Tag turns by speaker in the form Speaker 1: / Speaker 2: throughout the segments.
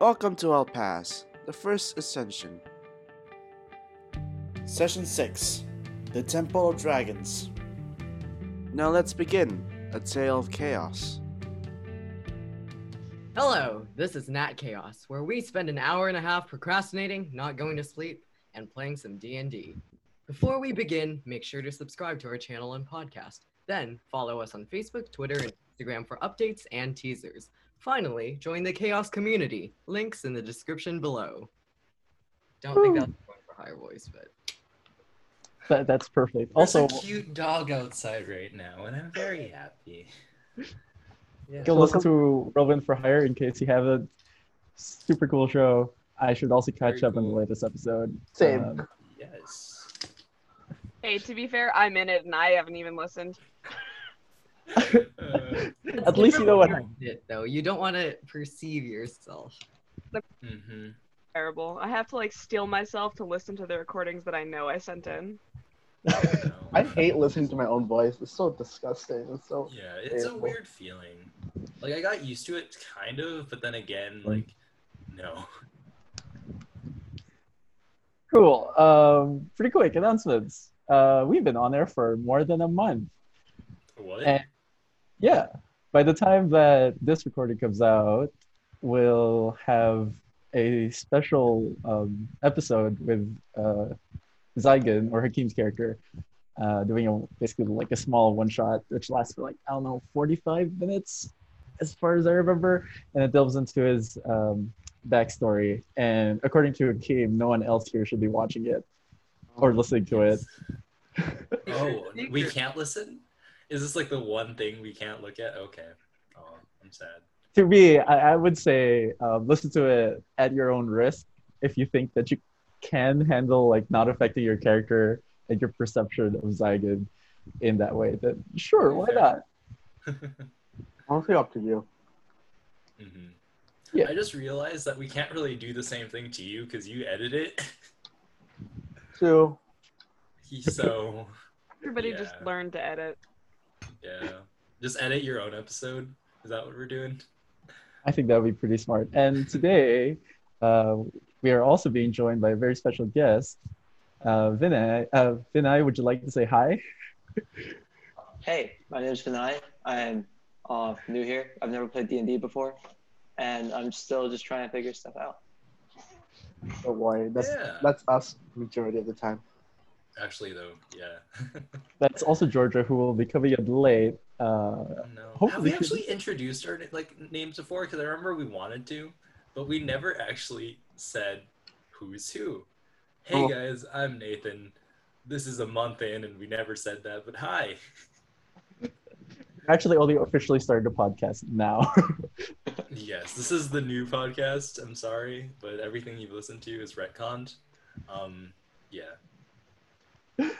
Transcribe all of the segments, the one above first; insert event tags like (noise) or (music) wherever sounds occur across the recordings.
Speaker 1: Welcome to El Pass, the first ascension. Session 6 The Temple of Dragons. Now let's begin A Tale of Chaos.
Speaker 2: Hello, this is Nat Chaos, where we spend an hour and a half procrastinating, not going to sleep, and playing some D&D. Before we begin, make sure to subscribe to our channel and podcast. Then follow us on Facebook, Twitter, and Instagram for updates and teasers. Finally, join the Chaos community. Links in the description below. Don't think that's going for higher voice, but
Speaker 3: That, that's perfect.
Speaker 4: There's
Speaker 3: Also,
Speaker 4: a cute dog outside right now, and I'm very happy.
Speaker 2: yeah.
Speaker 3: go listen to Relevant for Hire in case you haven't. Super cool show. I should also catch
Speaker 4: Very
Speaker 3: up on the
Speaker 4: cool.
Speaker 3: latest episode.
Speaker 5: Same.
Speaker 3: Um,
Speaker 4: Yes.
Speaker 6: Hey, to be fair, I'm in it and I haven't even listened.
Speaker 4: Uh,
Speaker 3: at least you know what.
Speaker 2: it though. You don't want to perceive yourself.
Speaker 4: hmm
Speaker 6: Terrible. I have to like steal myself to listen to the recordings that I know I sent in.
Speaker 5: I hate listening to my own voice. It's so disgusting. It's so
Speaker 4: Yeah, it's a
Speaker 5: Terrible.
Speaker 4: weird feeling. Like I got used to it kind of, but then again, like
Speaker 3: (laughs)
Speaker 4: no.
Speaker 3: Cool. Um, pretty quick announcements. Uh, we've been on there for more than a month.
Speaker 4: What?
Speaker 3: And yeah, by the time that this recording comes out, we'll have a special um, episode with uh, Zygon or Hakim's character uh, doing a, basically like a small one shot, which lasts for like, I don't know, 45 minutes as far as I remember. And it delves into his um, backstory. And according to Hakim, no one else here should be watching it or listening to it.
Speaker 4: oh,
Speaker 2: Secret.
Speaker 4: we can't listen. Is this like the one thing we can't look at? Okay. Oh, I'm sad.
Speaker 3: to me, I, I would say um, listen to it at your own risk if you think that you can handle like not affecting your character and your perception of Zygon in that way. Then sure, why
Speaker 4: Fair.
Speaker 3: not?
Speaker 4: (laughs)
Speaker 5: honestly up to you.
Speaker 4: hmm
Speaker 3: Yeah.
Speaker 4: I just realized that we can't really do the same thing to you because you edit it. (laughs)
Speaker 5: Two.
Speaker 4: so
Speaker 6: Everybody just
Speaker 4: Yeah.
Speaker 6: learned to edit.
Speaker 4: yeah, just edit your own episode. Is that what we're doing?
Speaker 3: I think that would be pretty smart. And today, uh, we are also being joined by a very special guest, uh, Vinay. Uh, Vinay, would you like to say hi?
Speaker 7: Hey, my name is Vinay. I'm uh, new here. I've never played D and D before, and I'm still just trying to figure stuff out.
Speaker 5: Don't worry. That's
Speaker 4: yeah.
Speaker 5: that's us majority of the time.
Speaker 4: Actually, though, yeah. (laughs)
Speaker 3: That's also Georgia, who will be coming in late. Uh,
Speaker 4: no. Have
Speaker 3: Hopefully
Speaker 4: we
Speaker 3: she-
Speaker 4: actually introduced our like names before? Because I remember we wanted to, but we never actually said who's who. Hey
Speaker 5: Oh.
Speaker 4: guys, I'm Nathan. This is a month in, and we never said that.
Speaker 3: (laughs)
Speaker 4: But hi.
Speaker 3: actually, only officially started a podcast now. (laughs)
Speaker 4: Yes, this is the new podcast. I'm sorry, but everything you've listened to is retconned. Um, yeah.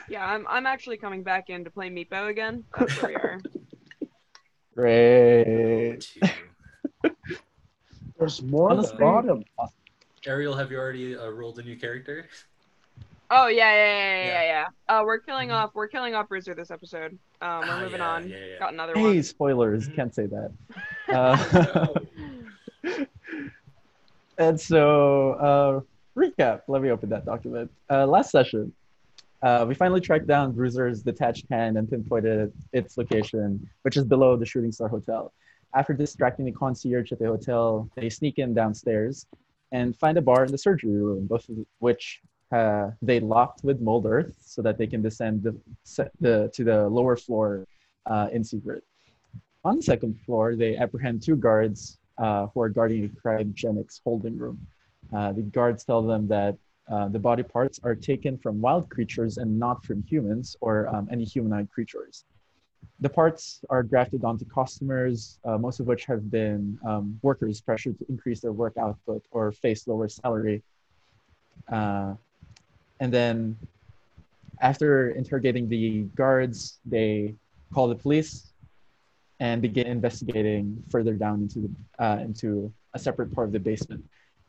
Speaker 6: Yeah, I'm I'm actually coming back in to play Meepo again. That's where we are. (laughs)
Speaker 3: Great.
Speaker 4: Two.
Speaker 5: (laughs) There's more on the
Speaker 3: Honestly-
Speaker 5: bottom.
Speaker 4: Ariel, have you already uh, rolled a new character?
Speaker 6: Oh yeah, yeah, yeah, yeah, yeah. yeah. Uh, we're killing off we're killing off Bruiser this episode. Um, we're
Speaker 4: Mm-hmm. Ah,
Speaker 6: moving
Speaker 4: yeah,
Speaker 6: on.
Speaker 4: yeah, yeah.
Speaker 6: Got another
Speaker 3: Hey,
Speaker 6: one. Mm-hmm.
Speaker 3: spoilers!
Speaker 4: Mhm.
Speaker 3: Can't say
Speaker 6: (laughs)
Speaker 3: that. Uh,
Speaker 4: No.
Speaker 3: (laughs) and so, uh, recap. Let me open that document. Uh, last session, uh, we finally tracked down Bruiser's detached hand and pinpointed its location, which is below the Shooting Star Hotel. After distracting the concierge at the hotel, they sneak in downstairs and find a bar in the surgery room, both of which uh, they locked with mold earth so that they can descend the, se- the, to the lower floor uh, in secret. On the second floor, they apprehend two guards uh, who are guarding a cryogenics holding room. Uh, the guards tell them that uh, the body parts are taken from wild creatures and not from humans or um, any humanoid creatures. The parts are grafted onto customers, uh, most of which have been um, workers pressured to increase their work output or face lower salary. Uh, and then, after interrogating the guards, they call the police and begin investigating further down into the, uh, into a separate part of the basement.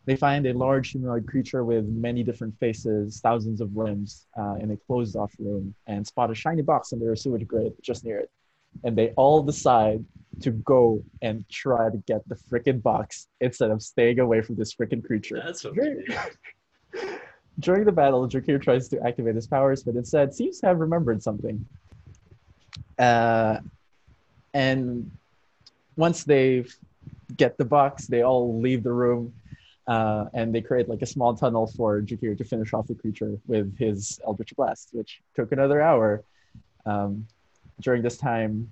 Speaker 3: They find a large humanoid creature with many different faces, thousands of limbs, uh, in a closed-off room, and spot a shiny box under a sewage grate just near it. and they all decide to go and try to get the freaking box instead of staying away from this freaking creature.
Speaker 4: That's what we
Speaker 3: During-
Speaker 4: did.
Speaker 3: (laughs) During the battle, Drakir tries to activate his powers, but instead seems to have remembered something. Uh, and once they get the box, they all leave the room, uh, and they create like a small tunnel for Drakir to finish off the creature with his Eldritch Blast, which took another hour. Um, during this time,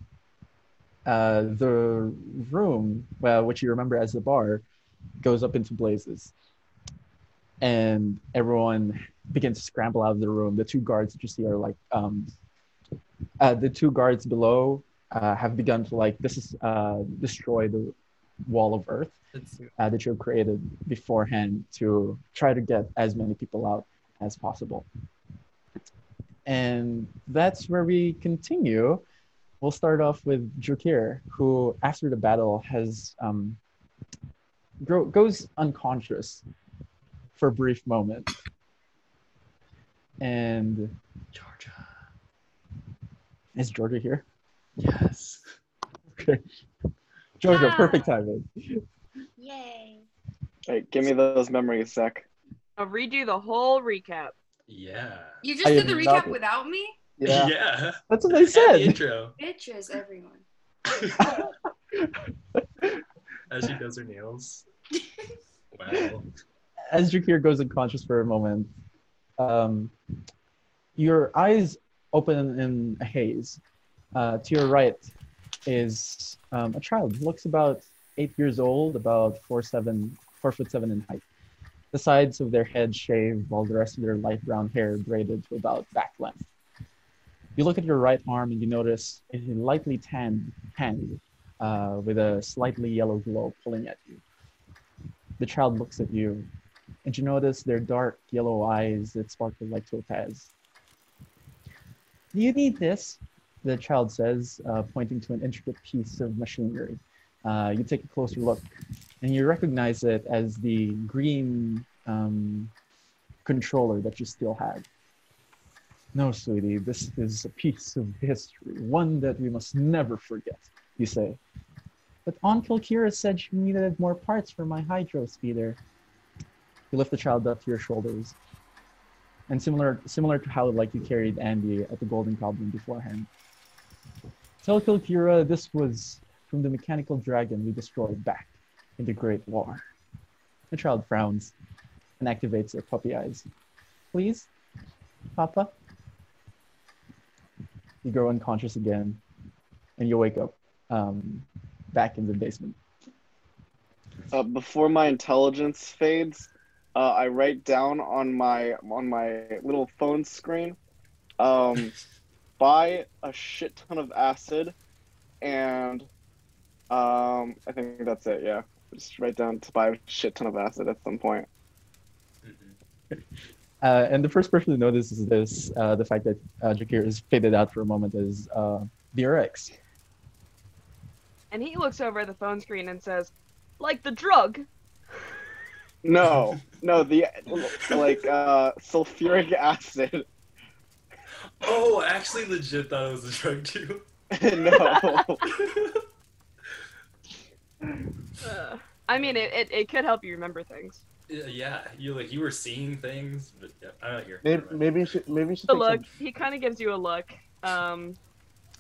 Speaker 3: uh, the room, well, which you remember as the bar, goes up into blazes and everyone begins to scramble out of the room. The two guards that you see are like, um, uh, the two guards below uh, have begun to like this is uh, destroy the wall of earth
Speaker 2: It's,
Speaker 3: uh, that you have created beforehand to try to get as many people out as possible. And that's where we continue. We'll start off with Jokir, who, after the battle, has um, gro- goes unconscious for a brief moment. And
Speaker 4: Georgia.
Speaker 3: is Georgia here?
Speaker 4: Yes.
Speaker 3: Okay. Georgia,
Speaker 8: Ah.
Speaker 3: perfect timing.
Speaker 8: Yay.
Speaker 9: Hey, give me those memories, Zach.
Speaker 6: I'll redo the whole recap.
Speaker 4: Yeah.
Speaker 8: You just
Speaker 3: I
Speaker 8: did the
Speaker 3: am
Speaker 8: recap
Speaker 3: not-
Speaker 8: without me?
Speaker 5: Yeah.
Speaker 3: That's what I
Speaker 4: And the
Speaker 3: said.
Speaker 4: intro.
Speaker 8: Bitches, everyone.
Speaker 4: As she does
Speaker 3: (laughs)
Speaker 4: her nails. Wow.
Speaker 3: as Drakir goes unconscious for a moment, um, your eyes open in a haze. Uh, to your right is um, a child. Looks about eight years old, about four seven, four foot seven in height. The sides of their head shaved, while the rest of their light brown hair braided to about back length. You look at your right arm and you notice a lightly tanned hand uh, with a slightly yellow glow pulling at you. The child looks at you and you notice their dark yellow eyes that sparkle like topaz. Do you need this? The child says, uh, pointing to an intricate piece of machinery. Uh, you take a closer look, and you recognize it as the green um, controller that you still have. No, sweetie, this is a piece of history, one that we must never forget, you say. But Aunt Kilkira said she needed more parts for my hydro speeder. You lift the child up to your shoulders. And similar similar to how like you carried Andy at the Golden Goblin beforehand. Tell Kilkira this was from the mechanical dragon we destroyed back in the Great War. The child frowns and activates their puppy eyes. Please, Papa. You go unconscious again, and you wake up um, back in the basement.
Speaker 9: Uh, before my intelligence fades, uh, I write down on my on my little phone screen,
Speaker 7: (laughs)
Speaker 9: um, buy a shit ton of acid, and um, I think that's it. Yeah, just write down to buy a shit ton of acid at some point.
Speaker 4: Mhm.
Speaker 3: Uh, and the first person to notice is this uh, the fact that uh, Jakir is faded out for a moment is uh, DRX.
Speaker 6: And he looks over at the phone screen and says, like the drug.
Speaker 7: (laughs)
Speaker 9: No, no, the like uh, sulfuric acid.
Speaker 4: Oh, actually, legit thought it was a drug too.
Speaker 9: no,
Speaker 6: Uh, I mean, it, it, it could help you remember things.
Speaker 4: Yeah, Yeah, you like you were seeing things, but yeah, I'm not here.
Speaker 5: Maybe,
Speaker 4: Never mind.
Speaker 5: maybe you should. Maybe you should.
Speaker 6: The
Speaker 5: Take
Speaker 6: look,
Speaker 5: some,
Speaker 6: he kind of gives you a look. Um,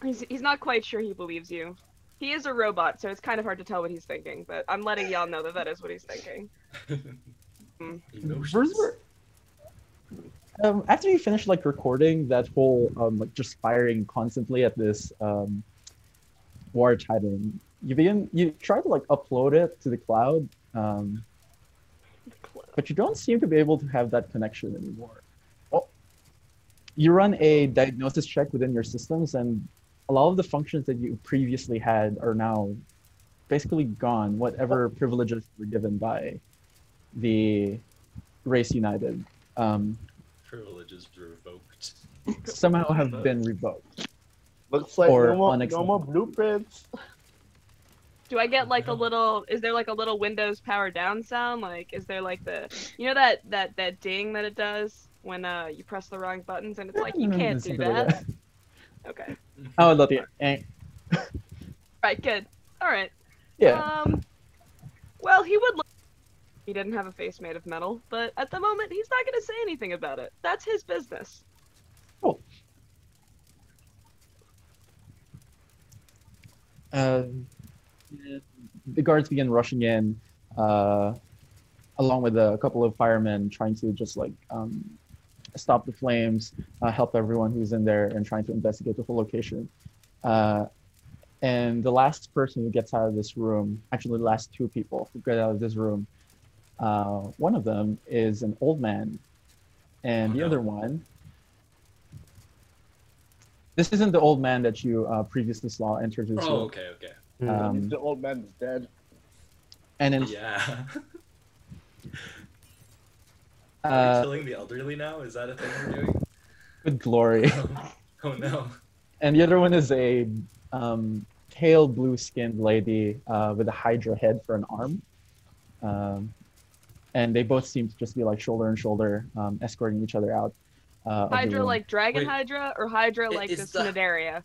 Speaker 6: he's, he's not quite sure he believes you. He is a robot, so it's kind of hard to tell what he's thinking, but I'm letting y'all know that that is what he's thinking. Hmm.
Speaker 4: Emotions.
Speaker 3: Berserk. Um, after you finish like recording that whole um, like just firing constantly at this um, war titan, you begin you try to like upload it to the cloud, um, but you don't seem to be able to have that connection anymore. Well, you run a diagnosis check within your systems, and a lot of the functions that you previously had are now basically gone. Whatever privileges were given by the Race United um,
Speaker 4: Privileges revoked. Uh,
Speaker 3: somehow have been revoked.
Speaker 5: looks like
Speaker 3: or
Speaker 5: no more,
Speaker 3: Onyx
Speaker 5: no
Speaker 3: Link.
Speaker 5: more blueprints.
Speaker 6: Do I get like a
Speaker 4: No.
Speaker 6: little? Is there like a little Windows power down sound? Like, is there like the, you know that that that ding that it does when uh you press the wrong buttons and it's Hmm, like you can't do
Speaker 3: Something like
Speaker 6: that. Okay.
Speaker 3: Oh, not yet. Eh.
Speaker 6: Right, good. All right.
Speaker 3: Yeah.
Speaker 6: Um, well, he would. Look- he didn't have a face made of metal, but at the moment, he's not going to say anything about it. That's his business.
Speaker 3: Um, the guards begin rushing in, uh, along with a couple of firemen trying to just like um, stop the flames, uh, help everyone who's in there, and trying to investigate the whole location. Uh, and the last person who gets out of this room, actually, the last two people who get out of this room, uh, one of them is an old man, and
Speaker 4: Oh,
Speaker 3: the
Speaker 4: no.
Speaker 3: other one. This isn't the old man that you uh, previously saw enter this room.
Speaker 4: Oh, okay, okay.
Speaker 3: Um,
Speaker 5: the old man's dead.
Speaker 3: and then
Speaker 5: (laughs)
Speaker 4: Yeah. Are we
Speaker 3: uh,
Speaker 4: killing the elderly now? Is that a thing we're doing?
Speaker 3: with glory.
Speaker 4: (laughs) oh no.
Speaker 3: And the other one is a um, pale blue skinned lady uh, with a Hydra head for an arm. Um, and they both seem to just be like shoulder and shoulder, um, escorting each other out. Uh, of the
Speaker 6: Hydra
Speaker 3: room.
Speaker 6: like Dragon
Speaker 4: Wait.
Speaker 6: Hydra or Hydra
Speaker 4: I-
Speaker 6: (laughs) like
Speaker 4: is
Speaker 6: this
Speaker 4: the-
Speaker 6: Nidaria?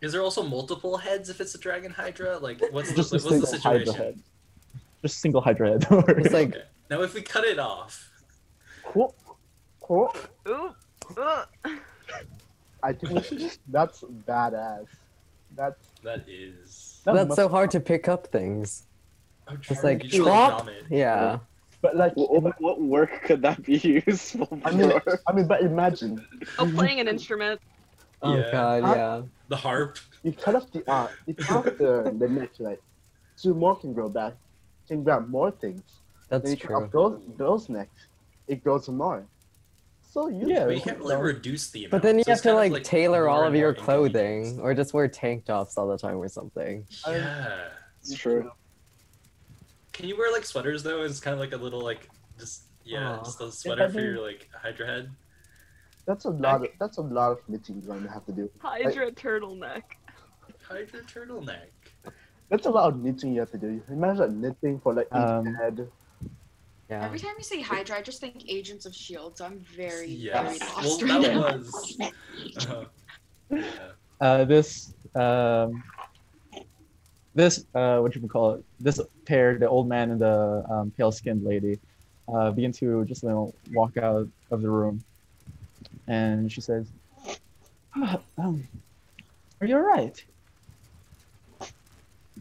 Speaker 4: Is there also multiple heads if it's a dragon hydra? Like, what's
Speaker 3: just
Speaker 4: the,
Speaker 3: a
Speaker 4: what's the
Speaker 3: single Hydra
Speaker 4: situation?
Speaker 3: head. Just single Hydra head. (laughs) don't worry.
Speaker 10: It's like,
Speaker 4: Okay. Now, if we cut it off,
Speaker 10: cool, cool.
Speaker 6: Ooh. Ugh.
Speaker 5: I think that's badass. That's
Speaker 4: that is.
Speaker 5: that
Speaker 10: That's
Speaker 5: must-
Speaker 10: so hard to pick up things.
Speaker 4: Oh,
Speaker 10: It's
Speaker 4: true,
Speaker 10: like,
Speaker 4: you should
Speaker 10: plop.
Speaker 4: bomb it.
Speaker 10: Yeah.
Speaker 5: But like,
Speaker 9: What, what work could that be (laughs) useful for?
Speaker 5: I mean, I mean, but imagine
Speaker 4: (laughs)
Speaker 6: Oh, playing an instrument.
Speaker 10: Oh
Speaker 4: Yeah.
Speaker 10: god, yeah.
Speaker 4: The harp.
Speaker 5: you cut off the arm, you cut off the, the neck, right? Two more can grow back, can grab more things.
Speaker 10: That's
Speaker 5: then you cut
Speaker 10: true.
Speaker 5: off those, those necks, it grows more. So you
Speaker 3: Yeah,
Speaker 4: But you can't really
Speaker 3: so-
Speaker 4: reduce the amount.
Speaker 10: But then you
Speaker 4: so
Speaker 10: have
Speaker 4: it's
Speaker 10: to
Speaker 4: kind of,
Speaker 10: like, tailor
Speaker 4: more
Speaker 10: all
Speaker 4: and
Speaker 10: of
Speaker 4: more
Speaker 10: your
Speaker 4: inconvenience.
Speaker 10: clothing or just wear tank tops all the time or something.
Speaker 4: Yeah.
Speaker 9: It's true.
Speaker 4: Can you wear like sweaters though? It's kind of like a little like just yeah,
Speaker 10: Aw.
Speaker 4: just a sweater for
Speaker 5: do-
Speaker 4: your like hydra head.
Speaker 5: That's a lot. Of, that's a lot of knitting you're gonna have to do.
Speaker 6: Hydra turtleneck.
Speaker 4: Hydra turtleneck.
Speaker 5: That's a lot of knitting you have to do. Imagine like, knitting for like each
Speaker 3: Um,
Speaker 5: head.
Speaker 10: Yeah.
Speaker 4: Um,
Speaker 8: Every time you say Hydra, I just think Agents of Shield. E So I'm very, very
Speaker 4: Yes. Well,
Speaker 8: lost right
Speaker 4: that
Speaker 8: now.
Speaker 4: was.
Speaker 8: (laughs)
Speaker 4: Uh, yeah.
Speaker 3: uh, this um, this uh, what you can call it this pair the old man and the um, pale skinned lady uh, begin to just you know walk out of the room and she says "Ah, um, are you all right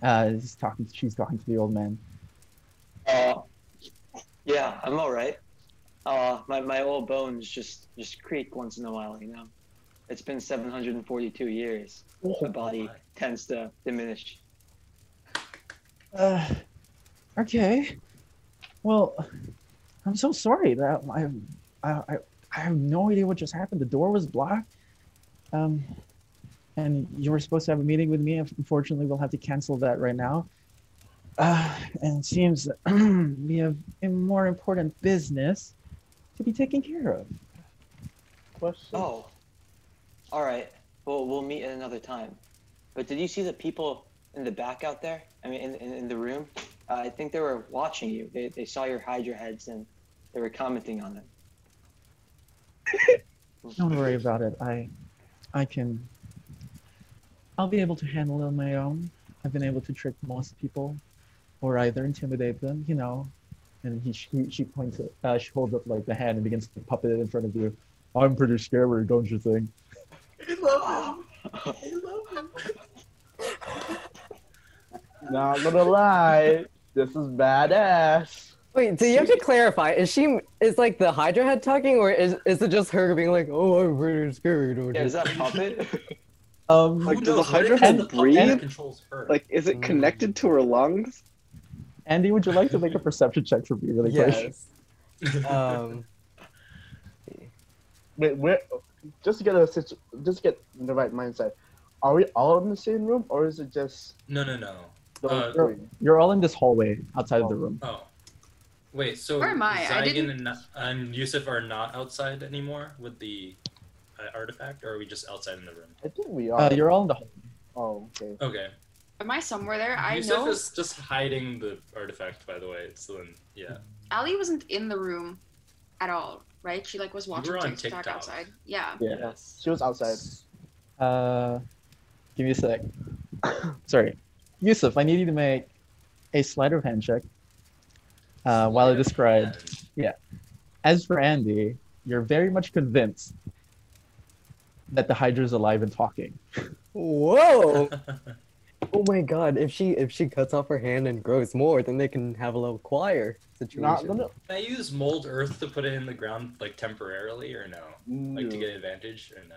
Speaker 3: uh, he's talking she's talking to the old man
Speaker 7: Uh, yeah, I'm all right. Uh, my, my old bones just just creak once in a while, you know. It's been 742 years. My body
Speaker 4: my.
Speaker 7: tends to diminish.
Speaker 3: Uh, okay. Well, I'm so sorry that I, I, I, I have no idea what just happened. The door was blocked. Um, and you were supposed to have a meeting with me. Unfortunately, we'll have to cancel that right now. Uh, and it seems that (clears throat) we have a more important business to be taken care of.
Speaker 5: Question.
Speaker 7: Oh, all right. Well, we'll meet at another time. But did you see the people in the back out there? I mean, in, in, in the room? Uh, I think they were watching you. They, they saw your Hydra heads and they were commenting on them.
Speaker 3: Don't worry about it. I, I can. I'll be able to handle it on my own. I've been able to trick most people, or either intimidate them, you know. And he, she, she points it. Uh, she holds up like the hand and begins to puppet it in front of you. I'm pretty scary, don't you think?
Speaker 4: I love him. I love him.
Speaker 5: Not gonna lie, this is badass.
Speaker 10: Wait, so you have to clarify, is she is like the Hydra head talking or is is it just her being like, Oh I'm pretty scared or
Speaker 7: Yeah, is that a
Speaker 10: (laughs)
Speaker 7: puppet?
Speaker 3: Um,
Speaker 9: Like,
Speaker 4: Who
Speaker 9: does the
Speaker 4: knows? What
Speaker 9: hydra
Speaker 4: if it's
Speaker 9: head
Speaker 4: the puppet
Speaker 9: breathe?
Speaker 4: that Controls her.
Speaker 9: Like, is
Speaker 7: Mm.
Speaker 9: it connected to her lungs?
Speaker 3: Andy, would you like to make a perception check for me, really quick?
Speaker 10: Yes. Um
Speaker 5: (laughs) Wait, where? Just to get a situ- just to get in the right mindset. Are we all in the same room, or is it just
Speaker 4: no, no, no.
Speaker 5: those
Speaker 4: Uh,
Speaker 5: three?
Speaker 3: You're all in this hallway outside of the room.
Speaker 4: Oh, wait. So
Speaker 8: Where am I? I
Speaker 4: Zygon
Speaker 8: didn't-
Speaker 4: and, Na- and Yusuf are not outside anymore with the uh, artifact, or are we just outside in the room?
Speaker 5: I think we are.
Speaker 3: Uh, you're all in the hallway.
Speaker 5: Oh, okay.
Speaker 4: Okay.
Speaker 8: Am I somewhere there? I
Speaker 4: Yusuf
Speaker 8: know
Speaker 4: is just hiding the artifact, by the way. So then, yeah.
Speaker 8: Ali wasn't in the room at all, right? She like was
Speaker 4: You
Speaker 8: watching
Speaker 4: were on
Speaker 8: TikTok,
Speaker 4: TikTok. Oh,
Speaker 8: outside. Yeah.
Speaker 5: She was outside.
Speaker 3: Uh, give me a sec. (coughs) Sorry, Yusuf, I need you to make a sleight of hand check. Uh, while I describe, yeah. As for Andy, you're very much convinced that the Hydra is alive and talking.
Speaker 4: (laughs)
Speaker 10: Whoa! oh my god! If she if she cuts off her hand and grows more, then they can have a little choir situation.
Speaker 4: Can I use mold earth to put it in the ground like temporarily or no? Like to
Speaker 5: No.
Speaker 4: get advantage or no?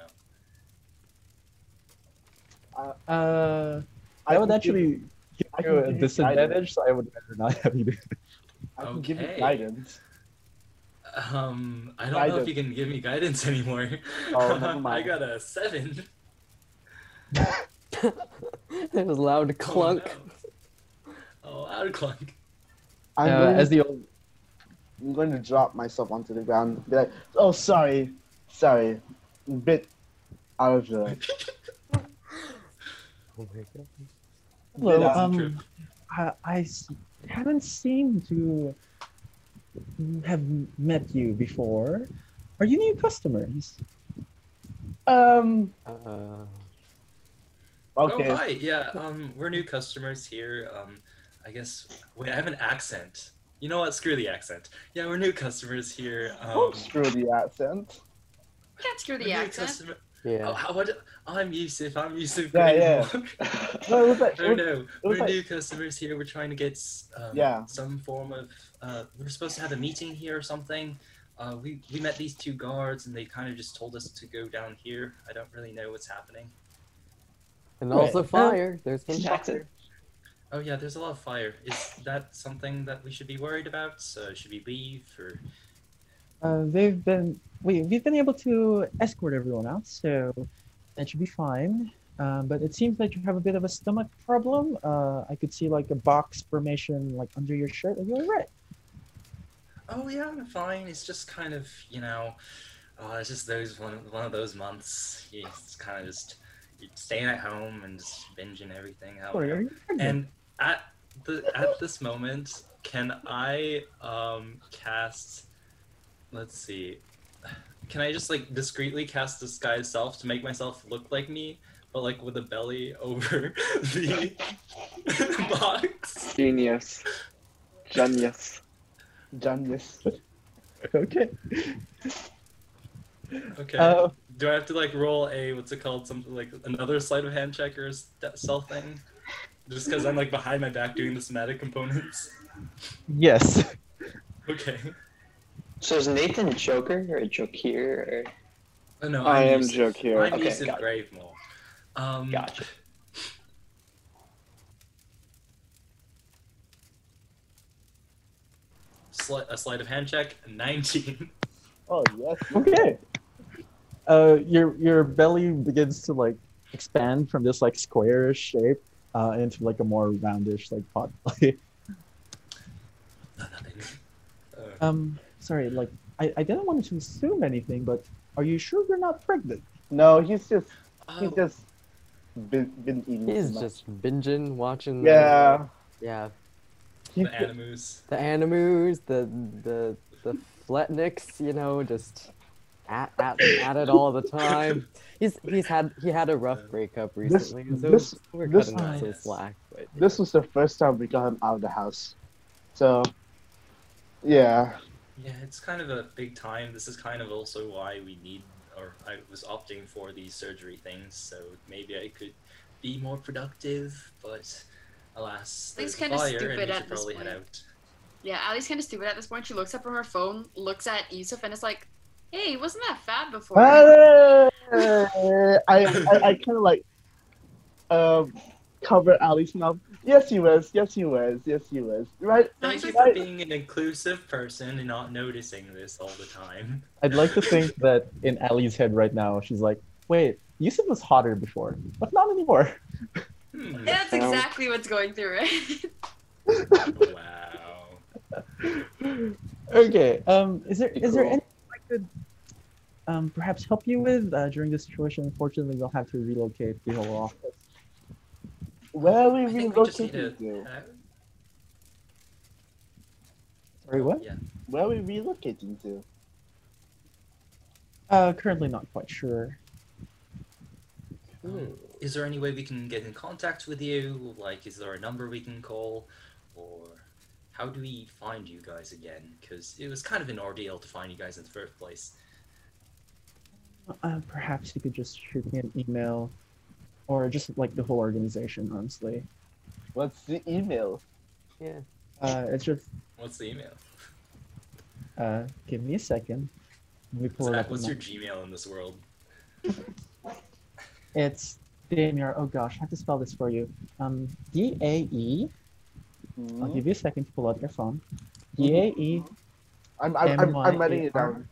Speaker 3: Uh,
Speaker 5: I
Speaker 3: I would
Speaker 5: can
Speaker 3: actually give
Speaker 5: I
Speaker 3: you
Speaker 5: can
Speaker 3: a
Speaker 5: give you
Speaker 3: disadvantage,
Speaker 5: guidance.
Speaker 3: so I would rather not have you do that.
Speaker 5: I can give you
Speaker 4: Okay.
Speaker 5: guidance.
Speaker 4: Um, I don't know if
Speaker 5: Guidance.
Speaker 4: you can give me guidance (laughs) anymore.
Speaker 5: Oh, never
Speaker 4: (laughs) I
Speaker 5: mind.
Speaker 4: got a seven.
Speaker 10: There's a loud clunk.
Speaker 4: Oh, loud clunk.
Speaker 5: I'm
Speaker 3: Uh,
Speaker 5: going
Speaker 3: as the
Speaker 5: old... I'm going to drop myself onto the ground. Be like, oh, sorry, sorry, bit out of
Speaker 4: (laughs)
Speaker 5: the.
Speaker 10: Oh my god.
Speaker 3: Hello,
Speaker 5: Yeah.
Speaker 3: um, I, I s- haven't seemed to have met you before. Are you new customers? Um,
Speaker 10: Uh,
Speaker 4: Oh, hi. Yeah. Um, we're new customers here. Um, I guess. Wait, I have an accent. You know what? Screw the accent. Yeah, we're new customers here. Um,
Speaker 5: Don't Oh, screw the accent.
Speaker 8: You can't screw
Speaker 4: we're
Speaker 8: the
Speaker 4: new
Speaker 8: accent.
Speaker 4: customer-
Speaker 10: yeah.
Speaker 4: Oh, how, what? I'm Yusuf. I'm Yusuf.
Speaker 5: Yeah,
Speaker 4: Greenwald.
Speaker 5: (laughs) No, it was
Speaker 4: (laughs)
Speaker 5: like, it
Speaker 4: oh
Speaker 5: was-
Speaker 4: no,
Speaker 5: it was
Speaker 4: we're
Speaker 5: like-
Speaker 4: new customers here. We're trying to get s- um,
Speaker 5: Yeah.
Speaker 4: some form of. Uh, we're supposed to have a meeting here or something. Uh, we we met these two guards and they kind of just told us to go down here. I don't really know what's happening.
Speaker 10: And
Speaker 3: Right.
Speaker 10: also fire. There's been
Speaker 7: Distracted.
Speaker 10: fire.
Speaker 4: Oh yeah, there's a lot of fire. Is that something that we should be worried about? So should we leave or?
Speaker 3: uh, they've been we we've been able to escort everyone out, so that should be fine. Um, but it seems like you have a bit of a stomach problem. Uh, I could see like a box formation like under your shirt. Are you alright?
Speaker 4: Oh yeah, I'm fine. It's just kind of you know, uh, it's just those one one of those months. You just kind of just you're staying at home and just binging everything out.
Speaker 3: Sorry, are you pregnant?
Speaker 4: And at the at this moment, can I um cast? Let's see. Can I just like discreetly cast disguise self to make myself look like me, but like with a belly (laughs) over the (laughs) box?
Speaker 9: Genius. Genius.
Speaker 5: Genius. (laughs)
Speaker 3: okay.
Speaker 4: Okay.
Speaker 3: Uh,
Speaker 4: Do I have to like roll a what's it called something like another sleight of hand check or st- self thing? Just because I'm like behind my back doing the somatic components. (laughs)
Speaker 3: yes.
Speaker 4: Okay.
Speaker 7: So is Nathan a Joker or a Joker? Or...
Speaker 4: Oh, no,
Speaker 9: I
Speaker 4: I'm
Speaker 9: am
Speaker 4: Yusuf.
Speaker 9: joke here.
Speaker 4: I'm
Speaker 7: Okay,
Speaker 4: Yusuf
Speaker 7: got it.
Speaker 4: Gravemore. Um,
Speaker 7: Gotcha.
Speaker 4: sli- a sleight of hand check, 19.
Speaker 5: Oh yes.
Speaker 3: Okay. Uh, your your belly begins to like expand from this like squarish shape uh, into like a more roundish like (laughs) pot belly.
Speaker 4: Uh,
Speaker 3: Um, sorry, like I, I didn't want to assume anything, but are you sure you're not pregnant?
Speaker 5: No, he's just he's
Speaker 4: oh,
Speaker 5: just been been eating.
Speaker 10: He's
Speaker 5: too much.
Speaker 10: just binging, watching. the-
Speaker 5: yeah.
Speaker 10: yeah.
Speaker 4: (laughs) the animus.
Speaker 10: The animus, the the the fletniks, you know, just at, at, at it all the time. He's he's had he had a rough breakup recently, so
Speaker 5: this-
Speaker 10: we're
Speaker 5: this-
Speaker 10: cutting him some
Speaker 4: Yes.
Speaker 10: slack. But
Speaker 5: This was the first time we got him out of the house, so yeah.
Speaker 4: Yeah, it's kind of a big time. This is kind of also why we need, or I was opting for these surgery things, so maybe I could be more productive, but alas,
Speaker 8: Thing's
Speaker 4: there's
Speaker 8: kinda
Speaker 4: fire and
Speaker 8: stupid
Speaker 4: we
Speaker 8: at
Speaker 4: should
Speaker 8: this
Speaker 4: probably head
Speaker 8: point.
Speaker 4: out.
Speaker 8: Yeah, Allie's kind of stupid at this point. She looks up from her phone, looks at Yusuf, and it's like, hey, wasn't that fab before?
Speaker 5: I I, I kind of like um cover Ali's mouth. Yes, he was. Yes, he was. Yes, he was. Right.
Speaker 4: Thank you for
Speaker 5: Right?
Speaker 4: being an inclusive person and not noticing this all the time.
Speaker 3: I'd like to think that in Ali's head right now, she's like, wait, Yusuf was hotter before, but not anymore.
Speaker 4: Hmm.
Speaker 8: Yeah, that's
Speaker 9: Um,
Speaker 8: exactly what's going through, right?
Speaker 4: wow.
Speaker 3: Okay. Um, is there is there
Speaker 7: cool.
Speaker 3: anything I could um, perhaps help you with uh, during this situation? Unfortunately, we'll have to relocate the whole office.
Speaker 5: Where are
Speaker 4: I
Speaker 5: we
Speaker 4: think we just need
Speaker 5: relocating
Speaker 4: to.
Speaker 5: to?
Speaker 3: Sorry, what?
Speaker 4: Yeah.
Speaker 5: Where are we relocating to?
Speaker 3: Uh, currently not quite sure.
Speaker 4: Um, is there any way we can get in contact with you? Like, is there a number we can call? Or how do we find you guys again? Because it was kind of an ordeal to find you guys in the first place.
Speaker 3: Uh, perhaps you could just shoot me an email, or just like the whole organization, honestly.
Speaker 5: What's the email?
Speaker 10: Yeah.
Speaker 3: Uh, it's just
Speaker 4: What's the email?
Speaker 3: uh, give me a second. Let me pull it
Speaker 4: Zach,
Speaker 3: up.
Speaker 4: what's
Speaker 3: on
Speaker 4: your
Speaker 3: my-
Speaker 4: Gmail in this world?
Speaker 3: It's Damir. Oh gosh, I have to spell this for you. Um, D A E. I'll
Speaker 5: Mm-hmm.
Speaker 3: give you a second to pull out your phone. D A E.
Speaker 5: I'm I'm I'm, I'm writing it
Speaker 3: M Y A R.
Speaker 5: down.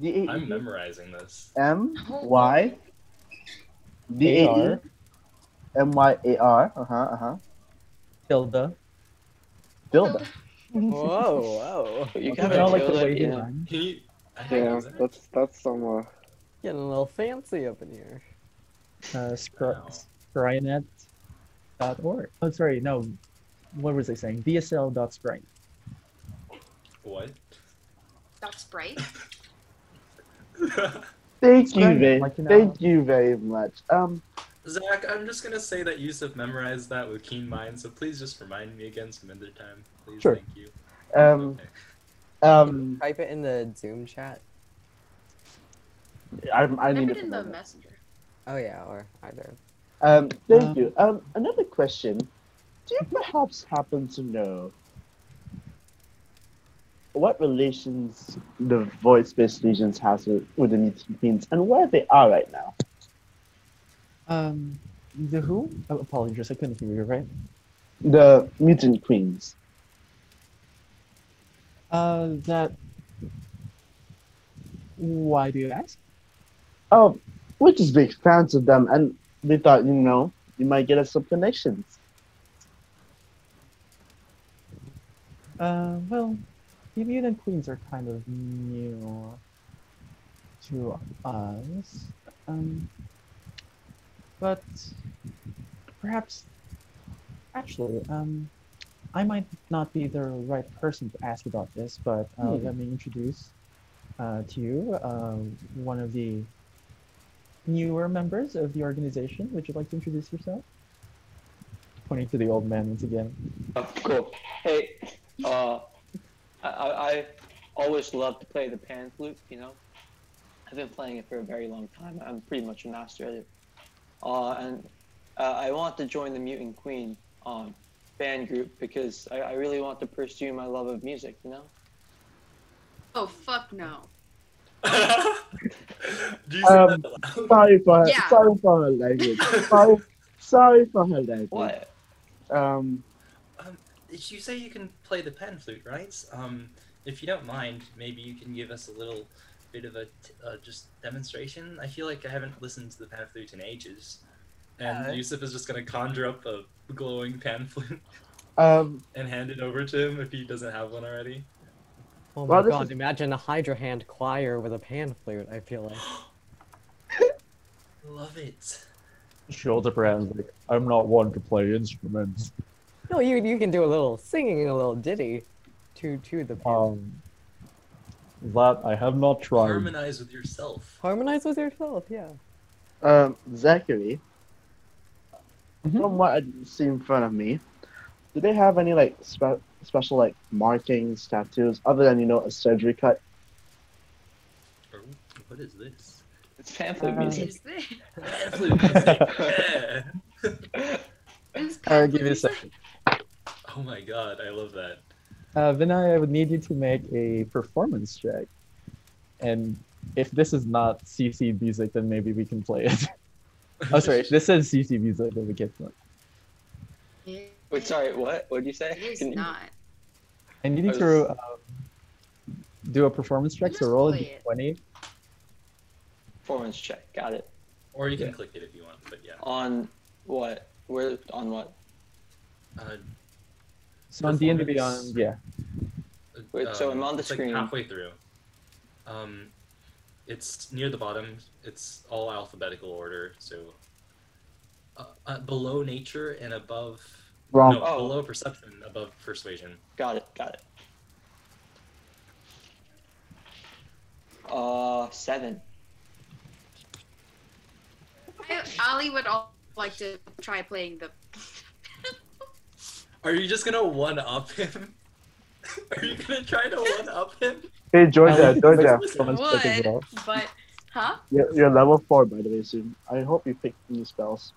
Speaker 5: D
Speaker 4: I'm
Speaker 5: A E
Speaker 4: memorizing this. (laughs)
Speaker 5: M
Speaker 4: Oh,
Speaker 5: Y D A E
Speaker 3: A-R.
Speaker 5: M Y A R. Uh huh. Uh huh.
Speaker 3: Tilda.
Speaker 4: (laughs)
Speaker 5: Dilda.
Speaker 10: Whoa, whoa.
Speaker 7: You
Speaker 3: I'll
Speaker 7: got
Speaker 3: put it on,
Speaker 7: it,
Speaker 3: like the
Speaker 7: Joe.
Speaker 3: wavy
Speaker 7: Yeah.
Speaker 3: line.
Speaker 4: Can you? I don't know,
Speaker 9: Yeah,
Speaker 4: Zach.
Speaker 9: that's that's some. Uh,
Speaker 10: Getting a little fancy up in here.
Speaker 3: Uh,
Speaker 4: Wow.
Speaker 3: scrynet.org. Oh, sorry, no. What was I saying? DSL.scrynet.
Speaker 4: What?
Speaker 8: That's Sprite.
Speaker 5: Thank you
Speaker 3: Right,
Speaker 5: very
Speaker 3: like, you know.
Speaker 5: thank you very much. Um,
Speaker 4: Zach, I'm just gonna say that Yusuf memorized that with keen mind, so please just remind me again some other time. Please,
Speaker 3: Sure.
Speaker 4: thank you.
Speaker 5: um,
Speaker 4: Okay.
Speaker 5: um.
Speaker 10: Type it in the Zoom chat.
Speaker 5: I'm, I
Speaker 8: Type
Speaker 5: need
Speaker 8: it
Speaker 5: to
Speaker 8: in the
Speaker 5: remember.
Speaker 8: messenger.
Speaker 10: Oh yeah, or either.
Speaker 5: Um, thank
Speaker 3: Um,
Speaker 5: you. Um, another question. Do you perhaps happen to know what relations the void space legions has with, with the Nitians and where they are right now?
Speaker 3: Um, the who? Oh, apologies, I couldn't hear you, right?
Speaker 5: The mutant queens.
Speaker 3: Uh, that. Why do you ask?
Speaker 5: Oh, we're just big fans of them, and we thought, you know, you might get us some connections.
Speaker 3: Uh, well, the mutant queens are kind of new to us. Um, but perhaps, actually, um, I might not be the right person to ask about this, but uh,
Speaker 5: Hmm.
Speaker 3: let me introduce uh, to you uh, one of the newer members of the organization. Would you like to introduce yourself? Pointing to the old man once again.
Speaker 7: Oh, cool. Hey, uh, I, I I always loved to play the pan flute. You know, I've been playing it for a very long time. I'm pretty much a master at it. Uh, and uh, I want to join the Mutant Queen um, band group because I, I really want to pursue my love of music. You know.
Speaker 8: (laughs) Oh fuck no.
Speaker 4: Do you say
Speaker 5: Um,
Speaker 4: that aloud?
Speaker 5: Sorry for her,
Speaker 8: Yeah.
Speaker 5: sorry for her language. sorry, sorry for her language.
Speaker 7: What?
Speaker 5: Um,
Speaker 4: Did you say you can play the pan flute, right? Um, if you don't mind, maybe you can give us a little bit of a t- uh, just demonstration. I feel like I haven't listened to the pan flute in ages, and
Speaker 7: Uh.
Speaker 4: Yusuf is just gonna conjure up a glowing
Speaker 10: (laughs)
Speaker 4: pan flute
Speaker 5: um,
Speaker 4: and hand it over to him if he doesn't have one already.
Speaker 10: Oh
Speaker 5: Well,
Speaker 10: my
Speaker 5: this
Speaker 10: god,
Speaker 5: is-
Speaker 10: imagine a Hydra Hand choir with a pan flute, I
Speaker 5: (gasps)
Speaker 10: feel like.
Speaker 4: Love it.
Speaker 3: Shoulder brands like I'm not one to play instruments.
Speaker 10: No, you you can do a little singing, a little ditty to to the pan.
Speaker 3: Um, that I have not tried.
Speaker 4: Harmonize with yourself.
Speaker 10: Harmonize with yourself, yeah.
Speaker 5: um, Zachary,
Speaker 3: Mhm.
Speaker 5: from what I see in front of me, do they have any like spe- special like markings, tattoos, other than you know a surgery cut?
Speaker 4: Or what is this?
Speaker 7: It's pan flute
Speaker 3: Uh,
Speaker 8: What
Speaker 7: music.
Speaker 8: is this?
Speaker 4: Pan flute music. yeah.
Speaker 8: This
Speaker 3: I'll give you a
Speaker 8: is-
Speaker 3: second.
Speaker 4: Oh my god, I love that.
Speaker 3: Uh, Vinay, I would need you to make a performance check. And if this is not CC music, then maybe we can play it. oh, sorry. If this is CC music, then we can play it.
Speaker 7: Wait, sorry. What? What did you say?
Speaker 8: It is
Speaker 7: Can you-
Speaker 8: not.
Speaker 3: I need you to um, do a performance check. So
Speaker 8: Just
Speaker 3: roll a
Speaker 8: play it.
Speaker 3: d20.
Speaker 7: Performance check. Got it.
Speaker 4: Or you can
Speaker 3: Yeah.
Speaker 4: click it if you want, but yeah.
Speaker 7: On what? Where? On what?
Speaker 4: Uh,
Speaker 3: So on D and
Speaker 4: Performance.
Speaker 3: Beyond, yeah.
Speaker 7: Wait, so I'm on the
Speaker 4: Uh, it's like
Speaker 7: screen.
Speaker 4: halfway through. Um, it's near the bottom. It's all alphabetical order. So uh, uh, below nature and above.
Speaker 5: Wrong.
Speaker 4: No,
Speaker 7: Oh.
Speaker 4: below perception, above persuasion.
Speaker 7: Got it. Got it. Uh, seven.
Speaker 8: I, Ali would al- like to try playing the.
Speaker 4: Are you just gonna one up him? (laughs) (laughs) Are you gonna try to one
Speaker 5: (laughs)
Speaker 4: up him?
Speaker 5: Hey, Georgia, Georgia.
Speaker 8: Would, but huh?
Speaker 5: You're, you're level four, by the way, soon. I hope you pick new spells.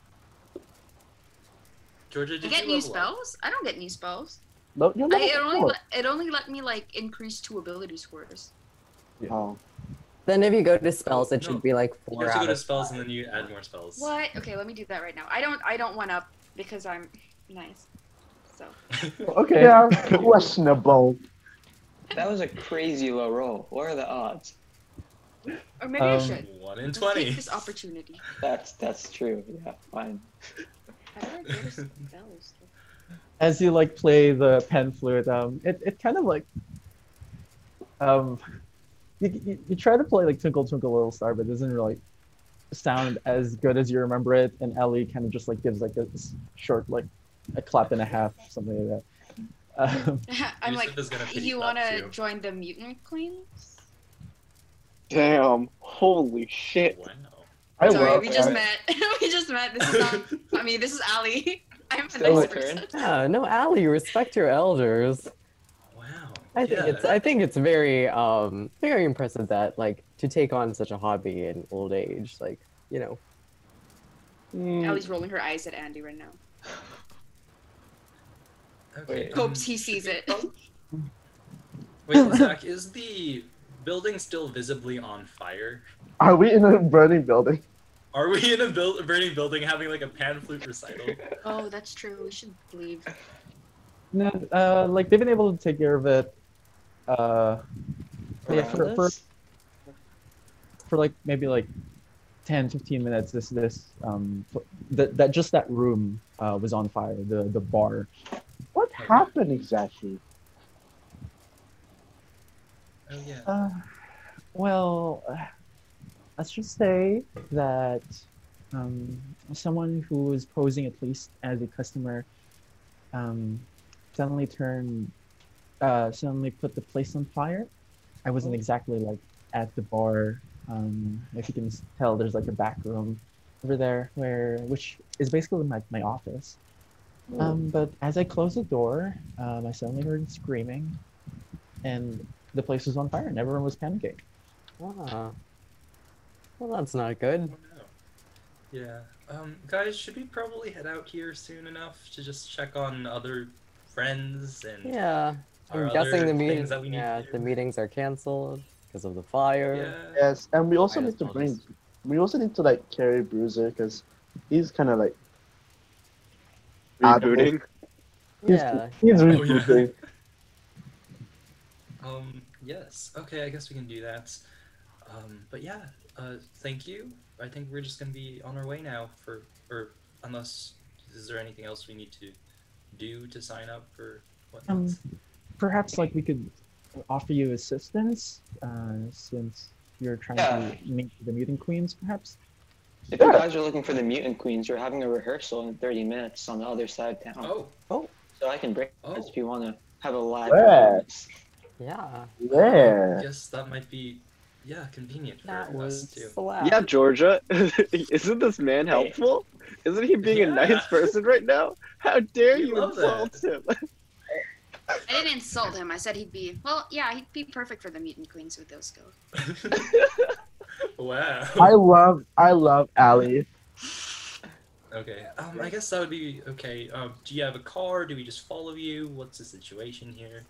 Speaker 4: Georgia,
Speaker 8: I
Speaker 4: did
Speaker 8: get
Speaker 4: you
Speaker 8: new
Speaker 4: level up?
Speaker 8: spells. I don't get new spells.
Speaker 5: No, you're
Speaker 8: I,
Speaker 5: level
Speaker 8: it only
Speaker 5: four.
Speaker 8: let- it only let me like increase two ability scores.
Speaker 5: Oh.
Speaker 10: Then if you go to spells, it
Speaker 4: No.
Speaker 10: should be like
Speaker 4: You
Speaker 10: four
Speaker 4: have to go
Speaker 10: out
Speaker 4: to
Speaker 10: of
Speaker 4: spells and then you add more spells.
Speaker 8: What? Okay, let me do that right now. I don't I don't want up because I'm nice. So (laughs)
Speaker 5: (laughs)
Speaker 3: Okay.
Speaker 5: Yeah, questionable.
Speaker 7: That was a crazy low roll. What are the odds?
Speaker 8: or maybe I
Speaker 3: Um,
Speaker 8: should.
Speaker 4: One in
Speaker 8: Let's
Speaker 4: twenty.
Speaker 8: Take this opportunity.
Speaker 7: That's that's true. Yeah, fine.
Speaker 8: How do I go to spells?
Speaker 3: as you like play the pen flute, um, it, it kind of like um, you, you, you try to play like Twinkle Twinkle Little Star, but it doesn't really sound as good as you remember it. And Ellie kind of just like gives like a s- short like a clap and a half, something like that. Um,
Speaker 8: I'm like,
Speaker 4: Yusuf is gonna pity
Speaker 8: you
Speaker 4: clap
Speaker 8: want to
Speaker 4: too."
Speaker 8: join the mutant queens?
Speaker 9: Damn. Holy shit.
Speaker 4: Wow.
Speaker 5: I
Speaker 8: Sorry,
Speaker 5: will.
Speaker 8: we just
Speaker 5: I-
Speaker 8: met. (laughs) we just met. This
Speaker 4: (laughs)
Speaker 8: is not. I mean, this is Ali. (laughs) I'm the
Speaker 7: Still
Speaker 8: nice
Speaker 7: my turn?
Speaker 8: person.
Speaker 10: Oh, yeah, no, Allie, respect your elders.
Speaker 4: Wow.
Speaker 10: I think
Speaker 4: Yeah.
Speaker 10: it's I think it's very um very impressive that like to take on such a hobby in old age, like you know. Hmm,
Speaker 8: Ali's rolling her eyes at Andy right now.
Speaker 4: Okay.
Speaker 8: Hopes he sees it.
Speaker 4: Wait, Zach, is the building still visibly on fire?
Speaker 5: Are we in a burning building?
Speaker 4: Are we in a build- burning building having like a pan flute recital?
Speaker 7: (laughs)
Speaker 8: oh, that's true. We should leave.
Speaker 3: no, uh, like they've been able to take care of it. Uh, yeah, for, for for like maybe like 10 15 minutes this this um that that just that room uh was on fire the the bar
Speaker 5: What happened exactly?
Speaker 4: Oh yeah.
Speaker 3: uh, well uh, let's just say that um someone who was posing at least as a customer um suddenly turned uh suddenly put the place on fire i wasn't exactly like at the bar um if you can s- tell there's like a back room over there where which is basically my, my office um, but as I closed the door, um, I suddenly heard screaming, and the place was on fire, and everyone was panicking.
Speaker 10: Ah. Well, that's not good.
Speaker 4: Oh, no. Yeah. Um, guys, should we probably head out here soon enough to just check on other friends and
Speaker 10: Yeah,
Speaker 4: our
Speaker 10: I'm guessing
Speaker 4: other
Speaker 10: the meetings.
Speaker 4: things that we need
Speaker 10: yeah,
Speaker 4: to
Speaker 10: the
Speaker 4: do?
Speaker 10: meetings are canceled because of the fire.
Speaker 4: Yeah.
Speaker 5: Yes, and we also
Speaker 10: Minus
Speaker 5: need to bring.
Speaker 10: bonus.
Speaker 5: We also need to like carry Bruiser because he's kind of like
Speaker 9: Rebooting.
Speaker 5: he's,
Speaker 10: Yeah.
Speaker 5: he's
Speaker 4: yeah.
Speaker 9: Oh,
Speaker 5: rebooting.
Speaker 4: Um, yes. Okay, I guess we can do that. Um, but yeah, uh, thank you. I think we're just gonna be on our way now for, or unless, is there anything else we need to do to sign up for whatnot?
Speaker 3: Um, perhaps like we could offer you assistance uh, since you're trying to meet the mutant queens. Perhaps.
Speaker 7: If
Speaker 5: Yeah.
Speaker 7: you guys are looking for the mutant queens, we're having a rehearsal in 30 minutes on the other side of town.
Speaker 4: oh,
Speaker 7: So I can bring
Speaker 4: Oh.
Speaker 7: this if you want to have a live
Speaker 5: Where?
Speaker 7: performance.
Speaker 10: Yeah.
Speaker 5: Yeah.
Speaker 4: yes, that might be, yeah, convenient for
Speaker 10: That
Speaker 4: us
Speaker 10: was
Speaker 4: too.
Speaker 10: slap.
Speaker 9: Yeah, Georgia. (laughs) Isn't this man helpful? Isn't he being
Speaker 4: Yeah.
Speaker 9: a nice person right now? How dare
Speaker 4: We
Speaker 9: you
Speaker 4: love
Speaker 9: insult him? (laughs)
Speaker 8: I didn't insult him. I said he'd be well. Yeah, he'd be perfect for the mutant queens with those skills.
Speaker 4: wow.
Speaker 5: I love, I love Ali.
Speaker 4: Okay. Um, I guess that would be okay. Um, do you have a car? Do we just follow you? What's the situation here?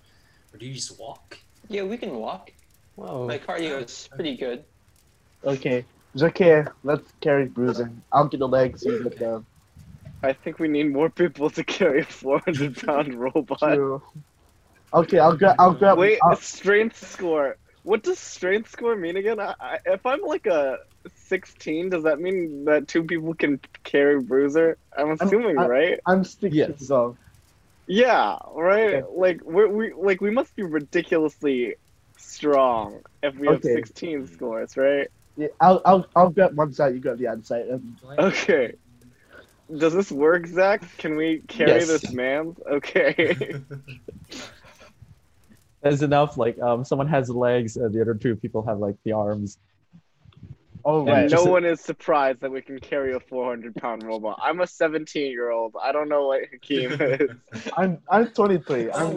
Speaker 4: Or do you just walk?
Speaker 7: Yeah, we can walk.
Speaker 10: Whoa.
Speaker 7: My cardio is pretty good.
Speaker 5: Okay, Zakir, let's carry Bruiser. I'll get the legs. You get the
Speaker 9: I think we need more people to carry a 400 pound robot.
Speaker 5: two. Okay, I'll grab. I'll grab.
Speaker 9: Wait,
Speaker 5: I'll-
Speaker 9: a strength score. What does strength score mean again? I, I, if I'm like a 16, does that mean that two people can carry Bruiser? I'm assuming,
Speaker 5: I-
Speaker 9: right?
Speaker 5: I'm sticking
Speaker 3: Yes.
Speaker 5: to resolve.
Speaker 9: Yeah, right.
Speaker 5: Okay.
Speaker 9: Like we're, we like we must be ridiculously strong if we have
Speaker 5: Okay.
Speaker 9: 16 scores, right?
Speaker 5: Yeah, I'll, I'll, I'll grab one side. You grab the other side. And
Speaker 4: Like,
Speaker 9: Okay. Does this work, Zach? Can we carry
Speaker 3: Yes.
Speaker 9: this man? Okay.
Speaker 3: That's enough. Like um, someone has legs, uh, the other two people have like the arms.
Speaker 5: Oh,
Speaker 9: And
Speaker 5: right.
Speaker 9: no
Speaker 5: Just-
Speaker 9: one is surprised that we can carry a 400 pound robot. I'm a 17 year old. I don't know what Hakeem is.
Speaker 5: I'm I'm 23.
Speaker 4: (laughs)
Speaker 5: I'm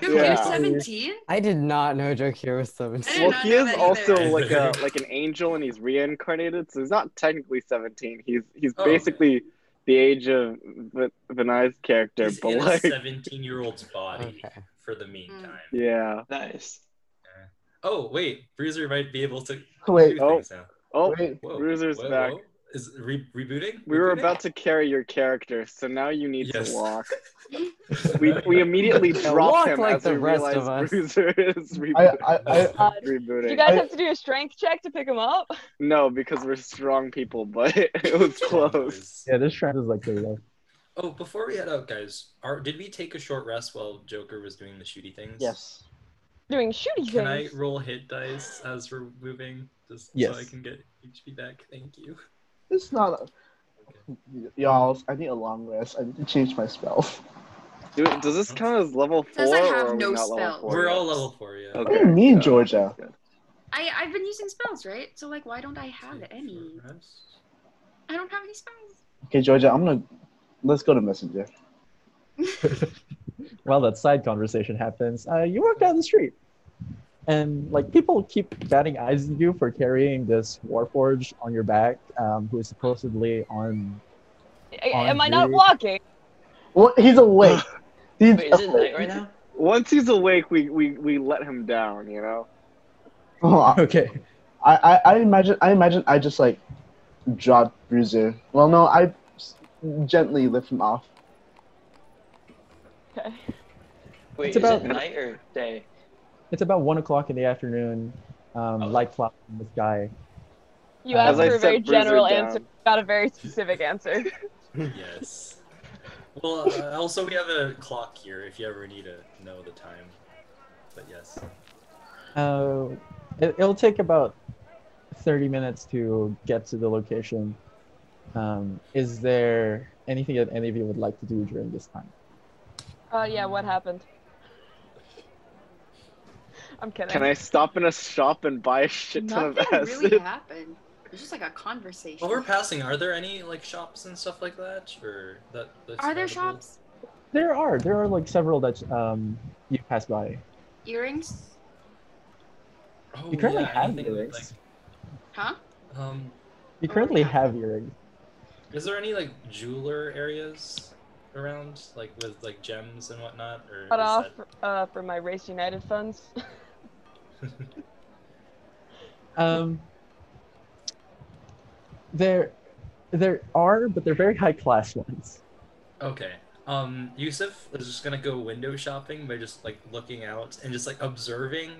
Speaker 8: Dude,
Speaker 9: Yeah.
Speaker 8: you're 17?
Speaker 10: I did not know Jokir was 17. (laughs)
Speaker 8: did
Speaker 9: Well,
Speaker 8: not
Speaker 9: he
Speaker 8: know
Speaker 9: is
Speaker 8: that
Speaker 9: also
Speaker 8: either.
Speaker 9: like
Speaker 4: (laughs)
Speaker 9: a like an angel, and he's reincarnated, so he's not technically 17. He's he's
Speaker 4: Oh.
Speaker 9: basically the age of V- Vinay's character,
Speaker 4: He's
Speaker 9: but
Speaker 4: in
Speaker 9: like Mm.
Speaker 4: a 17 year old's body
Speaker 10: Okay.
Speaker 4: for the meantime.
Speaker 9: yeah.
Speaker 7: Nice.
Speaker 4: Oh, wait. Bruiser might be able to
Speaker 5: wait.
Speaker 4: do
Speaker 9: oh.
Speaker 4: things now.
Speaker 9: Oh,
Speaker 5: Wait.
Speaker 4: Whoa.
Speaker 9: Bruiser's
Speaker 4: whoa,
Speaker 9: back.
Speaker 4: whoa. Is it re- rebooting?
Speaker 9: We were about to carry your character, so now you need
Speaker 4: Yes.
Speaker 9: to walk. We, we immediately
Speaker 10: Yeah,
Speaker 9: dropped
Speaker 10: walk
Speaker 9: him
Speaker 10: like
Speaker 9: as
Speaker 10: the
Speaker 9: we
Speaker 10: rest of us.
Speaker 9: realized Bruiser
Speaker 3: (laughs)
Speaker 9: is
Speaker 5: I,
Speaker 9: rebooting.
Speaker 5: I, I,
Speaker 6: Uh,
Speaker 9: (laughs) rebooting.
Speaker 6: you guys
Speaker 5: I-
Speaker 6: have to do a strength check to pick him up?
Speaker 9: No, because we're strong people, but (laughs) it was close.
Speaker 3: Yeah, this trend is like pretty low.
Speaker 4: Oh, before we head out, guys, are, did we take a short rest while Joker was doing the shooty things?
Speaker 5: yes.
Speaker 6: Doing shooty
Speaker 4: Can I
Speaker 6: things.
Speaker 4: roll hit dice as we're moving, just
Speaker 3: Yes.
Speaker 4: so I can get HP back? Thank you.
Speaker 5: It's not. A... Y'all, I need a long rest. I need to change my spell.
Speaker 9: Dude, does this count as level four?
Speaker 8: Says I
Speaker 9: or
Speaker 8: have
Speaker 9: are we
Speaker 8: no
Speaker 9: not
Speaker 8: spells.
Speaker 9: level four
Speaker 4: We're
Speaker 9: yet?
Speaker 4: all level four, yeah.
Speaker 9: Okay.
Speaker 5: What do you mean,
Speaker 9: yeah.
Speaker 5: Georgia?
Speaker 8: I, I've been using spells, right? So, like, why don't I have any? I don't have any spells.
Speaker 5: Okay, Georgia, I'm
Speaker 9: (laughs)
Speaker 5: gonna let's go to (laughs)
Speaker 3: (laughs)
Speaker 5: messenger.
Speaker 3: While that side conversation happens, uh, you walk down the street, and like people keep batting eyes at you for carrying this Warforge on your back, um, who is supposedly on.
Speaker 6: A- Am I
Speaker 3: on
Speaker 6: not
Speaker 3: the-
Speaker 6: walking?
Speaker 5: What? He's awake. He's
Speaker 7: Wait, is it
Speaker 5: awake.
Speaker 7: night right now?
Speaker 9: Once he's awake, we, we, we let him down, you know?
Speaker 5: Oh, I,
Speaker 3: Okay.
Speaker 5: I, I imagine I imagine I just like dropped Bruiser. Well, no, I s- gently lift him off.
Speaker 6: Okay.
Speaker 7: Wait,
Speaker 3: It's
Speaker 7: is
Speaker 3: about-
Speaker 7: it night or day?
Speaker 3: It's about one o'clock in the afternoon. Um, Light clouds in the sky.
Speaker 6: You asked
Speaker 3: As
Speaker 9: Oh. I
Speaker 6: for a
Speaker 9: said,
Speaker 6: very
Speaker 9: bruiser
Speaker 6: general
Speaker 9: down.
Speaker 6: answer. Got a very specific answer.
Speaker 4: (laughs) Yes. Well, uh, also we have a clock here if you ever need to know the time. But yes.
Speaker 3: Uh, it, it'll take about thirty minutes to get to the location. Um, is there anything that any of you would like to do during this time?
Speaker 6: Uh, yeah, what happened? (laughs) I'm kidding.
Speaker 9: Can I stop in a shop and buy a shit ton of
Speaker 8: Nothing
Speaker 9: acid? (laughs)
Speaker 8: really happened. It's just like a conversation.
Speaker 4: While we're passing, are there any like shops and stuff like that, or that? That's
Speaker 8: Are there
Speaker 4: notable?
Speaker 8: shops?
Speaker 3: There are. There are like several that um, you pass by.
Speaker 8: Earrings?
Speaker 4: Oh,
Speaker 3: You currently
Speaker 4: yeah,
Speaker 3: have
Speaker 4: anything with,
Speaker 3: earrings.
Speaker 8: Huh?
Speaker 4: like, um,
Speaker 3: You currently have earrings.
Speaker 4: is there any like jeweler areas around, like with like gems and whatnot, or is
Speaker 6: Cut off
Speaker 4: that-
Speaker 6: uh, for my Race United funds.
Speaker 3: Um, there, there are, but they're very high class ones.
Speaker 4: Okay. Um, Yusuf is just gonna go window shopping by just like looking out and just like observing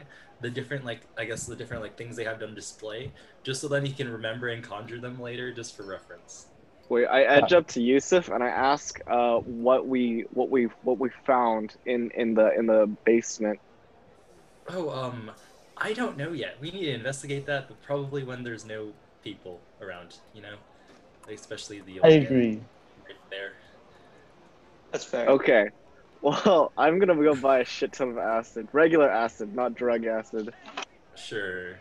Speaker 4: the different like I guess the different like things they have on display, just so then he can remember and conjure them later, just for reference.
Speaker 9: Wait, I edge up to Yusuf and I ask uh, what we what we what we found in, in the in the basement.
Speaker 4: Oh, um, I don't know yet. We need to investigate that, but probably when there's no people around, you know, Like, especially the.
Speaker 5: I
Speaker 4: old man
Speaker 5: agree.
Speaker 4: Right there.
Speaker 7: That's fair.
Speaker 9: Okay. (laughs) Well, I'm gonna go buy a shit ton of acid. Regular acid, not drug acid.
Speaker 4: Sure.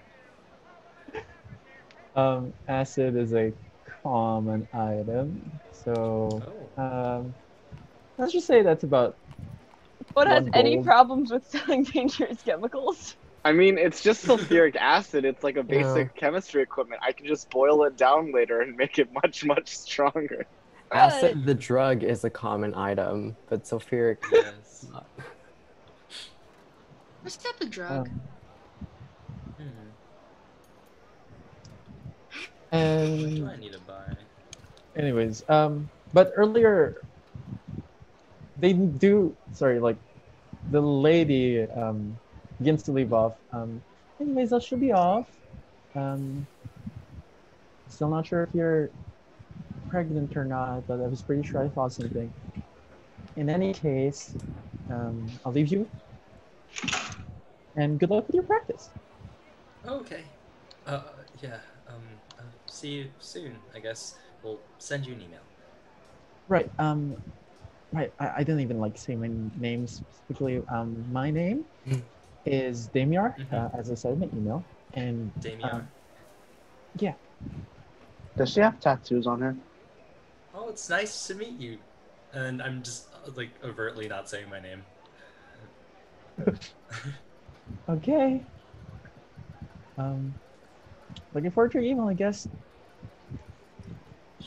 Speaker 3: Um, acid is a common item, so
Speaker 4: Oh.
Speaker 3: um, let's just say that's about.
Speaker 6: (laughs) What has
Speaker 3: One
Speaker 6: any
Speaker 3: gold.
Speaker 6: problems with (laughs) selling dangerous chemicals?
Speaker 9: I mean, it's just
Speaker 7: (laughs)
Speaker 9: sulfuric acid. It's like a basic chemistry equipment. I can just boil it down later and make it (laughs) much, much stronger.
Speaker 10: Acid, the drug, is a common item, but
Speaker 5: (laughs)
Speaker 10: sulfuric.
Speaker 4: Yes.
Speaker 8: What's that the drug?
Speaker 3: um,
Speaker 4: Hmm. What do
Speaker 3: and
Speaker 4: I need to buy?
Speaker 3: anyways um but earlier they do sorry like the lady um begins to leave off um anyways that should be off um still not sure if you're pregnant or not but i was pretty sure i thought something in any case um i'll leave you and good luck with your practice
Speaker 4: Oh, Okay. Uh, yeah. Um, uh, see you soon, I guess. We'll send you an email.
Speaker 3: Right. Um, right. I, I didn't even (laughs) like say my name specifically. Um, my name
Speaker 10: Mm.
Speaker 3: is Damiar,
Speaker 4: Mhm.
Speaker 3: uh, as I said in my email, and
Speaker 4: Damien.
Speaker 3: Um, yeah,
Speaker 5: Does she have tattoos
Speaker 9: (laughs)
Speaker 5: on her?
Speaker 4: Oh, it's nice to meet you. And I'm just uh, like overtly not saying my name.
Speaker 3: Okay. Um, looking forward to your email, I guess.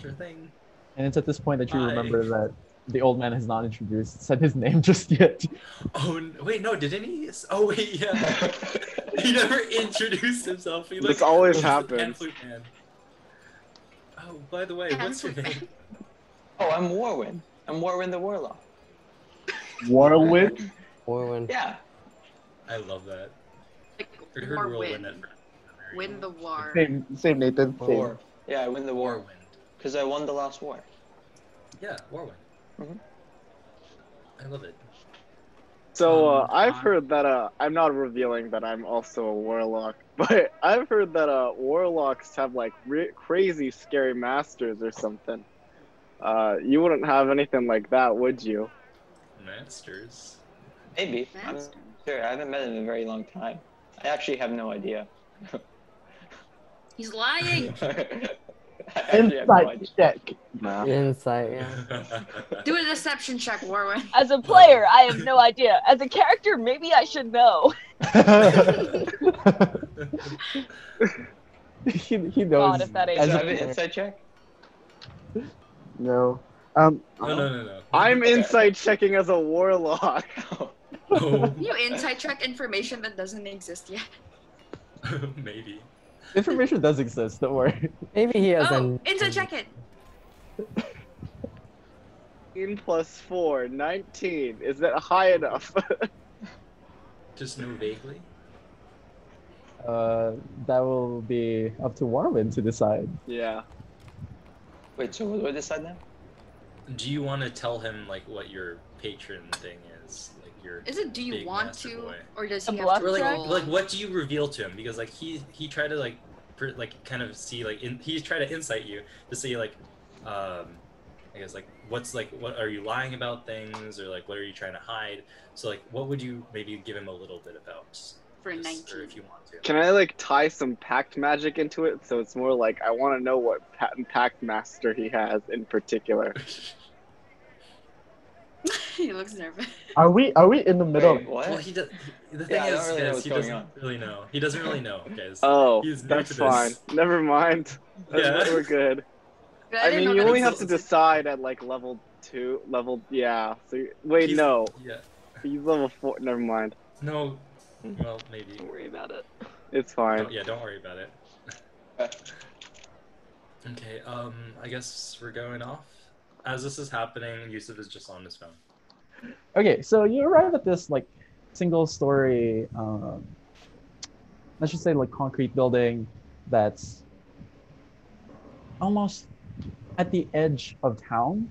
Speaker 4: Sure thing.
Speaker 3: And it's at this point that you
Speaker 4: Bye.
Speaker 3: remember that the old man has not introduced said his (laughs) name just yet.
Speaker 4: Oh n- wait, no, didn't he? S- Oh wait, yeah. (laughs) he never introduced himself. He
Speaker 9: This
Speaker 4: like
Speaker 9: always
Speaker 4: was the
Speaker 9: happens.
Speaker 4: pan flute man. Oh, by the way, what's your name?
Speaker 7: Oh, I'm Warwin. I'm Warwin the Warlock.
Speaker 5: Warwick?
Speaker 10: Warwin.
Speaker 7: Yeah.
Speaker 4: I love that.
Speaker 8: Like,
Speaker 4: I heard
Speaker 8: or
Speaker 4: Whirlwind
Speaker 8: win.
Speaker 4: at
Speaker 8: Win the war.
Speaker 5: Same, same Nathan. Same.
Speaker 7: War. Yeah, I win the war
Speaker 4: Warwind.
Speaker 7: because I won the last war.
Speaker 4: Yeah, Warwind.
Speaker 7: Mhm.
Speaker 4: I love it.
Speaker 9: So uh,
Speaker 4: Um,
Speaker 9: I've
Speaker 4: uh,
Speaker 9: heard that uh, I'm not revealing that I'm also a warlock, (laughs) but I've heard that uh, warlocks have like re- crazy scary masters or something. Uh, you wouldn't have anything like that, would you?
Speaker 4: Masters.
Speaker 7: Maybe. I'm
Speaker 8: Master.
Speaker 7: sure. I haven't met him in a very long time. I actually have no idea. (laughs)
Speaker 8: He's
Speaker 7: I
Speaker 8: lying.
Speaker 7: actually have no
Speaker 5: Insight
Speaker 7: idea.
Speaker 5: check.
Speaker 10: Insight, yeah.
Speaker 4: (laughs)
Speaker 8: Do a deception check, Warwin.
Speaker 11: As a player, I have no idea. As a character, maybe I should
Speaker 6: (laughs)
Speaker 11: know.
Speaker 3: he, he knows.
Speaker 11: God, if that ain't
Speaker 7: Does
Speaker 3: As a
Speaker 7: I have an
Speaker 3: player.
Speaker 7: insight check?
Speaker 5: No. Um,
Speaker 4: no, no, no, no.
Speaker 9: I'm insight checking as a
Speaker 4: (laughs)
Speaker 9: warlock.
Speaker 4: Oh,
Speaker 8: You insight check information that doesn't exist yet. (laughs)
Speaker 4: (laughs) maybe.
Speaker 3: Information does exist, don't worry.
Speaker 10: Maybe he has
Speaker 8: Oh,
Speaker 10: an.
Speaker 8: insight check it.
Speaker 9: 18 plus 4, 19. Is that high enough? (laughs)
Speaker 4: Just know vaguely.
Speaker 3: Uh, that will be up to Warwin to decide.
Speaker 9: yeah.
Speaker 7: Wait, so what do I decide now?
Speaker 4: Do you want to tell him like what your patron thing is? Like your
Speaker 8: Is it do you
Speaker 4: Big
Speaker 8: want
Speaker 4: master
Speaker 8: to
Speaker 4: boy.
Speaker 8: or does
Speaker 11: A
Speaker 8: he have
Speaker 11: bluff
Speaker 8: to
Speaker 4: Or like,
Speaker 11: check?
Speaker 8: roll?
Speaker 4: like what do you reveal to him? Because like he he tried to like per, like kind of see like in, he's trying to insight you to see like um I guess like what's like what are you lying about things or like what are you trying to hide? So like what would you maybe give him a little bit about?
Speaker 8: for
Speaker 4: Just-
Speaker 8: 19.
Speaker 4: or if you want to.
Speaker 9: Can I like tie some pact magic into it so it's more like I want to know what patent pact master he has in
Speaker 4: (laughs)
Speaker 9: particular?
Speaker 8: (laughs) he looks nervous.
Speaker 5: are we are we in the middle?
Speaker 7: Wait, what?
Speaker 4: well, he does. he- The thing
Speaker 7: Yeah, I don't
Speaker 4: is,
Speaker 7: really know
Speaker 4: guys,
Speaker 7: what's
Speaker 4: he
Speaker 7: going
Speaker 4: doesn't
Speaker 7: on.
Speaker 4: really know. He doesn't really know, guys.
Speaker 9: Oh,
Speaker 4: He's new
Speaker 9: that's
Speaker 4: to
Speaker 9: fine.
Speaker 4: this.
Speaker 9: Never mind.
Speaker 4: Yeah.
Speaker 9: We're good.
Speaker 8: But
Speaker 9: I
Speaker 8: didn't
Speaker 9: mean,
Speaker 8: know
Speaker 9: you
Speaker 8: that
Speaker 9: only
Speaker 8: it
Speaker 9: have
Speaker 8: was-
Speaker 9: to decide at like level two, level yeah. So you- wait,
Speaker 4: He's-
Speaker 9: no,
Speaker 4: Yeah.
Speaker 9: he's level four. Never mind.
Speaker 4: No. Well, maybe.
Speaker 6: Don't worry about it.
Speaker 9: It's fine.
Speaker 4: Don't, yeah, don't worry about it.
Speaker 7: Okay.
Speaker 4: (laughs) Okay, um, I guess we're going off. As this is happening, Yusuf is just on his phone.
Speaker 5: (laughs)
Speaker 3: Okay, so you arrive at this like single story, um, let's just say like concrete building that's almost at the edge of town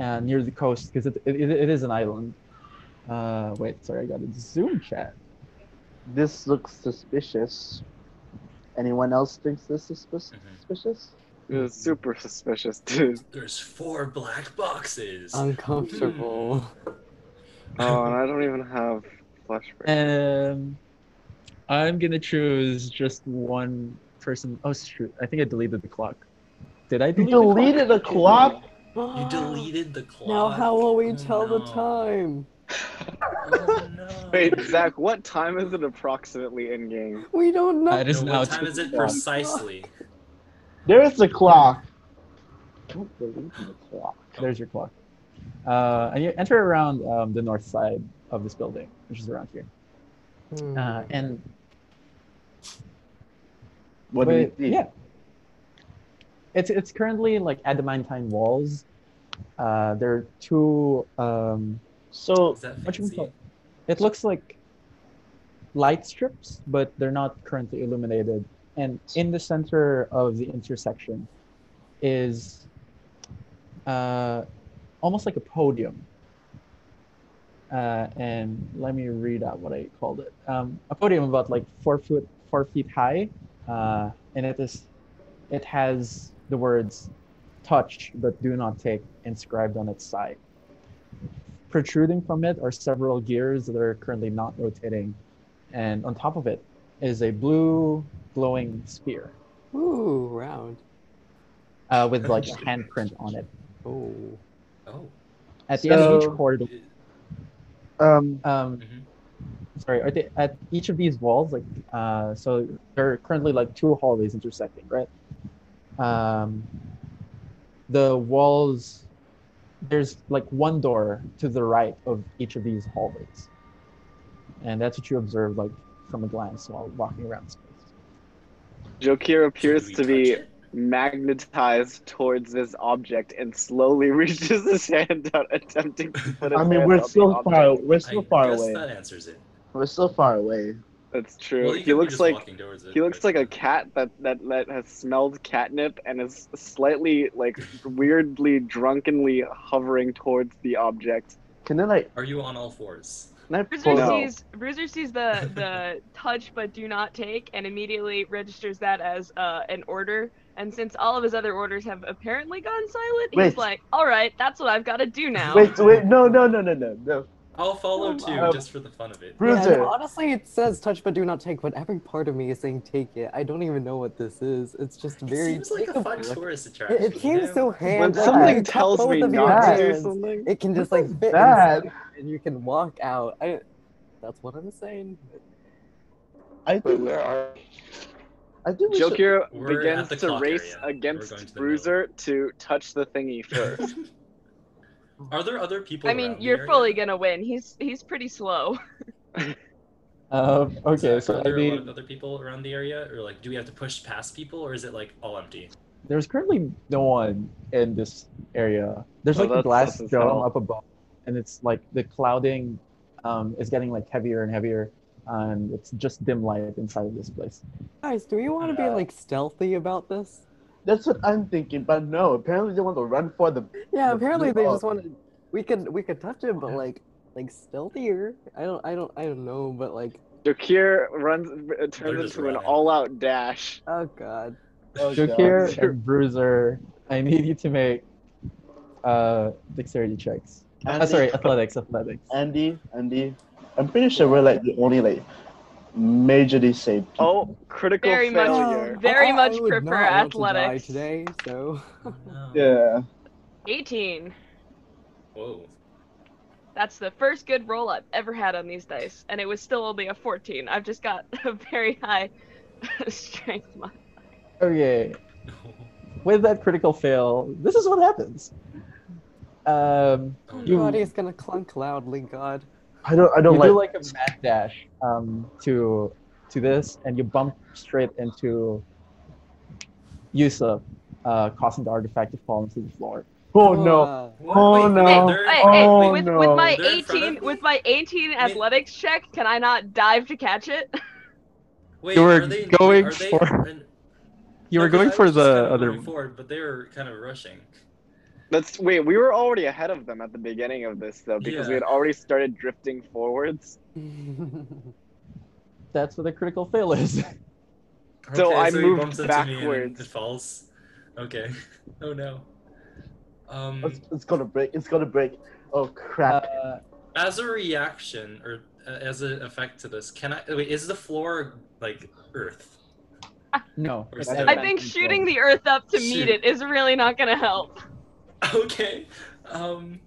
Speaker 3: and near the coast because it, it, it is an island. Uh, wait, sorry, I got a Zoom chat.
Speaker 5: This looks suspicious. Anyone else thinks this is suspicious?
Speaker 4: Mhm.
Speaker 5: suspicious?
Speaker 9: It's super suspicious, dude.
Speaker 4: There's four black boxes.
Speaker 10: Uncomfortable.
Speaker 9: Oh, and I don't even
Speaker 4: (laughs)
Speaker 9: have flashback.
Speaker 3: Um, I'm gonna choose just one person. Oh shoot, I think I deleted the clock. Did I
Speaker 5: You
Speaker 3: delete? the clock?
Speaker 5: deleted the clock.
Speaker 4: you deleted the clock.
Speaker 10: Now how will we
Speaker 4: Oh,
Speaker 10: tell the
Speaker 4: no.
Speaker 10: time?
Speaker 4: Oh, no.
Speaker 9: Wait, Zach, what time is it approximately in game?
Speaker 10: We don't know.
Speaker 3: Uh, it is
Speaker 4: no,
Speaker 3: now
Speaker 4: what time
Speaker 3: (laughs)
Speaker 4: is it
Speaker 3: o'clock.
Speaker 4: precisely?
Speaker 5: There is the clock. Don't delete the clock.
Speaker 3: There's your clock. Uh, and you enter around um, the north side of this building, which is around here.
Speaker 10: Hmm.
Speaker 3: Uh, and
Speaker 5: What
Speaker 3: wait,
Speaker 5: do you see?
Speaker 3: yeah, it's it's currently like adamantine walls. Uh, there are two. Um,
Speaker 5: So
Speaker 4: Is that
Speaker 3: What you
Speaker 4: fancy?
Speaker 3: call- it looks like light strips, but they're not currently illuminated. And in the center of the intersection is uh, almost like a podium. Uh, and let me read out what I called it. Um, a podium about like four foot, four feet high, uh, and it is, it has the words "touch but do not take" inscribed on its side protruding from it are several gears that are currently not rotating. And on top of it is a blue glowing sphere
Speaker 10: Ooh, round.
Speaker 3: uh, with like a handprint on it.
Speaker 10: Oh.
Speaker 4: Oh.
Speaker 3: At the end of
Speaker 5: So-
Speaker 3: each corridor.
Speaker 5: Um.
Speaker 3: Sorry. At, the, at each of these walls, like uh, so, there are currently like two hallways intersecting, right? Um, the walls. There's like one door to the right of each of these hallways, and that's what you observe like from a glance while walking around space.
Speaker 9: Jokir appears to be magnetized towards this object and slowly (laughs) reaches his hand out, attempting to put his
Speaker 5: I mean,
Speaker 9: hand
Speaker 5: we're
Speaker 9: on the
Speaker 5: still
Speaker 9: object.
Speaker 5: far. We're still far
Speaker 4: guess
Speaker 5: away.
Speaker 4: that answers it.
Speaker 5: We're still far away.
Speaker 9: That's true.
Speaker 4: Well, you
Speaker 9: he
Speaker 4: could be
Speaker 9: looks
Speaker 4: just
Speaker 9: like
Speaker 4: walking towards it,
Speaker 9: he looks like a cat that, that that has smelled catnip and is slightly
Speaker 4: (laughs)
Speaker 9: like weirdly drunkenly hovering towards the object.
Speaker 5: Can I like?
Speaker 4: Are you on all fours?
Speaker 5: Can I
Speaker 6: Bruiser
Speaker 9: pull out-
Speaker 6: sees Bruiser sees the the touch but do not take and immediately registers that as uh, an order. And since all of his other orders have apparently gone silent, he's
Speaker 5: Wait.
Speaker 6: like, "All right, that's what I've got to do now."
Speaker 5: Wait, wait, no, no, no, no, no, no.
Speaker 4: I'll follow too,
Speaker 5: wow.
Speaker 4: just for the fun of it.
Speaker 10: Yeah,
Speaker 5: Bruiser.
Speaker 10: no, honestly, it says touch but do not take, but every part of me is saying take it. I don't even know what this is. It's just
Speaker 4: It
Speaker 10: very.
Speaker 4: seems like a fun
Speaker 10: It-
Speaker 4: tourist attraction.
Speaker 10: It,
Speaker 4: you
Speaker 10: seems so
Speaker 4: know?
Speaker 10: hand.
Speaker 9: When
Speaker 10: like,
Speaker 9: something
Speaker 10: you cut
Speaker 9: tells
Speaker 10: both
Speaker 9: me
Speaker 10: of your
Speaker 9: not to do
Speaker 10: hands,
Speaker 9: something.
Speaker 10: it can just
Speaker 5: This
Speaker 10: like
Speaker 5: is
Speaker 10: fit
Speaker 5: bad.
Speaker 10: inside and you can walk out. I, that's what I'm saying.
Speaker 5: I
Speaker 7: Wait,
Speaker 5: think.
Speaker 7: where are
Speaker 5: I think we should.
Speaker 9: Joker
Speaker 4: We're
Speaker 9: begins
Speaker 4: at the
Speaker 9: to
Speaker 4: clock
Speaker 9: race
Speaker 4: area. We're going to
Speaker 9: against
Speaker 4: the
Speaker 9: Bruiser to touch the thingy first.
Speaker 4: Are there other people?
Speaker 6: I mean,
Speaker 4: around
Speaker 6: you're
Speaker 4: here?
Speaker 6: fully gonna win. He's he's pretty slow. (laughs)
Speaker 3: Um, okay,
Speaker 4: are
Speaker 3: so I
Speaker 4: there a lot
Speaker 3: mean,
Speaker 4: of other people around the area, or like, do we have to push past people, or is it like all empty?
Speaker 3: there's currently no one in this area. There's
Speaker 9: Oh,
Speaker 3: like a
Speaker 9: that's
Speaker 3: glass
Speaker 9: tough as
Speaker 3: dome
Speaker 9: hell.
Speaker 3: up above, and it's like the clouding um, is getting like heavier and heavier, and it's just dim light inside of this place.
Speaker 10: Guys, do we want to be
Speaker 4: Yeah.
Speaker 10: like stealthy about this?
Speaker 5: That's what I'm thinking, but no. Apparently, they want to run for the.
Speaker 10: Yeah,
Speaker 5: The
Speaker 10: apparently
Speaker 5: blue
Speaker 10: they
Speaker 5: ball.
Speaker 10: just want to. We could we could touch him, but like like stealthier. I don't I don't I don't know, but like
Speaker 9: Jokir runs uh,
Speaker 4: They're
Speaker 9: turns
Speaker 4: just
Speaker 9: into an
Speaker 4: running.
Speaker 9: all-out dash.
Speaker 10: oh god.
Speaker 5: Oh,
Speaker 3: Jokir
Speaker 5: God.
Speaker 3: and Bruiser, I need you to make uh, dexterity checks.
Speaker 5: Andy,
Speaker 3: Ah, sorry, athletics, athletics.
Speaker 5: Andy, Andy. I'm pretty sure we're like the only like majorly safe.
Speaker 9: Oh, critical
Speaker 6: Very much.
Speaker 9: failure.
Speaker 6: Very
Speaker 10: I- I-
Speaker 6: much
Speaker 10: Oh, I would
Speaker 6: prefer
Speaker 10: not want to die
Speaker 6: athletics.
Speaker 10: today, so
Speaker 4: No.
Speaker 5: Yeah.
Speaker 6: 18.
Speaker 4: Whoa.
Speaker 6: That's the first good roll I've ever had on these dice, and it was still only a 14. I've just got (laughs) a very high (laughs) strength mod.
Speaker 3: Okay, with that critical fail, this is what happens. Um,
Speaker 4: Oh, no.
Speaker 10: your body is gonna clunk loudly. God,
Speaker 5: I don't. I don't
Speaker 3: you
Speaker 5: like.
Speaker 3: do like a mad dash um, to to this, and you bump straight into Yusuf, uh, causing the artifact to fall into the floor.
Speaker 5: oh no.
Speaker 10: Uh,
Speaker 4: What?
Speaker 5: Oh,
Speaker 4: Wait,
Speaker 5: no.
Speaker 4: wait,
Speaker 6: Wait,
Speaker 4: they're-
Speaker 6: hey, hey,
Speaker 5: Oh,
Speaker 6: with,
Speaker 5: no.
Speaker 6: with my
Speaker 4: They're in front of
Speaker 6: 18
Speaker 4: me?
Speaker 6: with my 18
Speaker 4: I mean-
Speaker 6: athletics check, can I not dive to catch it? (laughs)
Speaker 4: wait,
Speaker 3: You were
Speaker 4: are they,
Speaker 3: going
Speaker 4: are they,
Speaker 3: for-
Speaker 4: and-
Speaker 3: (laughs) You
Speaker 4: no,
Speaker 3: were
Speaker 4: 'cause I
Speaker 3: going
Speaker 4: was
Speaker 3: for
Speaker 4: just
Speaker 3: the
Speaker 4: kind of
Speaker 3: other.
Speaker 4: going forward, but they were kind of rushing.
Speaker 9: That's wait, we were already ahead of them at the beginning of this though, because we
Speaker 4: Yeah.
Speaker 9: had already started drifting forwards.
Speaker 3: (laughs) That's what a critical fail is.
Speaker 9: So
Speaker 4: okay,
Speaker 9: I
Speaker 4: so
Speaker 9: moved
Speaker 4: he bumps Into me and
Speaker 9: backwards.
Speaker 4: it falls. Okay. (laughs) Oh no. Um,
Speaker 5: It's, it's gonna break. It's gonna break. Oh crap.
Speaker 3: Uh,
Speaker 4: as a reaction or uh, as an effect to this, can I wait? Is the floor like earth?
Speaker 3: no.
Speaker 4: Or
Speaker 3: it's
Speaker 4: seven.
Speaker 6: I
Speaker 4: Yeah,
Speaker 6: think
Speaker 3: advantage
Speaker 6: shooting
Speaker 3: roll.
Speaker 6: the earth up to
Speaker 4: Shoot.
Speaker 6: meet it is really not going to help.
Speaker 4: (laughs) Okay. Um.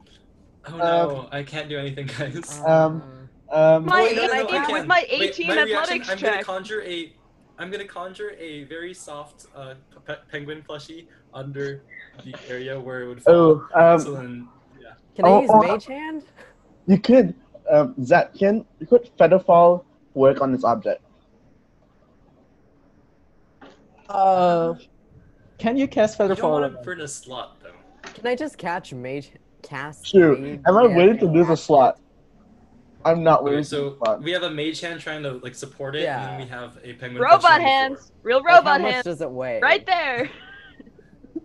Speaker 4: Oh
Speaker 6: uh,
Speaker 4: no,
Speaker 10: Um,
Speaker 4: I can't do anything,
Speaker 10: (laughs)
Speaker 4: guys.
Speaker 5: Um, Um.
Speaker 6: My
Speaker 4: no, no, no, I
Speaker 6: 18
Speaker 4: can.
Speaker 6: with my
Speaker 4: Wait,
Speaker 6: 18
Speaker 4: my reaction,
Speaker 6: athletics
Speaker 4: I'm gonna
Speaker 6: check.
Speaker 4: conjure a. I'm gonna conjure a very soft uh, pe- penguin plushie under the area where it would fall.
Speaker 5: Oh. Um.
Speaker 4: so then, yeah.
Speaker 10: can I
Speaker 5: Oh,
Speaker 10: use
Speaker 5: oh.
Speaker 10: mage hand?
Speaker 5: You could, um, Zach, can you could featherfall work on this object?
Speaker 3: Uh, can you cast
Speaker 4: You
Speaker 3: feather
Speaker 4: don't
Speaker 3: fall?
Speaker 4: want to burn a slot though.
Speaker 10: Can I just catch mage cast?
Speaker 5: Shoot,
Speaker 10: mage
Speaker 5: am I
Speaker 10: hand
Speaker 5: willing to lose a
Speaker 10: action?
Speaker 5: slot? I'm not willing
Speaker 4: Okay,
Speaker 5: to lose
Speaker 4: so
Speaker 5: a slot.
Speaker 4: we have a mage hand trying to like support it,
Speaker 10: Yeah.
Speaker 4: and then we have a penguin. plushie on
Speaker 6: Robot
Speaker 4: the floor.
Speaker 6: hands, real
Speaker 10: Like,
Speaker 6: robot
Speaker 10: how much
Speaker 6: hands
Speaker 10: does it weigh?
Speaker 6: right there.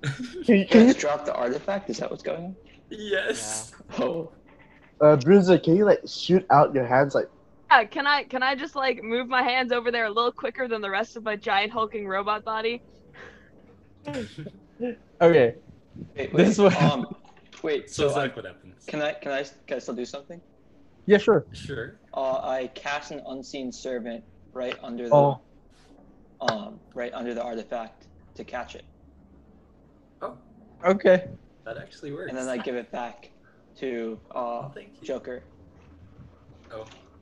Speaker 5: Can you,
Speaker 7: You
Speaker 5: can you,
Speaker 7: guys dropped the artifact. Is that what's going on?
Speaker 4: Yes.
Speaker 7: Oh,
Speaker 5: uh, Bruiser, can you like shoot out your hands like?
Speaker 6: Yeah, can I can I just like move my hands over there a little quicker than the rest of my giant hulking robot body?
Speaker 3: Okay.
Speaker 7: wait, wait.
Speaker 3: This is what-
Speaker 7: um, wait.
Speaker 4: So
Speaker 7: So,
Speaker 4: it's
Speaker 7: I,
Speaker 4: like what happens?
Speaker 7: can I can I can I still do something?
Speaker 3: (laughs) Yeah, sure.
Speaker 4: Sure.
Speaker 7: Uh, I cast an unseen servant right under the
Speaker 3: Oh.
Speaker 7: um right under the artifact. to catch it.
Speaker 3: Okay.
Speaker 4: That actually works.
Speaker 7: And then I give it back to uh, Joker.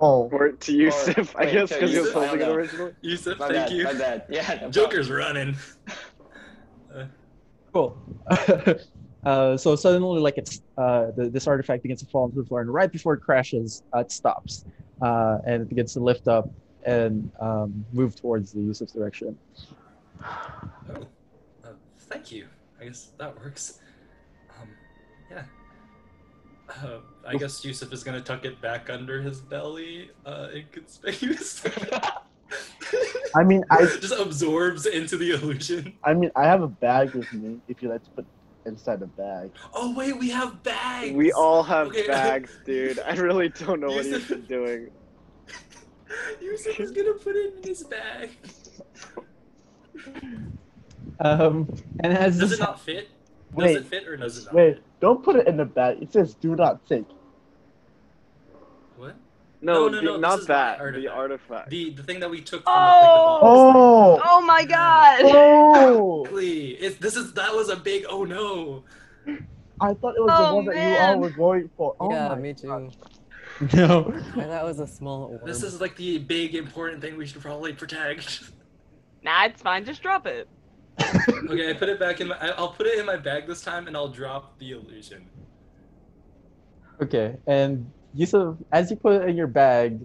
Speaker 3: Oh.
Speaker 9: Or to you,
Speaker 7: Or-
Speaker 9: Sif, (laughs) I
Speaker 7: (laughs) wait,
Speaker 9: guess,
Speaker 7: to
Speaker 9: because he was
Speaker 7: Yusuf, I
Speaker 9: holding it
Speaker 7: don't know.
Speaker 9: originally.
Speaker 4: Yusuf,
Speaker 7: My
Speaker 4: thank
Speaker 7: bad,
Speaker 4: you.
Speaker 7: my bad. Yeah. no
Speaker 4: Joker's running.
Speaker 3: Cool. (laughs) uh, so suddenly, like it's uh, the, this artifact begins to fall onto the floor, and right before it crashes, uh, it stops, uh, and it begins to lift up and um, move towards the Yusuf's direction.
Speaker 4: Oh, uh, thank you. I guess that works. Um, yeah. Uh, I guess Yusuf is gonna tuck it back under his belly, uh,
Speaker 7: (laughs)
Speaker 4: (laughs) inconspicuous.
Speaker 5: I mean, I
Speaker 4: (laughs) just absorbs into the illusion.
Speaker 5: I mean, I have a bag with me. If you like to put inside the bag.
Speaker 4: Oh wait, we have bags.
Speaker 9: We all have
Speaker 4: Okay.
Speaker 9: bags, dude. I really don't
Speaker 4: (laughs)
Speaker 9: know what he's been doing.
Speaker 4: Yusuf is gonna put it in his bag.
Speaker 3: Um, and as
Speaker 4: Does
Speaker 3: this
Speaker 4: it not fit? Does
Speaker 5: Wait.
Speaker 4: it fit or does it not?
Speaker 5: Wait, don't put it in the bag. It says do not take.
Speaker 4: What?
Speaker 9: No,
Speaker 4: no,
Speaker 9: the-
Speaker 4: no, this
Speaker 9: not
Speaker 4: is
Speaker 9: that.
Speaker 4: my artifact.
Speaker 9: The artifact.
Speaker 4: The the thing that we took from
Speaker 5: Oh!
Speaker 6: Oh my god!
Speaker 4: the
Speaker 5: Oh!
Speaker 4: quickly. It's this is that was a big oh no.
Speaker 5: I thought it was
Speaker 6: Oh,
Speaker 5: the one that you all
Speaker 6: man.
Speaker 5: were going for. Oh
Speaker 10: yeah,
Speaker 5: my
Speaker 10: me too.
Speaker 5: (laughs)
Speaker 3: no,
Speaker 10: And that was a small orb.
Speaker 4: This is like the big important thing we should probably protect.
Speaker 6: Nah, it's fine. Just drop it.
Speaker 4: (laughs) okay, I put it back in my. I- I'll put it in my bag this time, and I'll drop the illusion.
Speaker 3: Okay, and Yusuf, as you put it in your bag,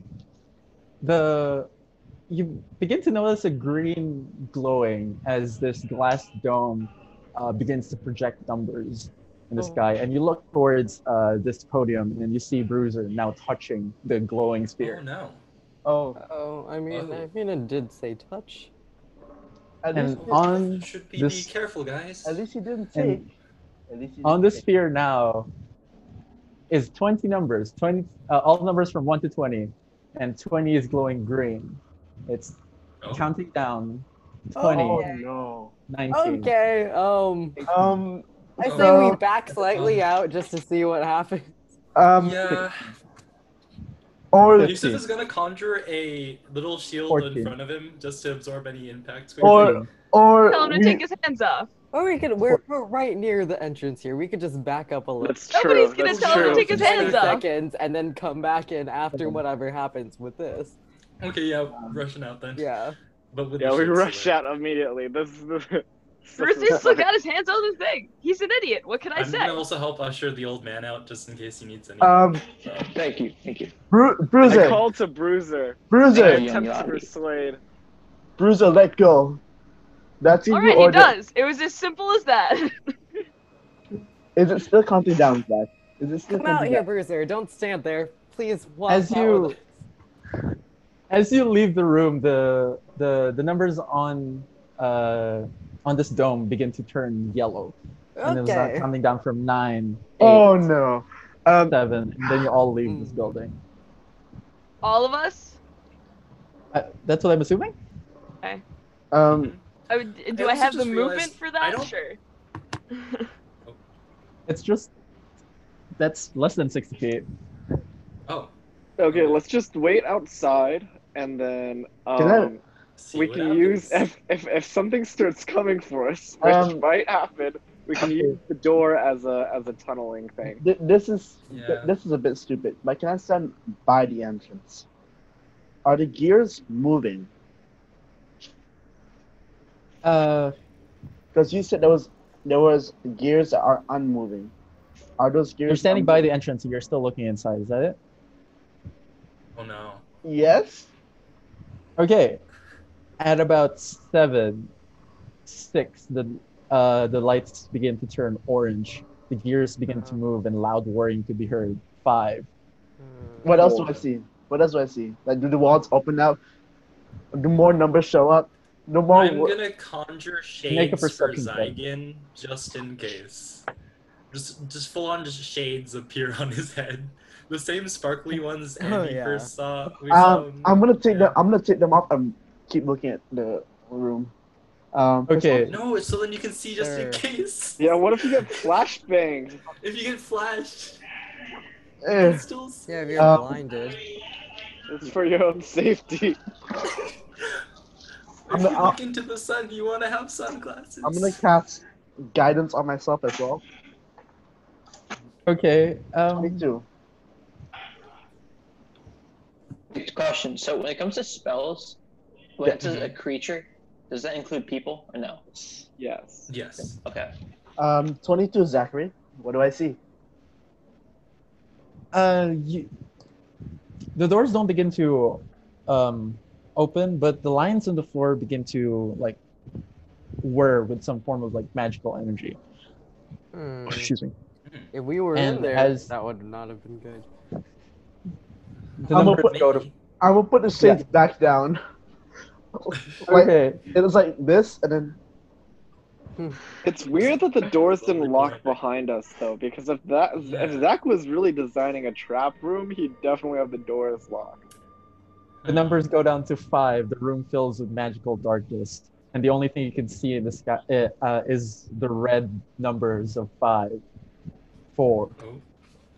Speaker 3: the you begin to notice a green glowing as this glass dome uh, begins to project numbers in the
Speaker 10: Oh.
Speaker 3: sky, and you look towards uh, this podium, and you see Bruiser now touching the glowing
Speaker 4: Oh
Speaker 3: sphere.
Speaker 4: no.
Speaker 5: Oh,
Speaker 10: Oh, I mean,
Speaker 4: Oh.
Speaker 10: I mean, it did say touch.
Speaker 5: at least,
Speaker 3: And on
Speaker 4: Should be,
Speaker 3: this-
Speaker 4: be careful, guys.
Speaker 5: at least you didn't take.
Speaker 3: and
Speaker 5: At least you
Speaker 3: on the
Speaker 5: didn't take.
Speaker 3: sphere now is 20 numbers, 20 uh, all numbers from 1 to 20, and 20 is glowing green. It's
Speaker 4: Oh.
Speaker 3: counting down
Speaker 10: Oh.
Speaker 3: 20.
Speaker 5: Oh no.
Speaker 3: 19.
Speaker 10: Okay. Um,
Speaker 5: Um,
Speaker 10: I say
Speaker 5: So-
Speaker 10: we back slightly out just to see what happens.
Speaker 5: um,
Speaker 4: Um, yeah.
Speaker 5: or
Speaker 4: Yusuf is gonna conjure a little shield in
Speaker 3: Fourteen.
Speaker 4: front of him just to absorb any impact.
Speaker 5: Or-
Speaker 6: Tell
Speaker 5: or
Speaker 6: him to
Speaker 5: we-
Speaker 6: take his hands off.
Speaker 10: Or we could. We're, we're right near the entrance here. We could just back up a little.
Speaker 9: That's true.
Speaker 6: Nobody's gonna
Speaker 9: That's
Speaker 6: tell him
Speaker 9: true.
Speaker 6: to take his hands
Speaker 10: 20
Speaker 6: off.
Speaker 10: seconds and then come back in after whatever happens with this.
Speaker 4: okay, yeah, rushing out then.
Speaker 10: Yeah.
Speaker 4: But with
Speaker 9: Yeah,
Speaker 4: the
Speaker 9: we
Speaker 4: shield
Speaker 9: rush
Speaker 4: sword.
Speaker 9: out immediately. This is
Speaker 5: (laughs)
Speaker 9: the.
Speaker 6: Bruce just still got his hands on the thing. He's an idiot. What can I
Speaker 4: I'm
Speaker 6: say?
Speaker 4: gonna also help usher the old man out just in case he needs any.
Speaker 5: um,
Speaker 4: uh,
Speaker 7: Thank you. Thank you.
Speaker 5: Bru-
Speaker 9: I
Speaker 5: Bruiser,
Speaker 9: call to Bruiser. I
Speaker 5: Bruiser,
Speaker 7: Yeah.
Speaker 9: attempt to
Speaker 7: Yeah.
Speaker 9: persuade.
Speaker 5: Bruiser, let go. That's
Speaker 6: All
Speaker 5: in
Speaker 6: right,
Speaker 5: your
Speaker 6: he
Speaker 5: order.
Speaker 6: does. It was as simple as that.
Speaker 5: Is it still counting down, Zach? Is it still (laughs)
Speaker 10: Come out
Speaker 5: counting
Speaker 10: here,
Speaker 5: down?
Speaker 10: Bruiser. Don't stand there. Please walk.
Speaker 3: As
Speaker 10: out
Speaker 3: you-
Speaker 10: with us.
Speaker 3: As you leave the room, the the, the numbers on uh, on this dome begin to turn yellow, and it was uh,
Speaker 10: Okay.
Speaker 3: counting down from nine,
Speaker 5: Oh no. Um,
Speaker 3: seven, and then you all leave this building.
Speaker 6: All of us.
Speaker 3: Uh, that's what I'm assuming. Mm-hmm.
Speaker 5: um,
Speaker 6: I would, do I,
Speaker 4: I also
Speaker 6: have the
Speaker 4: just
Speaker 6: movement
Speaker 4: realized
Speaker 6: for
Speaker 4: I
Speaker 6: that?
Speaker 4: don't-
Speaker 6: Sure.
Speaker 3: It's just that's less than sixty feet.
Speaker 4: oh,
Speaker 9: Okay, let's just wait outside, and then um,
Speaker 5: Can I-
Speaker 4: see
Speaker 9: we
Speaker 4: what
Speaker 9: can use
Speaker 4: happens.
Speaker 9: if, if if something starts coming for us, (laughs) which
Speaker 5: Um,
Speaker 9: might happen. We can
Speaker 5: okay.
Speaker 9: use the door as a as a tunneling thing.
Speaker 5: th- this is th-
Speaker 4: Yeah.
Speaker 5: this is a bit stupid. But can I stand by the entrance? Are the gears moving?
Speaker 3: Uh,
Speaker 5: Because you said there was there was gears that are unmoving. Are those gears?
Speaker 3: you're standing by the entrance, and you're still looking inside. Is that it?
Speaker 4: Oh no.
Speaker 5: unmoving? Yes.
Speaker 3: Okay. At about seven, six, the uh, the lights begin to turn orange. The gears begin to move, and loud whirring could be heard. Five.
Speaker 5: What else do I see? What else do I see? Like, do the walls open up? Do more numbers show up? No more.
Speaker 4: I'm
Speaker 5: wo-
Speaker 4: gonna conjure shades
Speaker 3: Make a
Speaker 4: for
Speaker 3: perception check.
Speaker 4: Zygon just in case. Just, just full on just shades appear on his head. The same sparkly ones
Speaker 10: (laughs)
Speaker 4: Andy
Speaker 10: Oh, yeah.
Speaker 4: first saw. We saw
Speaker 5: Um,
Speaker 4: him-
Speaker 5: I'm gonna take
Speaker 4: yeah.
Speaker 5: them. I'm gonna take them off and keep looking at the room. Um,
Speaker 3: Okay.
Speaker 4: No, so then you can see just
Speaker 10: Sure.
Speaker 4: in case.
Speaker 9: Yeah, what if you get flashbanged?
Speaker 4: (laughs) If you get flashed, you
Speaker 5: eh,
Speaker 4: can still see.
Speaker 10: Yeah, if you're
Speaker 5: Um,
Speaker 10: blinded.
Speaker 9: It's for your own safety.
Speaker 5: I'm
Speaker 4: If you
Speaker 5: gonna- uh,
Speaker 4: look into the sun, you want to have sunglasses.
Speaker 5: I'm gonna cast guidance on myself as well.
Speaker 3: Okay. Um,
Speaker 5: Me too.
Speaker 7: Good question. So when it comes to spells, when it says a
Speaker 4: Mm-hmm.
Speaker 7: creature, does that include people or no?
Speaker 9: Yes.
Speaker 4: Yes.
Speaker 7: Okay.
Speaker 5: Um, 22, Zachary. What do I see?
Speaker 3: Uh, you, the doors don't begin to um, open, but the lines on the floor begin to like whir with some form of like magical energy.
Speaker 10: Hmm.
Speaker 5: Oh,
Speaker 3: Excuse me.
Speaker 10: If we were in
Speaker 3: And
Speaker 10: there,
Speaker 3: as-
Speaker 10: that would not have been good.
Speaker 3: The
Speaker 5: I'm
Speaker 3: numbers
Speaker 5: gonna put-
Speaker 3: go to
Speaker 5: I will put the shades back down. like,
Speaker 3: (laughs) okay.
Speaker 5: It was like this, and then
Speaker 9: It's weird that the doors didn't lock behind us though, because if that if Zach was really designing a trap room, he'd definitely have the doors locked.
Speaker 3: The numbers go down to five. The room fills with magical darkness, and the only thing you can see in the sky eh, uh, is the red numbers of five, four,
Speaker 4: Oh,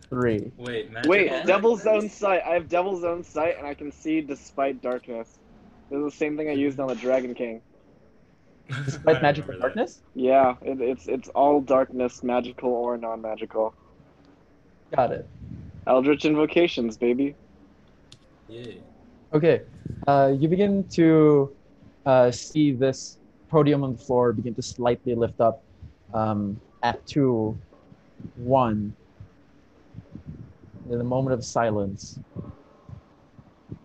Speaker 3: three.
Speaker 4: wait, magic.
Speaker 9: Wait,
Speaker 7: Yeah.
Speaker 9: Devil's Own Sight. I have Devil's Own Sight, and I can see despite darkness. This is the same thing I used on the Dragon King.
Speaker 3: Despite magical darkness.
Speaker 9: Yeah, it, it's it's all darkness, magical or non-magical.
Speaker 3: Got it.
Speaker 9: Eldritch invocations, baby.
Speaker 4: Yeah.
Speaker 3: Okay, uh, you begin to uh, see this podium on the floor begin to slightly lift up um, at two, one. In a moment of silence,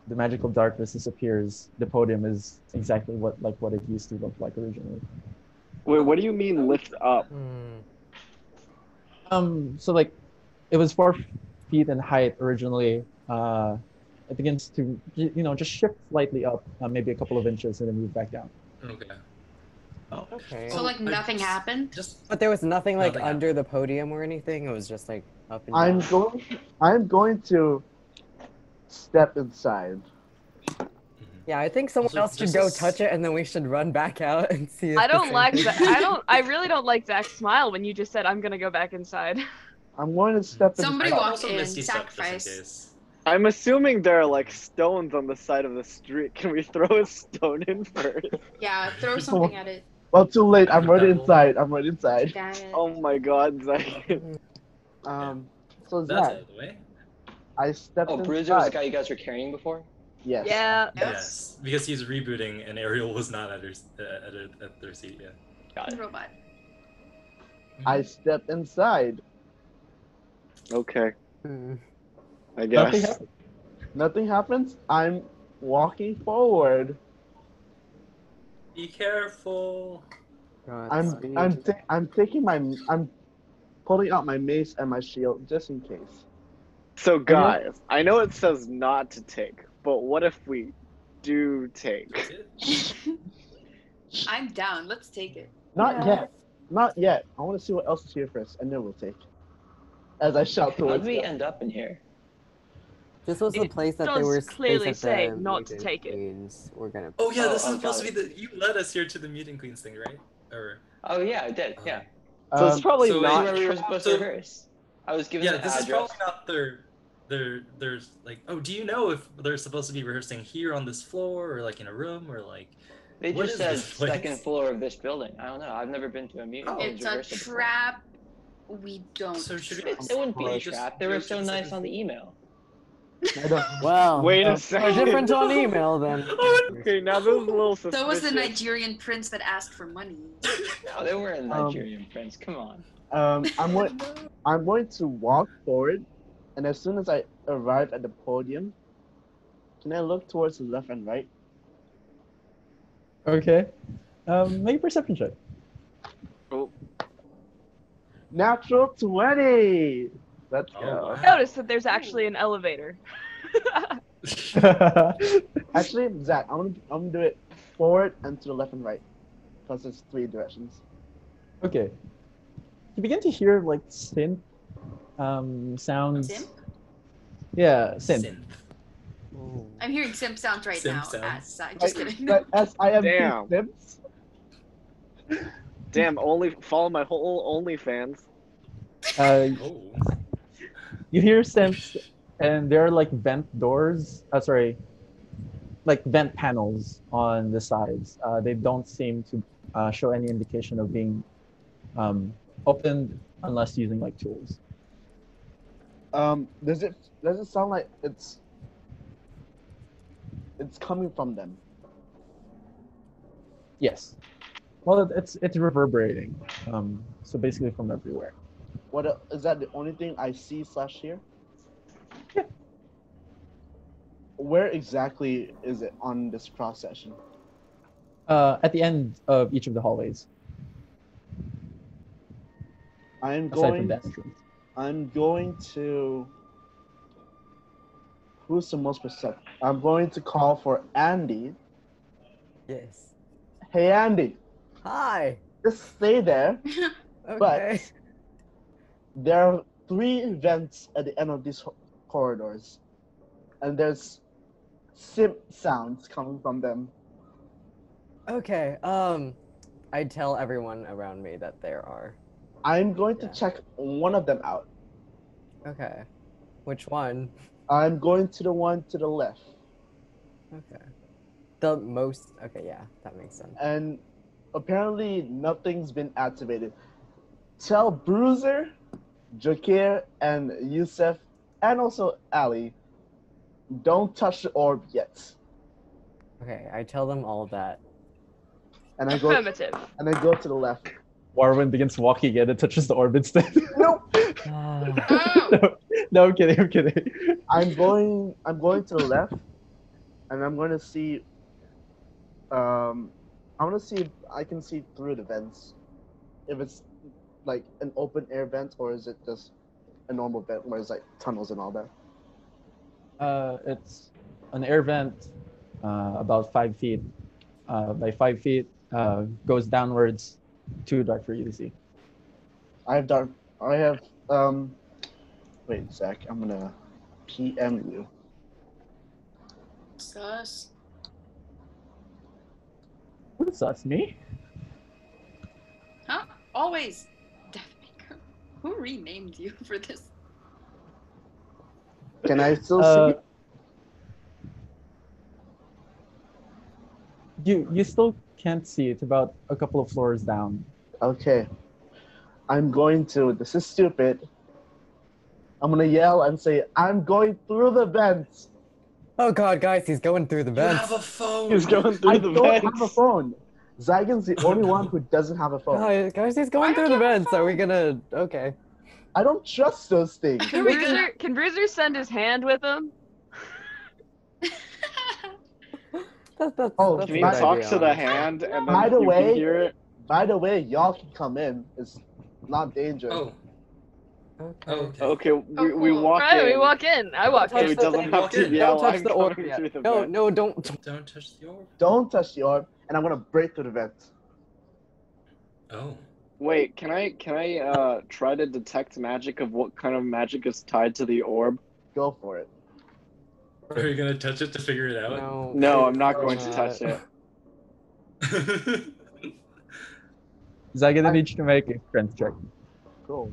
Speaker 3: the magical darkness disappears. The podium is exactly what like what it used to look like originally.
Speaker 9: Wait, what do you mean lift up?
Speaker 10: Hmm.
Speaker 3: Um, so like, it was four feet in height originally. Uh, it begins to y- you know just shift slightly up, uh, maybe a couple of inches, and then move back down.
Speaker 4: Okay.
Speaker 10: Okay.
Speaker 8: So like
Speaker 4: Oh, I
Speaker 8: nothing
Speaker 4: just-
Speaker 8: happened.
Speaker 4: Just
Speaker 10: But there was nothing like
Speaker 4: Nothing
Speaker 10: under the podium or anything. It was just like up and
Speaker 5: I'm
Speaker 10: down.
Speaker 5: going. I'm going to step inside.
Speaker 10: Yeah, I think someone
Speaker 4: Also,
Speaker 10: else should
Speaker 4: this
Speaker 10: go
Speaker 4: is-
Speaker 10: touch it, and then we should run back out and see. If
Speaker 6: I
Speaker 10: the
Speaker 6: don't
Speaker 10: same
Speaker 6: like
Speaker 10: (laughs) thing-
Speaker 6: that. I don't. I really don't like Zach's smile when you just said I'm gonna go back inside. (laughs)
Speaker 5: I'm going to step
Speaker 8: Somebody
Speaker 5: inside.
Speaker 8: walked
Speaker 4: also
Speaker 8: in,
Speaker 4: misty stuff just in
Speaker 8: sacrifice.
Speaker 4: case.
Speaker 9: I'm assuming there are like stones on the side of the street. Can we throw a stone in first?
Speaker 8: Yeah,
Speaker 4: (laughs)
Speaker 8: throw something at it.
Speaker 5: (laughs) Well, too late. I'm already
Speaker 4: Double.
Speaker 5: inside. I'm already inside.
Speaker 8: Damn it.
Speaker 9: Oh my god, Zach.
Speaker 5: (laughs) Um. So
Speaker 4: That's out
Speaker 5: Zach,
Speaker 4: of the way.
Speaker 5: I stepped
Speaker 7: Oh,
Speaker 5: inside.
Speaker 7: Bruiser was the guy you guys were carrying before.
Speaker 5: Yes.
Speaker 6: Yeah.
Speaker 4: Yes, because he's rebooting, and Ariel was not at her uh, at, her, at their seat yet.
Speaker 8: Robot.
Speaker 5: I stepped inside.
Speaker 9: Okay,
Speaker 10: Hmm.
Speaker 9: I
Speaker 5: Nothing
Speaker 9: guess.
Speaker 5: happens. Nothing happens. I'm walking forward.
Speaker 4: Be careful.
Speaker 10: God,
Speaker 5: I'm
Speaker 10: speed.
Speaker 5: I'm ta- I'm taking my I'm pulling out my mace and my shield just in case.
Speaker 9: So guys, I know it says not to take, but what if we do take?
Speaker 8: I'm down. Let's take it.
Speaker 5: Not
Speaker 11: Yeah.
Speaker 5: yet. Not yet. I want to see what else is here first, and then we'll take. As I shout
Speaker 7: How did
Speaker 5: towards
Speaker 7: we
Speaker 5: you.
Speaker 7: end up in here?
Speaker 10: This was the
Speaker 6: It
Speaker 10: place that they
Speaker 6: does
Speaker 10: were supposed
Speaker 6: clearly
Speaker 10: that the
Speaker 6: say not to
Speaker 10: mutant
Speaker 6: take it.
Speaker 10: queens We're gonna.
Speaker 4: Oh yeah,
Speaker 7: Oh,
Speaker 4: this
Speaker 7: oh,
Speaker 4: is supposed to
Speaker 7: got
Speaker 4: be the you led us here to the mutant queens thing, right? Or
Speaker 7: Oh yeah, I did. Yeah.
Speaker 9: So
Speaker 5: Um,
Speaker 9: it's probably
Speaker 4: so
Speaker 7: This is
Speaker 9: not.
Speaker 7: where we were supposed to
Speaker 4: so-
Speaker 7: rehearse. I was given
Speaker 4: yeah,
Speaker 7: the
Speaker 4: this
Speaker 7: address.
Speaker 4: is probably not their their there's like oh do you know if they're supposed to be rehearsing here on this floor or like in a room or like
Speaker 7: They
Speaker 4: What
Speaker 7: just
Speaker 4: is
Speaker 7: said
Speaker 4: this place?
Speaker 7: second floor of this building. I don't know. I've never been to a mutant.
Speaker 4: Oh,
Speaker 8: It's
Speaker 7: Ninja
Speaker 8: a
Speaker 7: rehearsal before.
Speaker 8: trap. We don't.
Speaker 4: so should we
Speaker 7: It, it wouldn't be a
Speaker 4: Just
Speaker 7: trap. They
Speaker 4: go to
Speaker 7: were so
Speaker 4: the
Speaker 7: nice
Speaker 4: second
Speaker 7: on the email.
Speaker 5: I don't-
Speaker 10: Well,
Speaker 9: Wait
Speaker 10: uh,
Speaker 9: a
Speaker 10: we're
Speaker 9: second.
Speaker 10: different on email then.
Speaker 9: Okay, now this is a little suspicious.
Speaker 8: That was the Nigerian prince that asked for money.
Speaker 7: No, they were in
Speaker 5: Um,
Speaker 7: Nigerian friends. Come on.
Speaker 5: um,
Speaker 6: (laughs)
Speaker 5: I'm going. I'm going to walk forward, and as soon as I arrive at the podium, can I look towards the left and right?
Speaker 3: Okay, um, make a perception check.
Speaker 5: Oh. Natural twenty. Let's
Speaker 4: Oh,
Speaker 5: go.
Speaker 4: wow.
Speaker 6: Notice that there's actually an elevator.
Speaker 5: Actually, Zach, I'm gonna I'm gonna do it forward and to the left and right, because there's three directions.
Speaker 3: okay, you begin to hear like synth um, sounds.
Speaker 8: Simp?
Speaker 3: Yeah, synth.
Speaker 10: Oh.
Speaker 8: I'm hearing simp sounds right
Speaker 4: Simp
Speaker 8: now.
Speaker 4: sounds.
Speaker 8: As, I- just
Speaker 5: Like-
Speaker 8: kidding.
Speaker 5: like S.I.M.P.
Speaker 9: Damn.
Speaker 5: Sims.
Speaker 9: Damn, only follow my whole OnlyFans.
Speaker 3: Uh,
Speaker 4: oh
Speaker 3: you hear synths, and there are like vent doors. Uh, sorry, like vent panels on the sides. Uh, they don't seem to uh, show any indication of being um, opened unless using like tools.
Speaker 5: Um, does it does it sound like it's it's coming from them?
Speaker 3: Yes. Well, it- it's it's reverberating. Um, so basically from everywhere.
Speaker 5: What el- is that? The only thing I see slash hear? Where exactly is it on this cross section?
Speaker 3: Uh, at the end of each of the hallways,
Speaker 5: I am
Speaker 3: aside from
Speaker 5: going.
Speaker 3: the entrance.
Speaker 5: I'm going to. Who's the most perceptive? I'm going to call for Andy.
Speaker 10: Yes.
Speaker 5: Hey, Andy.
Speaker 10: Hi.
Speaker 5: Just stay there.
Speaker 10: Okay.
Speaker 5: There are three vents at the end of these ho- corridors, and there's simp sounds coming from them.
Speaker 10: Okay. Um, I tell everyone around me that there are.
Speaker 5: I'm going to check one of them out.
Speaker 10: Okay. Which one?
Speaker 5: I'm going to the one to the left,
Speaker 10: Okay. The most. Okay. Yeah, that makes sense.
Speaker 5: and apparently nothing's been activated. Tell Bruiser, Jakir, and Yusef, and also Ali, don't touch the orb yet.
Speaker 10: Okay. I tell them all that.
Speaker 5: And I go
Speaker 6: Affirmative.
Speaker 5: and I go to the left.
Speaker 3: Warwin begins walking in and touches the orb instead. (laughs) no, no, I'm kidding. I'm kidding.
Speaker 5: I'm going. I'm going to the left, and I'm going to see. Um, I want to see if I can see through the vents, if it's like an open air vent or is it just a normal vent where it's like tunnels and all that.
Speaker 3: Uh, it's an air vent, uh, about five feet uh, by five feet, uh, goes downwards, too dark for you to see.
Speaker 5: I have dark. I have. Um, wait, Zach. I'm gonna PM you.
Speaker 8: Sus.
Speaker 3: What's that's me?
Speaker 8: Huh? Always. Deathmaker. Who renamed you (laughs) for this?
Speaker 5: Can I still
Speaker 3: Uh,
Speaker 5: see?
Speaker 3: You you still can't see. It's about a couple of floors down.
Speaker 5: Okay. I'm going to. This is stupid. I'm gonna yell and say, "I'm going through the vents."
Speaker 10: Oh God, guys, he's going through the vents.
Speaker 4: phone.
Speaker 9: He's going through
Speaker 5: I
Speaker 9: the
Speaker 5: don't
Speaker 9: vents.
Speaker 5: have a phone. Zygon's the only one who doesn't have a phone.
Speaker 10: Guys, guys, he's going through the vents. Are we gonna? Okay.
Speaker 5: I don't trust those things.
Speaker 6: (laughs) Can Bruiser, can Bruiser send his hand with him?
Speaker 10: (laughs) That's, that's,
Speaker 5: Oh,
Speaker 10: that's
Speaker 9: Can you
Speaker 5: By-
Speaker 9: talk to the hand and then
Speaker 5: By the
Speaker 9: you
Speaker 5: way-
Speaker 9: can hear it?
Speaker 5: By the way, y'all can come in. It's not dangerous.
Speaker 4: Oh,
Speaker 10: Okay.
Speaker 4: okay.
Speaker 9: Okay, we, we
Speaker 8: Oh, cool.
Speaker 9: walk
Speaker 6: Right,
Speaker 9: in.
Speaker 6: we walk in. I walk
Speaker 9: So
Speaker 10: Touch
Speaker 9: he
Speaker 10: the
Speaker 6: in.
Speaker 9: doesn't
Speaker 10: thing.
Speaker 9: have
Speaker 4: Walk
Speaker 9: to
Speaker 4: in.
Speaker 9: yell.
Speaker 10: Don't touch
Speaker 9: I'm
Speaker 10: the
Speaker 9: going
Speaker 10: orb yet.
Speaker 9: through the
Speaker 10: No,
Speaker 9: vent.
Speaker 10: no, don't.
Speaker 4: Don't touch the orb.
Speaker 5: Don't touch the orb, and I'm gonna break through the vent.
Speaker 4: Oh.
Speaker 9: Wait, can I can I uh, try to detect magic of what kind of magic is tied to the orb?
Speaker 5: Go for it.
Speaker 4: Are you gonna touch it to figure it out?
Speaker 10: No.
Speaker 9: No, I'm not going to touch it.
Speaker 3: Is I gonna
Speaker 5: I-
Speaker 3: need you to make a strength check?
Speaker 5: Go.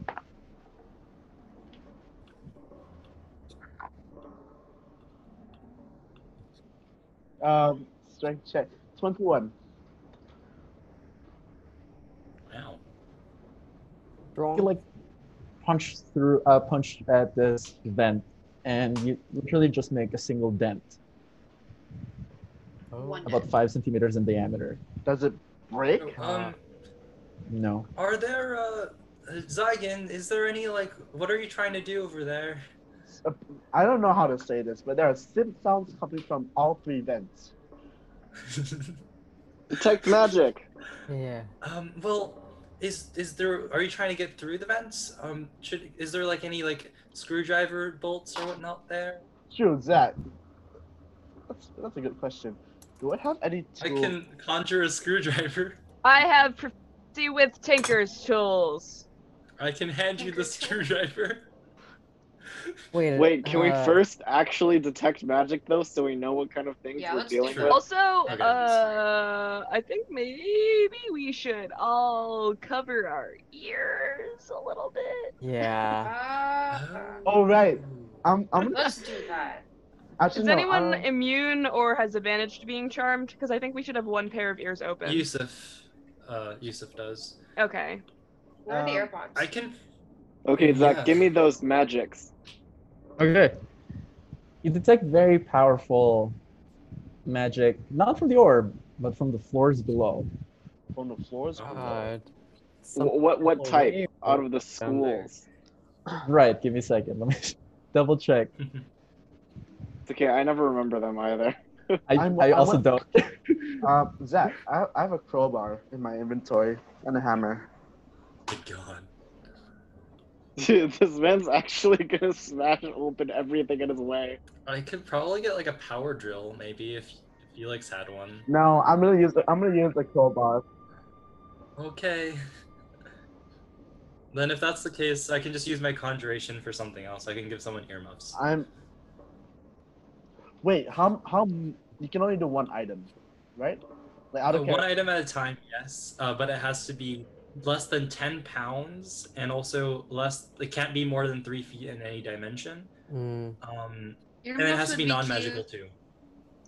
Speaker 5: Um, strength check. Twenty-one.
Speaker 4: wow.
Speaker 10: Wrong.
Speaker 3: you like punch through uh punch at this vent and you literally just make a single dent
Speaker 8: One
Speaker 3: about
Speaker 8: death.
Speaker 3: five centimeters in diameter
Speaker 5: Does it break?
Speaker 4: Um,
Speaker 3: no
Speaker 4: are there uh, Zygon? Is there any like? What are you trying to do over there?
Speaker 5: I don't know how to say this, but there are sim sounds coming from all three vents.
Speaker 9: (laughs) Detect magic.
Speaker 10: Yeah.
Speaker 4: um. Well, is is there? Are you trying to get through the vents? Um. Should is there like any like screwdriver bolts or whatnot there?
Speaker 5: True, Zach. That's, that's a good question. Do I have any
Speaker 4: I
Speaker 5: tools?
Speaker 4: can conjure a screwdriver. (laughs)
Speaker 6: I have proficiency with Tinker's tools.
Speaker 4: I can hand you
Speaker 5: (laughs)
Speaker 4: the screwdriver.
Speaker 10: Wait.
Speaker 9: Wait, can we
Speaker 10: uh,
Speaker 9: first actually detect magic though, so we know what kind of things
Speaker 8: Yeah,
Speaker 9: we're
Speaker 8: let's do
Speaker 9: dealing
Speaker 4: that.
Speaker 9: with?
Speaker 6: Also,
Speaker 4: Okay.
Speaker 6: uh, I think maybe we should all cover our ears a little bit.
Speaker 10: Yeah.
Speaker 8: Uh,
Speaker 4: (laughs)
Speaker 5: Oh right. I'm I'm
Speaker 8: let's do that.
Speaker 5: Actually,
Speaker 6: Is
Speaker 5: no,
Speaker 6: anyone
Speaker 5: I-
Speaker 6: immune or has advantage to being charmed? Because I think we should have one pair of ears open.
Speaker 4: Yusuf, uh, Yusuf does.
Speaker 6: Okay.
Speaker 8: Where are the
Speaker 4: Um,
Speaker 8: AirPods?
Speaker 4: I can.
Speaker 9: Okay, Zach,
Speaker 4: Yeah.
Speaker 9: give me those magics.
Speaker 3: Okay. You detect very powerful magic, not from the orb, but from the
Speaker 5: (sighs)
Speaker 3: floors below.
Speaker 5: on the floors.
Speaker 4: Oh,
Speaker 9: Wh- what what type out of the
Speaker 3: Down there.
Speaker 9: schools?
Speaker 3: Right, give me a second. Let me (laughs)
Speaker 5: (laughs)
Speaker 3: double check.
Speaker 9: It's okay, I never remember them either.
Speaker 3: I,
Speaker 5: I'm-
Speaker 3: I
Speaker 5: I
Speaker 3: also
Speaker 5: want-
Speaker 3: don't.
Speaker 5: Uh, Zach, I, I have a crowbar in my inventory and a hammer.
Speaker 4: Good Oh God.
Speaker 9: Dude, this man's actually (laughs) gonna smash open everything in his way.
Speaker 4: I could probably get like a power drill, maybe if if Felix had one.
Speaker 5: No, I'm gonna use the, I'm gonna use the crowbar.
Speaker 4: Okay. (laughs) Then if that's the case, I can just use my conjuration for something else. I can give someone earmuffs.
Speaker 5: I'm. Wait, how how m- you can only do one item, right? Like out
Speaker 4: Uh,
Speaker 5: of
Speaker 4: one
Speaker 5: character.
Speaker 4: item at a time, yes, uh, but it has to be less than ten pounds, and also less. It can't be more than three feet in any dimension.
Speaker 10: Hmm.
Speaker 4: Um, and it
Speaker 8: Earmuffs
Speaker 4: has to
Speaker 8: would
Speaker 4: be
Speaker 8: be
Speaker 4: non-magical too.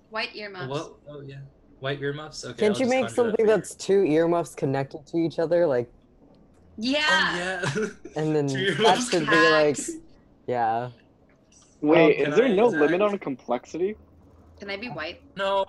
Speaker 8: White earmuffs.
Speaker 4: What? Oh yeah, white earmuffs. Okay.
Speaker 10: Can't
Speaker 4: I'll
Speaker 10: you
Speaker 4: just
Speaker 10: make
Speaker 4: conjure that
Speaker 10: something
Speaker 4: for you.
Speaker 10: that's two earmuffs connected to each other, like,
Speaker 8: Yeah.
Speaker 4: oh, Yeah. (laughs)
Speaker 10: and then
Speaker 4: Two
Speaker 10: that
Speaker 4: earmuffs
Speaker 10: should be like,
Speaker 8: Hacks.
Speaker 10: yeah.
Speaker 9: Wait,
Speaker 4: Oh, can
Speaker 9: is there
Speaker 4: I-
Speaker 9: no
Speaker 4: Zach?
Speaker 9: limit on complexity?
Speaker 8: Can I be white?
Speaker 4: No.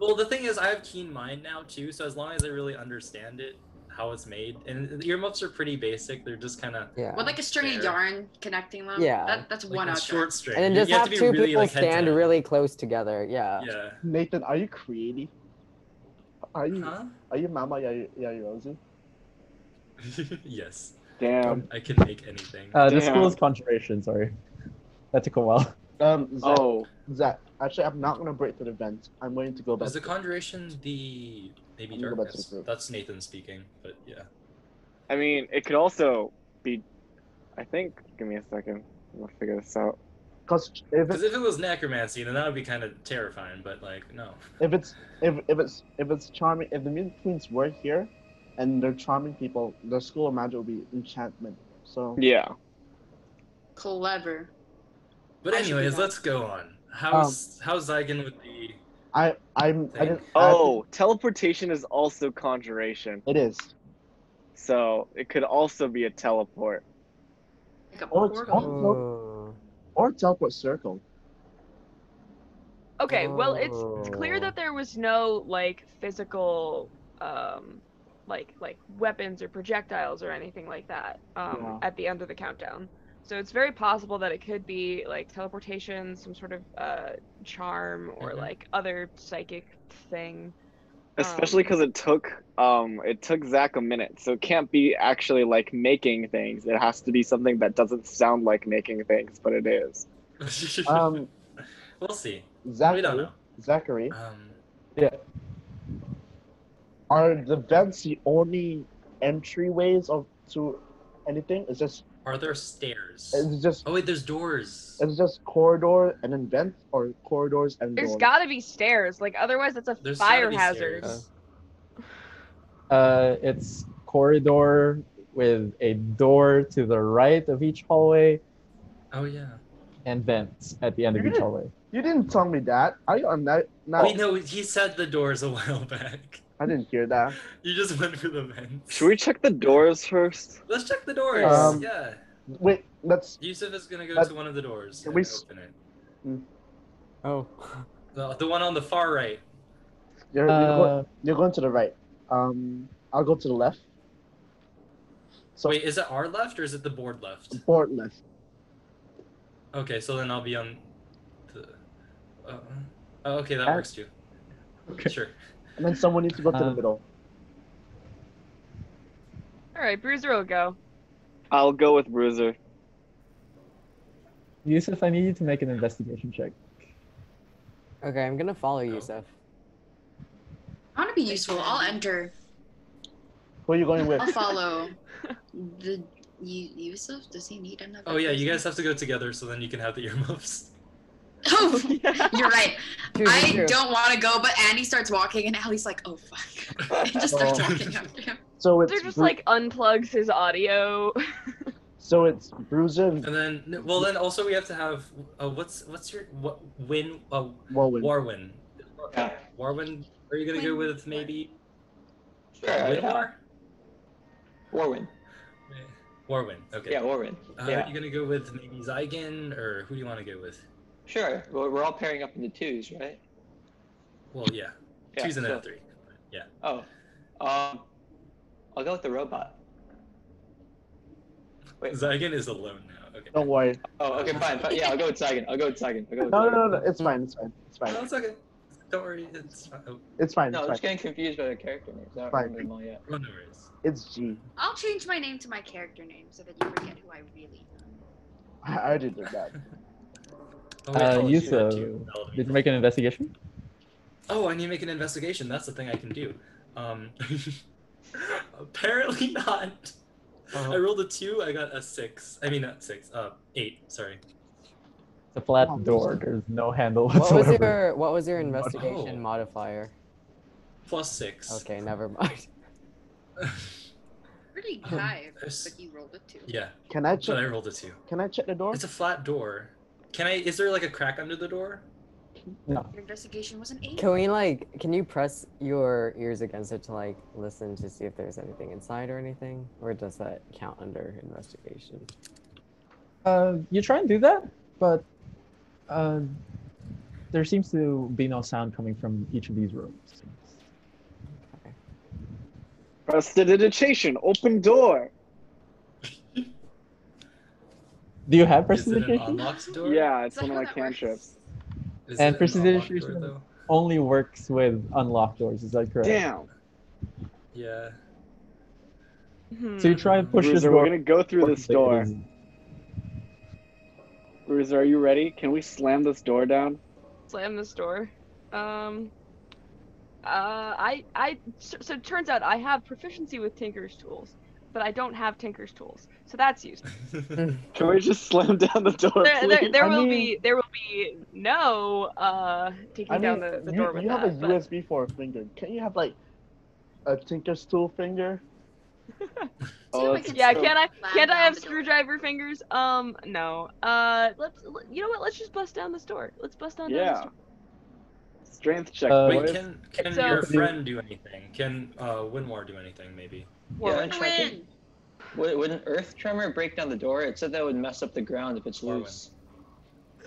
Speaker 4: Well, the thing is, I have keen mind now too, so as long as I really understand it, how it's made, and the earmuffs are pretty basic. They're just kind of
Speaker 10: Yeah.
Speaker 8: With like a string
Speaker 4: Fair.
Speaker 8: of yarn connecting them.
Speaker 10: Yeah.
Speaker 8: That, that's
Speaker 4: like
Speaker 8: one
Speaker 4: a
Speaker 8: outfit.
Speaker 4: short string.
Speaker 10: And then
Speaker 4: You-
Speaker 10: just
Speaker 4: you
Speaker 10: have,
Speaker 4: to be
Speaker 10: two
Speaker 4: really,
Speaker 10: people
Speaker 4: like, head to
Speaker 10: stand
Speaker 4: head.
Speaker 10: really close together. Yeah.
Speaker 4: Yeah.
Speaker 5: Nathan, are you creative? Are you
Speaker 4: Huh?
Speaker 5: are you Mama Yay- Yayorozu?
Speaker 4: yes.
Speaker 9: Damn.
Speaker 4: I can make anything.
Speaker 3: Uh, the school
Speaker 9: Damn.
Speaker 3: is conjuration, sorry. That took a while.
Speaker 5: Um, Zach,
Speaker 9: Oh,
Speaker 5: Zach, actually, I'm not gonna break the event. I'm going to go back.
Speaker 4: Is the conjuration the maybe
Speaker 5: I'm gonna go back to
Speaker 4: darkness?
Speaker 5: the group.
Speaker 4: That's Nathan speaking, but yeah.
Speaker 9: I mean, it could also be. I think. Give me a second. I'm gonna figure this out.
Speaker 5: Cause if
Speaker 4: Because
Speaker 5: it's
Speaker 4: if it was necromancy, then that would be kind of terrifying. But like, no.
Speaker 5: if it's if, if it's if it's charming, if the music queens were here, and they're charming people, their school of magic would be enchantment. So
Speaker 9: Yeah.
Speaker 8: Clever.
Speaker 4: But
Speaker 8: I should do
Speaker 4: anyways,
Speaker 8: that.
Speaker 4: let's go on.
Speaker 5: Um,
Speaker 4: How's how's Zygon with the?
Speaker 5: I I'm I
Speaker 4: Thank-
Speaker 5: didn't,
Speaker 9: Oh, teleportation is also conjuration,
Speaker 5: I- it is.
Speaker 9: so it could also be a teleport.
Speaker 8: Like a
Speaker 5: Oh, it's
Speaker 8: portal.
Speaker 10: Oh.
Speaker 5: Or teleport
Speaker 4: (laughs)
Speaker 5: circle.
Speaker 6: Okay, well it's it's clear
Speaker 10: Oh.
Speaker 6: that there was no like physical um like like weapons or projectiles or anything like that um
Speaker 5: Yeah.
Speaker 6: at the end of the countdown. So it's very possible that it could be like teleportation, some sort of uh charm or
Speaker 4: Mhm.
Speaker 6: like other psychic thing.
Speaker 9: Um. Especially because it took um it took Zach a minute, so it can't be actually like making things. It has to be something that doesn't sound like making things, but it is.
Speaker 5: Um,
Speaker 4: we'll see.
Speaker 5: Zachary,
Speaker 4: We don't know.
Speaker 5: Zachary,
Speaker 4: Um,
Speaker 5: are the vents the only entryways of to anything? It's just
Speaker 4: are there stairs?
Speaker 5: it's just
Speaker 4: Oh wait, there's doors.
Speaker 5: it's just corridor and then vents, or corridors and
Speaker 6: There's
Speaker 5: doors.
Speaker 6: gotta be stairs, like otherwise it's a
Speaker 4: There's gotta
Speaker 6: fire
Speaker 4: be
Speaker 6: hazard.
Speaker 4: stairs.
Speaker 3: Uh, it's corridor with a door to the right of each hallway
Speaker 4: Oh yeah.
Speaker 3: and vents at the end of
Speaker 5: You're
Speaker 3: each
Speaker 5: gonna-
Speaker 3: hallway.
Speaker 5: you didn't tell me that. Are you on that? No,
Speaker 4: We know he said the doors a (laughs) while back.
Speaker 5: I didn't hear that.
Speaker 4: You just went for the vents.
Speaker 9: Should we check the doors first?
Speaker 4: Let's check the doors.
Speaker 5: Um,
Speaker 4: yeah.
Speaker 5: Wait, let's.
Speaker 4: Yusuf is gonna go
Speaker 5: that-
Speaker 4: to one of the doors.
Speaker 5: can
Speaker 4: and
Speaker 5: we s-
Speaker 4: open it.
Speaker 10: Oh.
Speaker 4: The, the one on the far right.
Speaker 5: You're, you're, go-
Speaker 3: Uh,
Speaker 5: you're going to the right. Um, I'll go to the left. So
Speaker 4: Wait, is it our left or is it the board left?
Speaker 5: board left.
Speaker 4: Okay, so then I'll be on the. Uh, oh, okay, that
Speaker 5: Uh,
Speaker 4: works too.
Speaker 3: okay.
Speaker 4: Sure.
Speaker 5: And then someone needs to go to the
Speaker 3: Uh,
Speaker 5: middle.
Speaker 6: Alright, Bruiser will go.
Speaker 9: I'll go with Bruiser.
Speaker 3: Yusuf, I need you to make an investigation check.
Speaker 10: Okay, I'm gonna follow
Speaker 4: Oh.
Speaker 10: you, Seth.
Speaker 8: I want to be useful. I'll enter.
Speaker 5: Who are you going with?
Speaker 8: I'll follow. (laughs) the you, Yusuf? Does he need another?
Speaker 4: Oh yeah, you guys
Speaker 8: person?
Speaker 4: have to go together so then you can have the (laughs) earmuffs.
Speaker 8: Oh, (laughs) you're right.
Speaker 10: True, true,
Speaker 8: I
Speaker 10: true.
Speaker 8: don't want to go, but Andy starts walking, and Allie's like, "Oh fuck!" (laughs) and just starts
Speaker 5: Oh.
Speaker 4: (laughs)
Speaker 8: walking after him.
Speaker 5: So it's
Speaker 6: They're just
Speaker 5: Bru-
Speaker 6: like unplugs his audio. (laughs)
Speaker 5: So it's Bruiser and,
Speaker 4: And then, well, then also we have to have uh, what's what's your what, win uh,
Speaker 5: Warwin.
Speaker 4: Warwin. Warwin, are you gonna go with maybe?
Speaker 7: Sure, yeah.
Speaker 4: Winmar?
Speaker 7: Warwin.
Speaker 4: Warwin. Okay.
Speaker 7: Yeah, Warwin.
Speaker 4: Uh,
Speaker 7: yeah.
Speaker 4: Are you gonna go with maybe Zygon or who do you want to go with?
Speaker 7: Sure. Well, we're all pairing up into twos, right?
Speaker 4: Well, yeah,
Speaker 7: Yeah,
Speaker 4: two's and then
Speaker 7: so-
Speaker 4: a three. Yeah. Uh,
Speaker 7: Oh. Um, I'll go with the robot. Wait.
Speaker 4: Zygon is alone now. Okay.
Speaker 5: Don't worry.
Speaker 7: Oh, okay, fine. fine. Yeah, I'll go with Sagan. I'll go with Sagan. I'll go
Speaker 5: No,
Speaker 7: with
Speaker 5: no,
Speaker 7: Sagan.
Speaker 5: no, no. It's fine. It's fine. It's fine.
Speaker 4: No, it's okay. Don't worry. It's fine. Oh,
Speaker 5: It's fine.
Speaker 7: No, I'm
Speaker 5: It's
Speaker 7: just
Speaker 5: fine.
Speaker 7: getting confused by the character names. I don't
Speaker 5: Fine.
Speaker 7: remember them all yet.
Speaker 4: oh, no worries.
Speaker 5: It's G.
Speaker 8: I'll change my name to my character name so that you forget who I really am.
Speaker 5: I already did that.
Speaker 4: (laughs) Oh, wait,
Speaker 3: Uh,
Speaker 4: I'll let do that too.
Speaker 3: Yusuf,
Speaker 4: That'll be-
Speaker 3: did you make an investigation?
Speaker 4: Oh, I need to make an investigation. That's the thing I can do. Um, (laughs) apparently not.
Speaker 5: Uh-huh.
Speaker 4: I rolled a two. I got a six. I mean, not six. Uh, eight. Sorry.
Speaker 3: It's a flat
Speaker 5: Oh,
Speaker 3: door. There's no handle
Speaker 10: What was
Speaker 3: whatsoever.
Speaker 10: your What was your investigation
Speaker 4: Oh.
Speaker 10: modifier?
Speaker 4: Plus six.
Speaker 10: Okay, never mind. (laughs)
Speaker 8: Pretty high,
Speaker 4: Yes.
Speaker 8: but you rolled it too.
Speaker 4: Um, Yeah,
Speaker 5: Can I
Speaker 4: but I
Speaker 5: check?
Speaker 4: rolled a two.
Speaker 5: Can I check the door?
Speaker 4: It's a flat door. Can I? Is there like a crack under the door?
Speaker 8: Your investigation was an eight.
Speaker 10: Can we like? Can you press your ears against it to like listen to see if there's anything inside or anything, or does that count under investigation?
Speaker 3: Uh, you try and do that, but uh, there seems to be no sound coming from each of these rooms.
Speaker 9: Prestidigitation, open door.
Speaker 3: Do you have
Speaker 4: Is it an
Speaker 3: prestidigitation?
Speaker 4: unlocked door?
Speaker 9: Yeah,
Speaker 8: Is
Speaker 9: it's
Speaker 8: that
Speaker 9: one of
Speaker 8: how
Speaker 9: my
Speaker 8: that works?
Speaker 9: cantrips.
Speaker 3: And
Speaker 4: Is it an unlocked door,
Speaker 3: prestidigitation-
Speaker 4: though?
Speaker 3: Only works with unlocked doors. Is that correct?
Speaker 9: Damn.
Speaker 4: Yeah.
Speaker 3: So you try and push this
Speaker 9: Bruiser,
Speaker 3: door.
Speaker 9: we're gonna go through this door. Bruiser, are you ready? Can we slam this
Speaker 5: (laughs)
Speaker 9: door down?
Speaker 6: Slam this door. Um. Uh, I, I, so, so it turns out I have proficiency with Tinker's tools, but I don't have Tinker's tools, so that's useful.
Speaker 9: Can we just slam down the door,
Speaker 6: there, there,
Speaker 9: please?
Speaker 6: there
Speaker 5: I
Speaker 6: will
Speaker 5: mean-
Speaker 6: be there will be no uh taking
Speaker 5: I mean,
Speaker 6: down the, the
Speaker 5: you,
Speaker 6: door with
Speaker 5: you have
Speaker 6: that.
Speaker 5: a
Speaker 6: but-
Speaker 5: USB for a finger. Can't you have like a Tinker's tool
Speaker 6: (laughs)
Speaker 5: finger?
Speaker 9: Oh,
Speaker 8: See if
Speaker 9: that's
Speaker 6: yeah,
Speaker 9: so-
Speaker 6: can I
Speaker 8: Slam
Speaker 6: can I
Speaker 8: down
Speaker 6: have
Speaker 8: the door.
Speaker 6: screwdriver fingers? Um, no. Uh, let's l- you know what? Let's just bust down this door. Let's bust down. Down this
Speaker 9: Yeah.
Speaker 6: door.
Speaker 9: Strength check.
Speaker 3: Uh,
Speaker 9: boys.
Speaker 4: Wait, can can
Speaker 6: So-
Speaker 4: your friend do anything? Can uh, Winmar do anything? Maybe.
Speaker 7: Yeah,
Speaker 6: Warwick.
Speaker 7: and tracking.
Speaker 8: Win.
Speaker 7: Would, would an earth tremor break down the door? It said that would mess up the ground if it's
Speaker 4: Warwin.
Speaker 7: loose.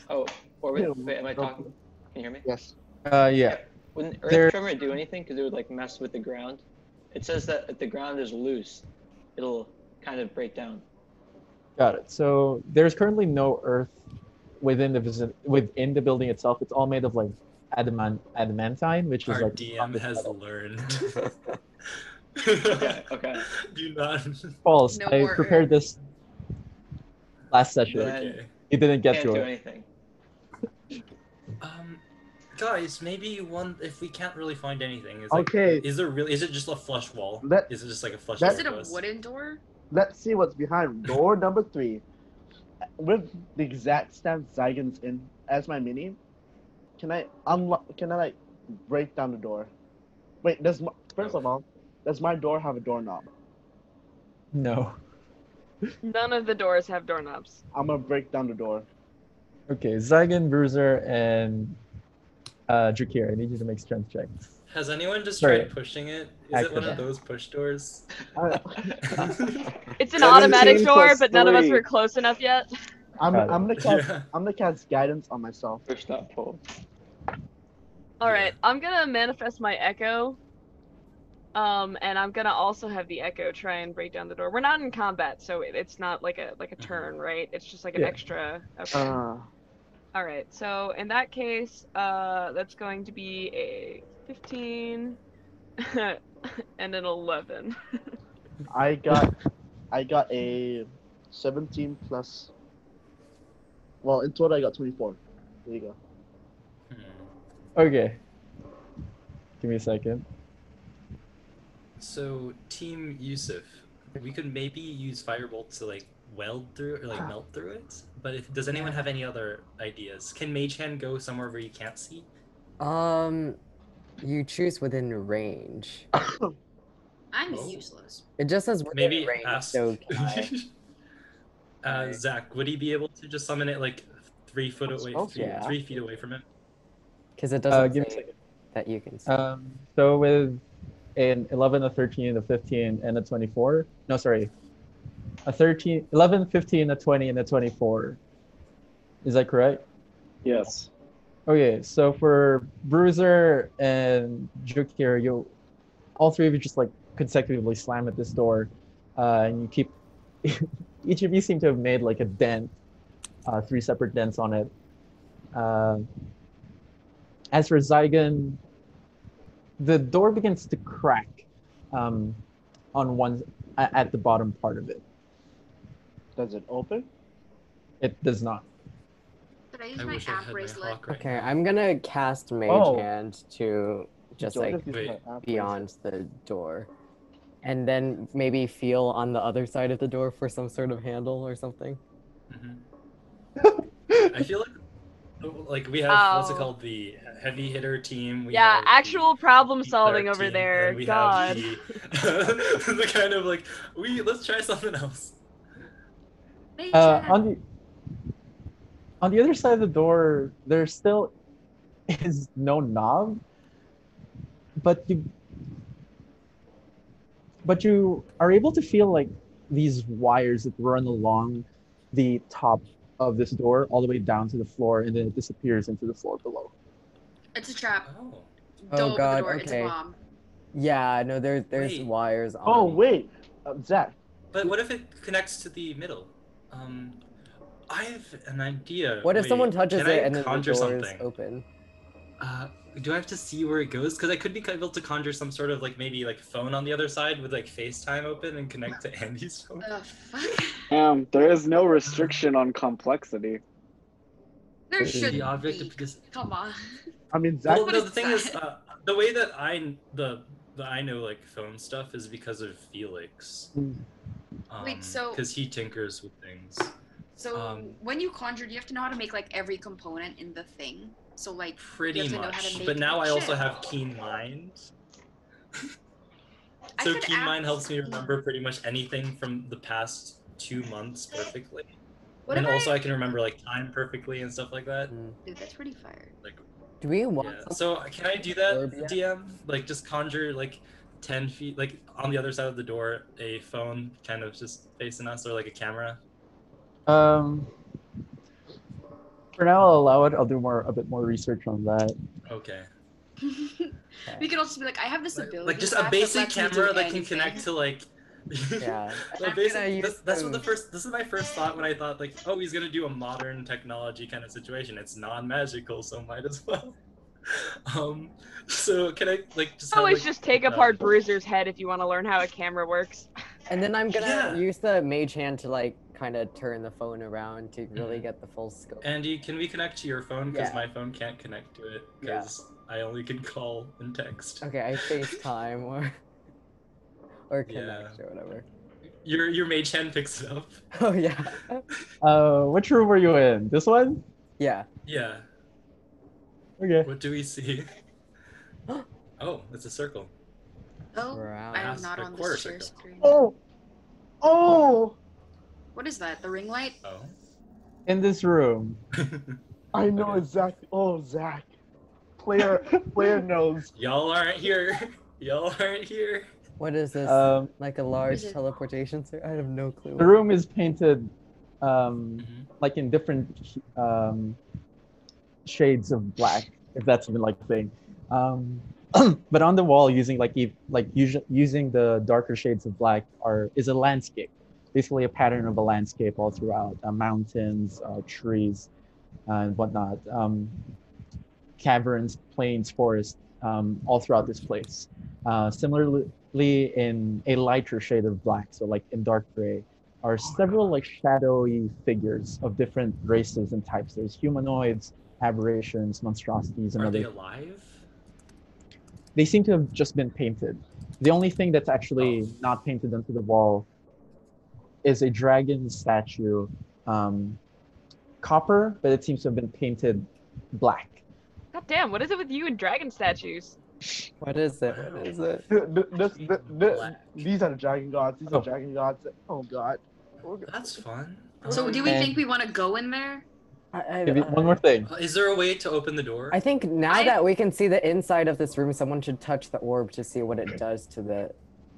Speaker 7: Oh, or
Speaker 5: Yeah,
Speaker 7: wait, wait, am I
Speaker 5: no.
Speaker 7: talking? Can you hear me?
Speaker 5: Yes.
Speaker 3: Uh, yeah.
Speaker 7: Would an earth
Speaker 3: There-
Speaker 7: tremor do anything? Because it would like mess with the ground. It says that if the ground is loose, it'll kind of break down.
Speaker 3: Got it. So there's currently no earth within the visi- within the building itself. It's all made of like adamant adamantine, which is
Speaker 4: Our
Speaker 3: like
Speaker 4: DM has learned.
Speaker 5: (laughs)
Speaker 4: (laughs)
Speaker 7: Okay, okay.
Speaker 4: do not.
Speaker 3: false.
Speaker 8: No
Speaker 3: I
Speaker 8: more
Speaker 3: prepared this last session.
Speaker 7: Then-
Speaker 4: Okay.
Speaker 3: You didn't get
Speaker 7: Can't
Speaker 3: to
Speaker 7: do
Speaker 3: it.
Speaker 7: anything.
Speaker 4: Um, guys, maybe one if we can't really find anything. Is like,
Speaker 5: Okay.
Speaker 4: is there really? Is it just a flush wall?
Speaker 5: That-
Speaker 4: Is it just like a flush?
Speaker 5: that-
Speaker 4: wall
Speaker 8: Is it
Speaker 4: to
Speaker 8: a
Speaker 4: us?
Speaker 8: wooden door?
Speaker 5: Let's see what's behind door number three. With the exact stance Zygon's in as my mini, can I unlock? Can I like break down the door? Wait, does my, first of all, does my door have a doorknob?
Speaker 3: No.
Speaker 6: None of the doors have doorknobs.
Speaker 5: I'm gonna break down the door.
Speaker 3: Okay, Zygon, Bruiser, and uh, Drakir, I need you to make strength checks.
Speaker 4: Has anyone just
Speaker 3: Sorry.
Speaker 4: tried pushing it? Is it one
Speaker 3: Acrobat.
Speaker 4: of those push doors?
Speaker 5: I,
Speaker 6: It's an
Speaker 9: 17
Speaker 6: automatic door,
Speaker 9: plus
Speaker 6: but none of us
Speaker 9: three.
Speaker 6: were close enough yet. (laughs)
Speaker 5: I'm,
Speaker 3: Got it.
Speaker 5: I'm gonna cast.
Speaker 4: yeah.
Speaker 5: I'm gonna cast guidance on myself.
Speaker 7: Push not pull.
Speaker 6: All
Speaker 4: Yeah.
Speaker 6: right, I'm gonna manifest my echo. Um, and I'm gonna also have the echo try and break down the door. We're not in combat, so it, it's not like a like a
Speaker 4: Mm-hmm.
Speaker 6: turn, right? It's just like an
Speaker 3: Yeah.
Speaker 6: extra. Okay.
Speaker 5: Uh,
Speaker 6: All right. So in that case, uh, that's going to be a 15 (laughs) and an 11.
Speaker 5: I got, I got a 17 plus. Well, in total I got 24. There you go.
Speaker 4: Hmm.
Speaker 3: Okay. Give me a second.
Speaker 4: (laughs) So, Team Yusuf, we could maybe use Firebolt to like weld through or like melt through it. But if does anyone have any other ideas? Can Mage Hand go somewhere where you can't see?
Speaker 10: Um, you choose within range.
Speaker 8: I'm
Speaker 4: Oh.
Speaker 8: useless.
Speaker 10: It just says within
Speaker 4: Maybe (laughs)
Speaker 10: range.
Speaker 4: ask.
Speaker 10: So can I?
Speaker 4: Uh, Zach, would he be able to just summon it like three foot away,
Speaker 10: Oh,
Speaker 4: three,
Speaker 10: yeah.
Speaker 4: three feet away from him?
Speaker 10: Because it
Speaker 3: Uh,
Speaker 10: doesn't
Speaker 3: give me a
Speaker 10: say that you can.
Speaker 3: Um, so with an 11, a 13, a 15, and a 24. No, sorry. A 13, 11, 15, a 20, and a 24. Is that correct?
Speaker 9: Yes.
Speaker 3: Okay, so for Bruiser and Juke here, you all three of you just like consecutively slam at this door, uh, and you keep (laughs) each of you seem to have made like a dent, uh, three separate dents on it. Um as for Zygon, the door begins to crack um, on one a- at the bottom part of it.
Speaker 5: Does it open?
Speaker 3: It does not.
Speaker 8: Did I use my app bracelet?
Speaker 10: Okay, I'm gonna cast Mage
Speaker 3: Oh.
Speaker 10: Hand to just
Speaker 8: Don't
Speaker 10: like
Speaker 8: just use Wait. my app
Speaker 10: beyond the door, and then maybe feel on the other side of the door for some sort of handle or something.
Speaker 4: Mm-hmm. I feel like like we have what's it
Speaker 6: Oh.
Speaker 4: called the heavy hitter team. We
Speaker 6: yeah,
Speaker 4: have
Speaker 6: actual problem solving
Speaker 4: our
Speaker 6: over
Speaker 4: team,
Speaker 6: there.
Speaker 4: and we E
Speaker 6: God.
Speaker 4: have the, (laughs) the kind of like we let's try something else.
Speaker 3: Uh, on the on the other side of the door, there still (laughs) is no knob, but you but you are able to feel like these wires that run along the top of this door all the way down to the floor, and then it disappears into the floor below.
Speaker 8: It's a trap.
Speaker 10: Oh,
Speaker 8: Don't open
Speaker 10: God,
Speaker 8: the door. It's a
Speaker 10: okay.
Speaker 8: bomb.
Speaker 10: Yeah, no, there's there's
Speaker 4: Wait.
Speaker 10: wires on.
Speaker 5: Oh wait, uh, Zach.
Speaker 4: But what if it connects to the middle? Um, I have an idea.
Speaker 10: What if
Speaker 4: Uh, Wait,
Speaker 10: someone touches
Speaker 4: can
Speaker 10: it
Speaker 4: I
Speaker 10: and then the
Speaker 4: conjure
Speaker 10: door
Speaker 4: something?
Speaker 10: is open?
Speaker 4: Uh, do I have to see where it goes? Because I could be able to conjure some sort of like maybe like phone on the other side with like FaceTime open and connect to Andy's phone.
Speaker 9: Damn, Um, there is no restriction on complexity.
Speaker 8: There should
Speaker 4: the
Speaker 8: be.
Speaker 4: object of because
Speaker 8: Come on. (laughs)
Speaker 5: I mean,
Speaker 4: Well,
Speaker 5: Zach.
Speaker 4: no, the thing is, uh, the way that I the the I know like phone stuff is because of Felix.
Speaker 8: Wait, so-
Speaker 4: because he tinkers with things.
Speaker 8: So
Speaker 4: Um,
Speaker 8: when you conjure, do you have to know how to make like every component in the thing? So like you
Speaker 4: Pretty
Speaker 8: have to know how to
Speaker 4: much,
Speaker 8: make
Speaker 4: but now I also
Speaker 8: shit.
Speaker 4: have Keen Mind.
Speaker 8: I
Speaker 4: so
Speaker 8: could
Speaker 4: Keen Mind
Speaker 8: ask-
Speaker 4: helps me remember pretty much anything from the past two months perfectly.
Speaker 8: What
Speaker 4: and
Speaker 8: if
Speaker 4: also I... can remember like time perfectly and stuff like that.
Speaker 8: Dude, that's pretty fire.
Speaker 4: Like
Speaker 10: Do we want?
Speaker 4: Yeah, So uh, can I do that, DM? Like just conjure like ten feet, like on the other side of the door, a phone kind of just facing us, or like a camera.
Speaker 3: Um, for now, I'll allow it. I'll do more a bit more research on that.
Speaker 4: Okay.
Speaker 8: (laughs) We could also be like, I have this ability.
Speaker 4: Like just
Speaker 8: Zach,
Speaker 4: a
Speaker 8: that
Speaker 4: basic
Speaker 8: lets me do
Speaker 4: camera that can
Speaker 8: anything.
Speaker 4: connect to like. (laughs)
Speaker 10: Yeah.
Speaker 4: a basic, that's, that's what the first. This is my first thought when I thought like, oh, he's gonna do a modern technology kind of situation. It's non-magical, so might as well. (laughs) Um. So can I like just?
Speaker 6: You Always
Speaker 4: have, like,
Speaker 6: just take
Speaker 4: uh,
Speaker 6: apart Bruiser's head if you want to learn how a camera works.
Speaker 10: And then I'm gonna
Speaker 4: Yeah.
Speaker 10: use the Mage Hand to like kind of turn the phone around to
Speaker 4: Mm-hmm.
Speaker 10: really get the full scope.
Speaker 4: Andy, can we connect to your phone? Because
Speaker 10: Yeah.
Speaker 4: my phone can't connect to it. Because I only can call and text.
Speaker 10: Okay, I FaceTime or (laughs) or connect or whatever.
Speaker 4: Your your mage hand picks it up. (laughs)
Speaker 10: Oh yeah.
Speaker 3: Uh, which room were you in? This one?
Speaker 10: Yeah.
Speaker 4: Yeah.
Speaker 3: Okay.
Speaker 4: What do we see?
Speaker 8: (laughs)
Speaker 4: oh, it's a circle.
Speaker 8: Oh,
Speaker 10: Wow.
Speaker 8: I am
Speaker 4: Ask
Speaker 8: not
Speaker 4: the
Speaker 8: on
Speaker 4: quarter
Speaker 8: this share
Speaker 4: circle.
Speaker 8: screen.
Speaker 5: Oh, oh!
Speaker 8: What is that? The ring light?
Speaker 4: Oh.
Speaker 3: In this room.
Speaker 5: (laughs) I know exactly. Oh, Zach. Player,
Speaker 10: (laughs)
Speaker 5: player knows.
Speaker 4: Y'all aren't here. (laughs) Y'all aren't here.
Speaker 10: What is this?
Speaker 3: Um,
Speaker 10: like a large
Speaker 8: it-
Speaker 10: teleportation cir- I have no clue.
Speaker 3: The room is painted um, like in different um, shades of black, if that's even like a thing. Um, (clears throat) but on the wall, using like ev- like usu- using the darker shades of black are is a landscape, basically a pattern of a landscape all throughout uh, mountains, uh, trees, uh, and whatnot, um, caverns, plains, forests, um, all throughout this place. Uh, similarly, in a lighter shade of black, so like in dark gray, are several like shadowy figures of different races and types. There's humanoids, aberrations, monstrosities, and
Speaker 4: Are
Speaker 3: other.
Speaker 4: they alive?
Speaker 3: they seem to have just been painted. The only thing that's actually
Speaker 4: Oh.
Speaker 3: not painted onto the wall is a dragon statue, um, copper, but it seems to have been painted black.
Speaker 6: God damn, what is it with you and dragon statues?
Speaker 10: What is it? What is it?
Speaker 5: (laughs) Th- th- this- th- th- these are dragon gods. These are dragon gods. Oh God.
Speaker 4: That's fun.
Speaker 8: So do we
Speaker 10: Okay.
Speaker 8: think we want to go in there?
Speaker 3: Maybe
Speaker 10: I,
Speaker 3: one more thing.
Speaker 4: Uh, Is there a way to open the door?
Speaker 10: Uh, I think now that we can see the inside of this room, someone should touch the orb to see what it does to the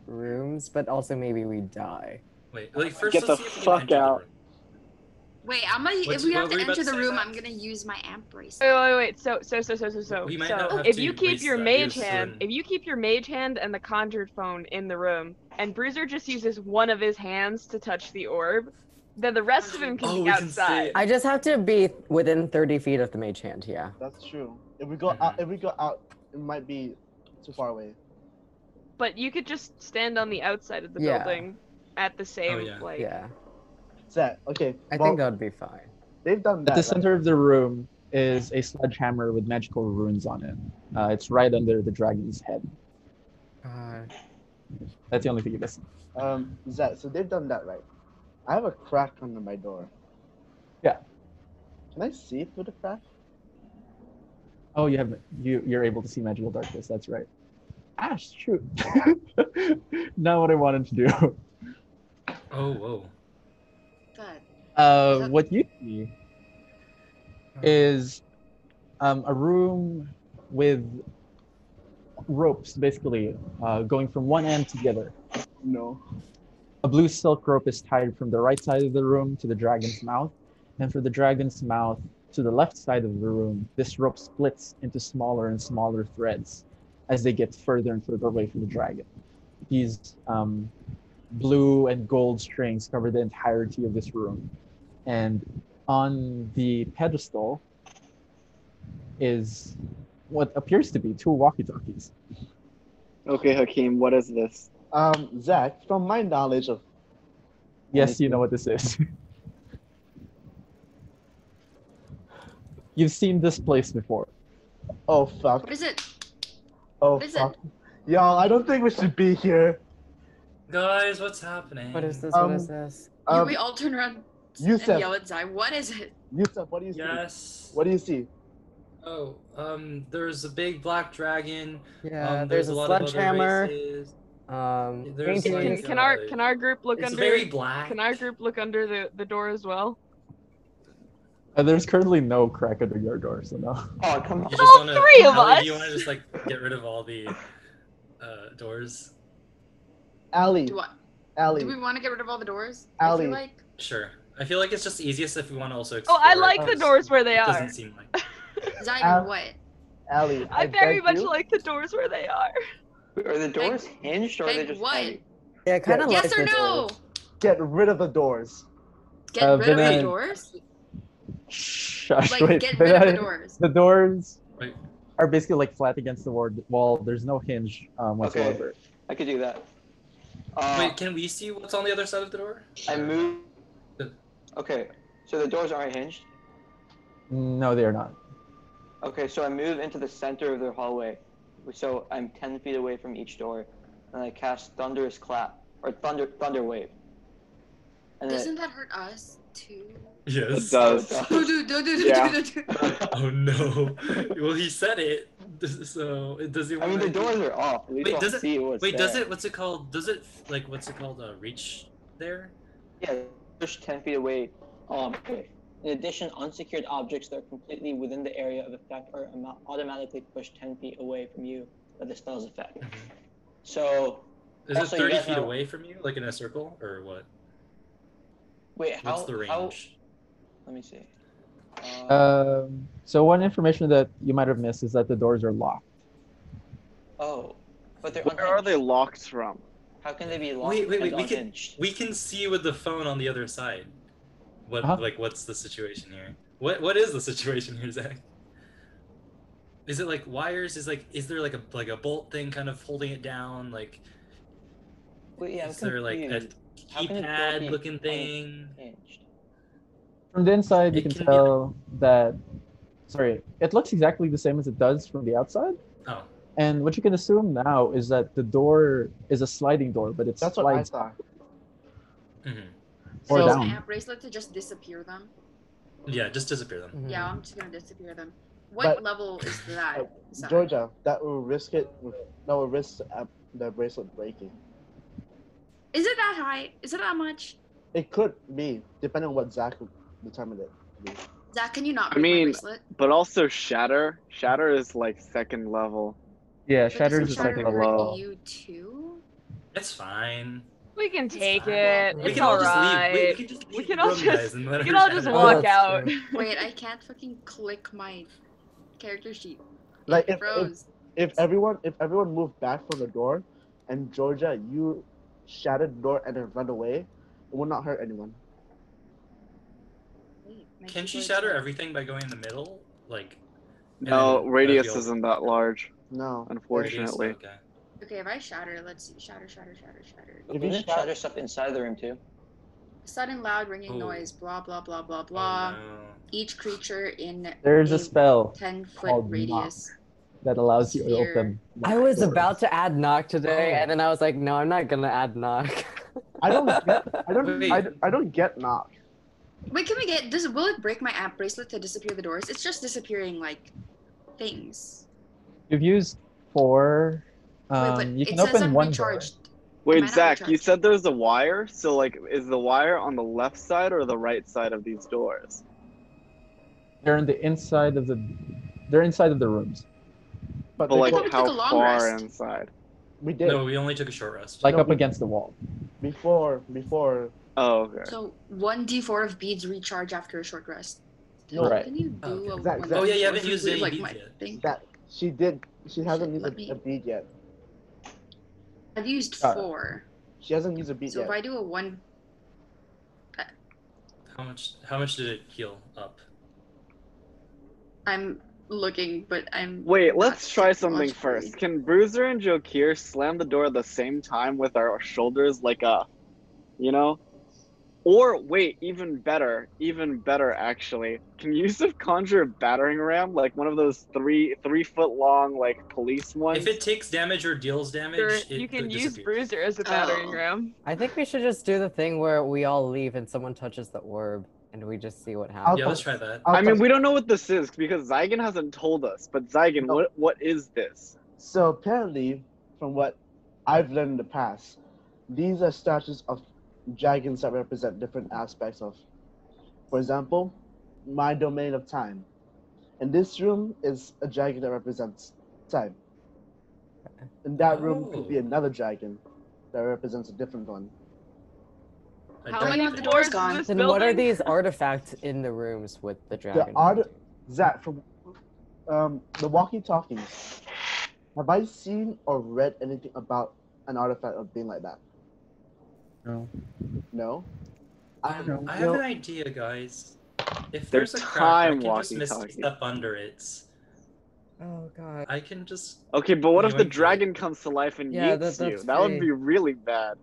Speaker 10: rooms, but also maybe we die.
Speaker 4: Wait, like first
Speaker 10: Get
Speaker 4: let's
Speaker 10: the
Speaker 4: see if we can
Speaker 10: fuck
Speaker 4: enter the
Speaker 10: out.
Speaker 4: room.
Speaker 8: Wait, I'm gonna.
Speaker 4: What's-
Speaker 8: if we
Speaker 4: what
Speaker 8: have
Speaker 4: were
Speaker 8: to
Speaker 4: you about
Speaker 8: enter
Speaker 4: to
Speaker 8: the
Speaker 4: say,
Speaker 8: room, I'm gonna use my amp bracelet.
Speaker 5: uh,
Speaker 6: Oh, Wait, wait, wait. So, so, so, so, so, so.
Speaker 4: We might
Speaker 6: so,
Speaker 4: not have
Speaker 6: if
Speaker 4: to
Speaker 6: you keep
Speaker 4: waste
Speaker 6: your
Speaker 4: that,
Speaker 6: mage
Speaker 4: use
Speaker 6: hand,
Speaker 4: certain-
Speaker 6: if you keep your mage hand and the conjured phone in the room, and Bruiser just uses one of his hands to touch the orb, then the rest of
Speaker 4: Oh,
Speaker 6: him can be outside.
Speaker 10: I just have to be within 30 feet of the mage hand, yeah.
Speaker 5: That's true. If we go out, if we go out, it might be too far away.
Speaker 6: But you could just stand on the outside of the
Speaker 5: Yeah.
Speaker 6: building,
Speaker 4: Oh,
Speaker 6: at the same like.
Speaker 10: Yeah.
Speaker 5: Set. Okay.
Speaker 10: I
Speaker 5: well,
Speaker 10: think that would be fine.
Speaker 5: they've done
Speaker 3: At
Speaker 5: that.
Speaker 3: the
Speaker 5: right?
Speaker 3: center of the room is a sledgehammer with magical runes on it. Uh, it's right under the dragon's head. That's the only thing you missed.
Speaker 5: Um, Zach, so they've done that right. I have a crack under my door.
Speaker 3: Yeah.
Speaker 5: Can I see through the crack?
Speaker 3: Oh, you have you you're able to see magical darkness. That's right. Ash, shoot. (laughs) Not what I wanted to do.
Speaker 4: Oh, whoa.
Speaker 8: Good.
Speaker 3: Uh, what you see is um, a room with ropes, basically, uh, going from one end to the other.
Speaker 5: No.
Speaker 3: A blue silk rope is tied from the right side of the room to the dragon's mouth, and from the dragon's mouth to the left side of the room, this rope splits into smaller and smaller threads as they get further and further away from the dragon. These um, blue and gold strings cover the entirety of this room. And on the pedestal is what appears to be two walkie talkies.
Speaker 9: Okay, Hakeem, what is this?
Speaker 5: Um, Zach, from my knowledge of
Speaker 3: Yes, you know what this is. (laughs) You've seen this place before.
Speaker 5: oh fuck,
Speaker 8: What is it?
Speaker 5: oh
Speaker 8: What is it?
Speaker 5: fuck, y'all, I don't think we should be here.
Speaker 4: Guys, what's happening?
Speaker 10: What is this?
Speaker 5: Um,
Speaker 10: what is this?
Speaker 8: You-
Speaker 5: Um,
Speaker 8: we all turn around
Speaker 5: Yusef,
Speaker 8: and yell at Zai. What is it?
Speaker 5: Yusef, what do you see?
Speaker 4: Yes.
Speaker 5: What do you see?
Speaker 4: Oh, um, there's a big black dragon.
Speaker 10: Yeah,
Speaker 4: um,
Speaker 10: there's
Speaker 4: there's,
Speaker 10: a
Speaker 4: a, lot of other
Speaker 10: sledgehammer.
Speaker 4: races.
Speaker 10: Um,
Speaker 4: There's
Speaker 10: painting.
Speaker 4: like, uh,
Speaker 6: Can, can our can our group look
Speaker 4: It's
Speaker 6: under?
Speaker 4: very black.
Speaker 6: Can our group look under the, the door as well?
Speaker 3: Uh, there's currently no crack under your door, so no.
Speaker 7: Oh, come on.
Speaker 4: You
Speaker 6: All
Speaker 4: wanna-
Speaker 6: three of
Speaker 4: Ellie, Do you
Speaker 6: us.
Speaker 4: want to just like get rid of all the uh, doors?
Speaker 5: Allie,
Speaker 8: Do I,
Speaker 5: Allie,
Speaker 8: Do we want to get rid of all the doors? I
Speaker 5: Allie.
Speaker 8: feel like
Speaker 4: Sure. I feel like it's just easiest if we want to also.
Speaker 6: Oh, I
Speaker 4: explore it,
Speaker 6: like the
Speaker 4: because
Speaker 6: doors where they
Speaker 4: It
Speaker 6: are.
Speaker 4: doesn't seem like.
Speaker 8: Zai,
Speaker 5: Al-
Speaker 8: what?
Speaker 5: Allie.
Speaker 6: I,
Speaker 5: beg
Speaker 6: very much
Speaker 5: you.
Speaker 6: like the doors where they are.
Speaker 7: Are the doors hinged or are they
Speaker 8: Like
Speaker 7: just
Speaker 8: what?
Speaker 7: hanging?
Speaker 10: Yeah, I kind
Speaker 5: Yeah.
Speaker 10: of
Speaker 8: yes
Speaker 10: like
Speaker 8: or
Speaker 10: the
Speaker 8: no?
Speaker 10: doors.
Speaker 5: Get rid of the doors.
Speaker 8: Get
Speaker 3: Uh,
Speaker 8: rid of the
Speaker 3: Vinay-
Speaker 8: doors.
Speaker 3: Shush,
Speaker 8: Like
Speaker 3: wait.
Speaker 8: get rid of the
Speaker 3: Vinay-
Speaker 8: doors.
Speaker 3: the doors
Speaker 4: Wait.
Speaker 3: are basically like flat against the ward- wall. There's no hinge um, whatsoever.
Speaker 7: I could do that. Uh,
Speaker 4: Wait, can we see what's on the other side of the door?
Speaker 7: I move.
Speaker 4: The-
Speaker 7: Okay, so the doors aren't hinged.
Speaker 3: No, they are not.
Speaker 7: Okay, so I move into the center of the hallway. So I'm 10 feet away from each door. And I cast Thunderous Clap, or Thunder Thunder Wave.
Speaker 6: Uh,
Speaker 7: And
Speaker 8: Doesn't
Speaker 7: then,
Speaker 8: that hurt us too?
Speaker 4: Yes.
Speaker 9: It
Speaker 5: Oh,
Speaker 9: does.
Speaker 7: (laughs)
Speaker 8: Do, do, do, do, do,
Speaker 9: Yeah.
Speaker 8: do, do.
Speaker 5: (laughs)
Speaker 4: Oh no. (laughs) well, he said it. (laughs) So it does he?
Speaker 7: I mean, the
Speaker 4: wanna-
Speaker 7: doors are off. At least
Speaker 4: Wait,
Speaker 7: I'll
Speaker 4: does it-
Speaker 7: see what's
Speaker 4: Wait, does
Speaker 7: there.
Speaker 4: it? What's it called? Does it like what's it called? Uh, reach there?
Speaker 7: Yeah, push 10 feet away. Um, in addition, unsecured objects that are completely within the area of effect are ama- automatically pushed 10 feet away from you by the spell's effect.
Speaker 4: Mm-hmm.
Speaker 7: So,
Speaker 4: Is
Speaker 7: Also,
Speaker 4: it
Speaker 7: you
Speaker 4: 30
Speaker 7: guys
Speaker 4: feet
Speaker 7: know-
Speaker 4: away from you, like in a circle, or what?
Speaker 7: wait, how?
Speaker 4: What's the
Speaker 7: how-
Speaker 4: range?
Speaker 7: let me see.
Speaker 3: Um, so one information that you might have missed is that the doors are locked.
Speaker 7: Oh, but they're
Speaker 9: Where are
Speaker 7: unhinged.
Speaker 9: they locked from?
Speaker 7: How can they be locked
Speaker 4: Wait, wait, wait,
Speaker 7: and
Speaker 4: we can-
Speaker 7: unhinged?
Speaker 4: We can see with the phone on the other side. What
Speaker 3: Uh-huh.
Speaker 4: like what's the situation here? What what is the situation here, Zach? Is it like wires? Is like is there like a like a bolt thing kind of holding it down? Like
Speaker 7: Wait, yeah, I'm
Speaker 4: is there like a
Speaker 7: confused. How can it not be
Speaker 4: keypad looking thing?
Speaker 7: Unhinged.
Speaker 3: From the inside, you
Speaker 4: It
Speaker 3: can,
Speaker 4: can be-
Speaker 3: tell that. Sorry, it looks exactly the same as it does from the outside.
Speaker 4: Oh,
Speaker 3: And what you can assume now is that the door is a sliding door, but it
Speaker 5: That's what I
Speaker 3: slides
Speaker 5: saw.
Speaker 4: mhm.
Speaker 3: or
Speaker 8: so is my
Speaker 3: down.
Speaker 8: amp bracelet to just disappear them?
Speaker 4: yeah, just disappear them.
Speaker 10: Mhm.
Speaker 8: Yeah, I'm just gonna disappear them. What
Speaker 5: But- uh,
Speaker 8: level is that? Zai?
Speaker 5: Georgia, that will risk it. That will risk uh, the bracelet breaking.
Speaker 8: Is it that high? Is it that much?
Speaker 5: It could be, depending on what Zach determined it. to be.
Speaker 8: Zach, can you not
Speaker 9: I
Speaker 8: break my
Speaker 9: mean,
Speaker 8: bracelet?
Speaker 9: but also Shatter. Shatter is like second level.
Speaker 3: Yeah,
Speaker 8: But doesn't
Speaker 3: Shatter's is like
Speaker 8: Shatter
Speaker 3: a
Speaker 8: hurt
Speaker 3: low.
Speaker 8: You too.
Speaker 4: It's fine.
Speaker 11: We can take
Speaker 8: fine.
Speaker 11: it.
Speaker 4: We
Speaker 11: It's
Speaker 4: can all just
Speaker 11: alright.
Speaker 4: leave. We, we can just leave
Speaker 11: We can
Speaker 4: the
Speaker 11: all
Speaker 4: room,
Speaker 11: just-
Speaker 4: guys, and let
Speaker 11: we
Speaker 4: her
Speaker 11: can all just
Speaker 4: shatter.
Speaker 10: Oh,
Speaker 11: walk
Speaker 10: that's
Speaker 11: out. (laughs)
Speaker 10: true.
Speaker 8: Wait, I can't fucking click my character sheet.
Speaker 5: Like if, if
Speaker 8: Froze.
Speaker 5: if everyone if everyone moved back from the door, and Georgia, you shattered the door and then run away, it would not hurt anyone.
Speaker 8: Wait, my
Speaker 4: Can she
Speaker 8: keyboard's
Speaker 4: shatter
Speaker 8: not-
Speaker 4: everything by going in the middle? Like, and
Speaker 9: No,
Speaker 4: then that'd
Speaker 9: radius
Speaker 4: be all-
Speaker 9: isn't that large,
Speaker 5: No.
Speaker 4: radius,
Speaker 9: unfortunately.
Speaker 4: Okay.
Speaker 8: Okay, if I shatter, let's see. Shatter, shatter, shatter, shatter.
Speaker 5: If you
Speaker 7: Isn't
Speaker 5: shot-
Speaker 7: shatter stuff inside the room too?
Speaker 8: Sudden loud ringing
Speaker 4: Ooh.
Speaker 8: noise. Blah blah blah blah
Speaker 4: Oh,
Speaker 8: blah.
Speaker 4: no.
Speaker 8: Each creature in
Speaker 3: There's a
Speaker 8: a
Speaker 10: Oh,
Speaker 3: spell
Speaker 8: ten foot
Speaker 3: called
Speaker 8: radius.
Speaker 3: that allows you to open.
Speaker 10: I
Speaker 3: locked
Speaker 10: was
Speaker 3: doors.
Speaker 10: about to add knock today,
Speaker 4: Oh.
Speaker 10: and then I was like, no, I'm not gonna add knock.
Speaker 5: I
Speaker 10: (laughs)
Speaker 5: don't get, I don't
Speaker 4: Wait.
Speaker 5: I, I don't get knock.
Speaker 8: Wait, can we get? Does will it break my app bracelet to disappear the doors? It's just disappearing like things.
Speaker 3: You've used four. Um,
Speaker 8: Wait, but
Speaker 3: you
Speaker 8: it
Speaker 3: can
Speaker 8: says
Speaker 3: open
Speaker 8: I'm
Speaker 3: one door.
Speaker 8: recharged. Am I
Speaker 9: Wait,
Speaker 8: not
Speaker 9: Zach, you
Speaker 8: recharged?
Speaker 9: said there's a wire. So, like, is the wire on the left side or the right side of these doors?
Speaker 3: They're in the inside of the. They're inside of the rooms.
Speaker 5: But,
Speaker 9: But
Speaker 5: they
Speaker 9: like,
Speaker 5: go-
Speaker 8: thought we
Speaker 9: how
Speaker 8: took a long
Speaker 9: far
Speaker 8: rest.
Speaker 9: inside?
Speaker 5: we did
Speaker 4: No, we only took a short rest.
Speaker 3: Like
Speaker 5: No,
Speaker 3: up
Speaker 5: we-
Speaker 3: against the wall.
Speaker 5: before before
Speaker 9: Oh, okay.
Speaker 8: So one d4 of beads recharge after a short rest.
Speaker 3: No. Right.
Speaker 8: Can you do
Speaker 4: Oh, okay.
Speaker 8: a
Speaker 5: Zach,
Speaker 8: one
Speaker 5: Zach.
Speaker 4: Oh, yeah, you
Speaker 8: d4
Speaker 4: haven't
Speaker 8: to
Speaker 4: used
Speaker 8: include,
Speaker 4: any
Speaker 8: like,
Speaker 4: beads
Speaker 8: my
Speaker 4: yet.
Speaker 8: thing?
Speaker 5: that she did she hasn't used
Speaker 8: let
Speaker 5: a,
Speaker 8: me-
Speaker 5: a bead yet.
Speaker 8: I've used
Speaker 3: Got it.
Speaker 8: four.
Speaker 5: She hasn't used a bead
Speaker 8: So
Speaker 5: yet.
Speaker 8: if I do a one,
Speaker 4: How much? How much did it heal up?
Speaker 8: I'm looking, but I'm.
Speaker 9: Wait,
Speaker 8: not
Speaker 9: let's try something
Speaker 8: technologically-
Speaker 9: first. Can Bruiser and Jokir slam the door at the same time with our shoulders like a, you know? Or wait, even better, even better actually. Can Yusuf conjure a battering ram, like one of those three three foot long like police ones?
Speaker 4: If it takes damage or deals damage,
Speaker 11: Or
Speaker 4: it,
Speaker 11: you can
Speaker 4: it
Speaker 11: use
Speaker 4: disappears.
Speaker 11: Bruiser as a battering
Speaker 8: Oh.
Speaker 11: ram.
Speaker 10: I think we should just do the thing where we all leave and someone touches the orb, and we just see what happens.
Speaker 5: I'll
Speaker 4: Yeah,
Speaker 5: touch-
Speaker 4: let's try that.
Speaker 5: I'll
Speaker 9: I mean,
Speaker 5: touch-
Speaker 9: we don't know what this is because Zygon hasn't told us. But Zygon,
Speaker 5: No.
Speaker 9: what what is this?
Speaker 5: So apparently, from what I've learned in the past, these are statues of dragons that represent different aspects of, for example, my domain of time. And this room is a dragon that represents time. And that room could be
Speaker 4: Oh.
Speaker 5: another dragon that represents a different one.
Speaker 4: I
Speaker 8: How
Speaker 4: don't
Speaker 8: many
Speaker 4: think
Speaker 8: of the
Speaker 4: it-
Speaker 8: doors
Speaker 11: is
Speaker 8: gone?
Speaker 11: this
Speaker 10: Then what are
Speaker 11: building?
Speaker 10: these artifacts in the rooms with the dragon?
Speaker 5: art- Zach, from um, the walkie talkies, have I seen or read anything about an artifact of being like that?
Speaker 3: No.
Speaker 5: No?
Speaker 4: Um, I have
Speaker 5: no.
Speaker 4: an idea, guys. If
Speaker 9: They're
Speaker 4: there's a crack, I
Speaker 9: time
Speaker 4: can just
Speaker 9: walkie-talkie.
Speaker 4: misty step under it.
Speaker 10: Oh god.
Speaker 4: I can just.
Speaker 9: Okay, but what if the
Speaker 4: Yoink.
Speaker 9: dragon comes to life and
Speaker 10: Yeah,
Speaker 9: eats
Speaker 10: that-
Speaker 9: you?
Speaker 10: that's
Speaker 9: That would
Speaker 10: fake.
Speaker 9: be really bad.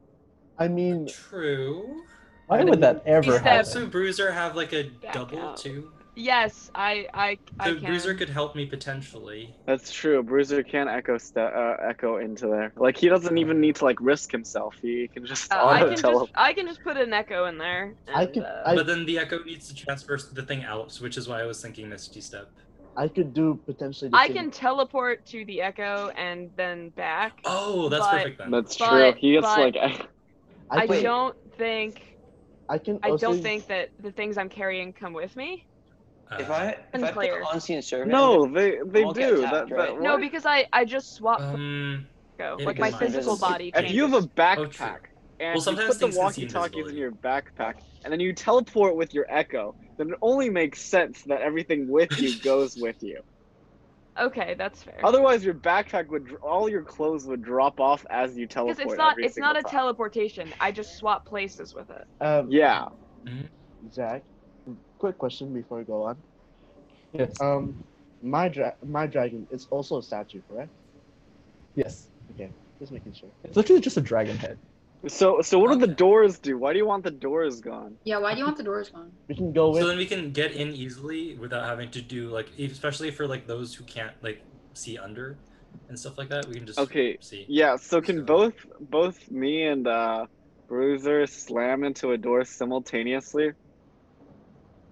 Speaker 5: I mean,
Speaker 4: True.
Speaker 3: Why would that ever
Speaker 11: He said-
Speaker 3: happen?
Speaker 4: Also, Bruiser have like a
Speaker 11: Back
Speaker 4: double
Speaker 11: out.
Speaker 4: too.
Speaker 11: Yes, I I I
Speaker 4: So
Speaker 11: can.
Speaker 4: Bruiser could help me potentially.
Speaker 9: That's true. Bruiser can echo ste- uh, echo into there. Like he doesn't even need to like risk himself. He can just
Speaker 11: Uh, I
Speaker 9: auto
Speaker 11: can
Speaker 9: tele.
Speaker 11: just I can just put an echo in there.
Speaker 5: I
Speaker 11: and,
Speaker 5: could-
Speaker 11: uh,
Speaker 5: I-
Speaker 4: But then the echo needs to transfer the thing out, which is why I was thinking Misty Step.
Speaker 5: I could do potentially. the
Speaker 11: I
Speaker 5: same-
Speaker 11: can teleport to the echo and then back.
Speaker 4: Oh, that's
Speaker 11: But-
Speaker 4: perfect then.
Speaker 9: That's
Speaker 11: But-
Speaker 9: true. He gets
Speaker 11: but-
Speaker 9: like I-
Speaker 5: I,
Speaker 11: I
Speaker 5: can,
Speaker 11: don't think
Speaker 5: I can.
Speaker 11: I
Speaker 5: also-
Speaker 11: don't think that the things I'm carrying come with me.
Speaker 4: Uh,
Speaker 7: If I if I pick
Speaker 11: Unclear.
Speaker 7: on scene survey,
Speaker 9: no, they they
Speaker 7: won't get
Speaker 9: do
Speaker 7: attacked,
Speaker 9: that. that
Speaker 7: right?
Speaker 11: No,
Speaker 9: what?
Speaker 11: because I I just swap
Speaker 4: um,
Speaker 11: echo.
Speaker 4: it
Speaker 11: Like my
Speaker 4: is-
Speaker 11: physical body
Speaker 9: if
Speaker 11: changes.
Speaker 9: you have a
Speaker 4: Oh,
Speaker 9: backpack
Speaker 4: true.
Speaker 9: and
Speaker 4: Well,
Speaker 9: you
Speaker 4: sometimes
Speaker 9: put the
Speaker 4: things can see
Speaker 9: walkie-talkies in
Speaker 4: invisibility.
Speaker 9: your backpack and then you teleport with your echo, then it only makes sense that everything with
Speaker 4: (laughs)
Speaker 9: you goes with you.
Speaker 11: Okay, that's fair.
Speaker 9: Otherwise, your backpack would dr- all your clothes would drop off as you teleport.
Speaker 11: Because it's not
Speaker 9: every
Speaker 11: it's not a
Speaker 9: single time.
Speaker 11: teleportation. I just swap places with it.
Speaker 5: Um,
Speaker 9: Yeah.
Speaker 4: Mm-hmm.
Speaker 5: Zach, quick question before we go on.
Speaker 3: Yes.
Speaker 5: Um, my dra- my dragon is also a statue, correct?
Speaker 3: Yes.
Speaker 5: Just making sure.
Speaker 3: It's literally just a dragon head.
Speaker 9: So so what do the
Speaker 4: Okay.
Speaker 9: doors do? Why do you want the doors gone?
Speaker 8: Yeah, why do you want the doors gone?
Speaker 5: We can go with.
Speaker 4: So then we can get in easily without having to do like, e, especially for like those who can't like see under and stuff like that. We can just
Speaker 9: Okay,
Speaker 4: see.
Speaker 9: Yeah, so can
Speaker 4: So-
Speaker 9: both both me and uh Bruiser slam into a door simultaneously?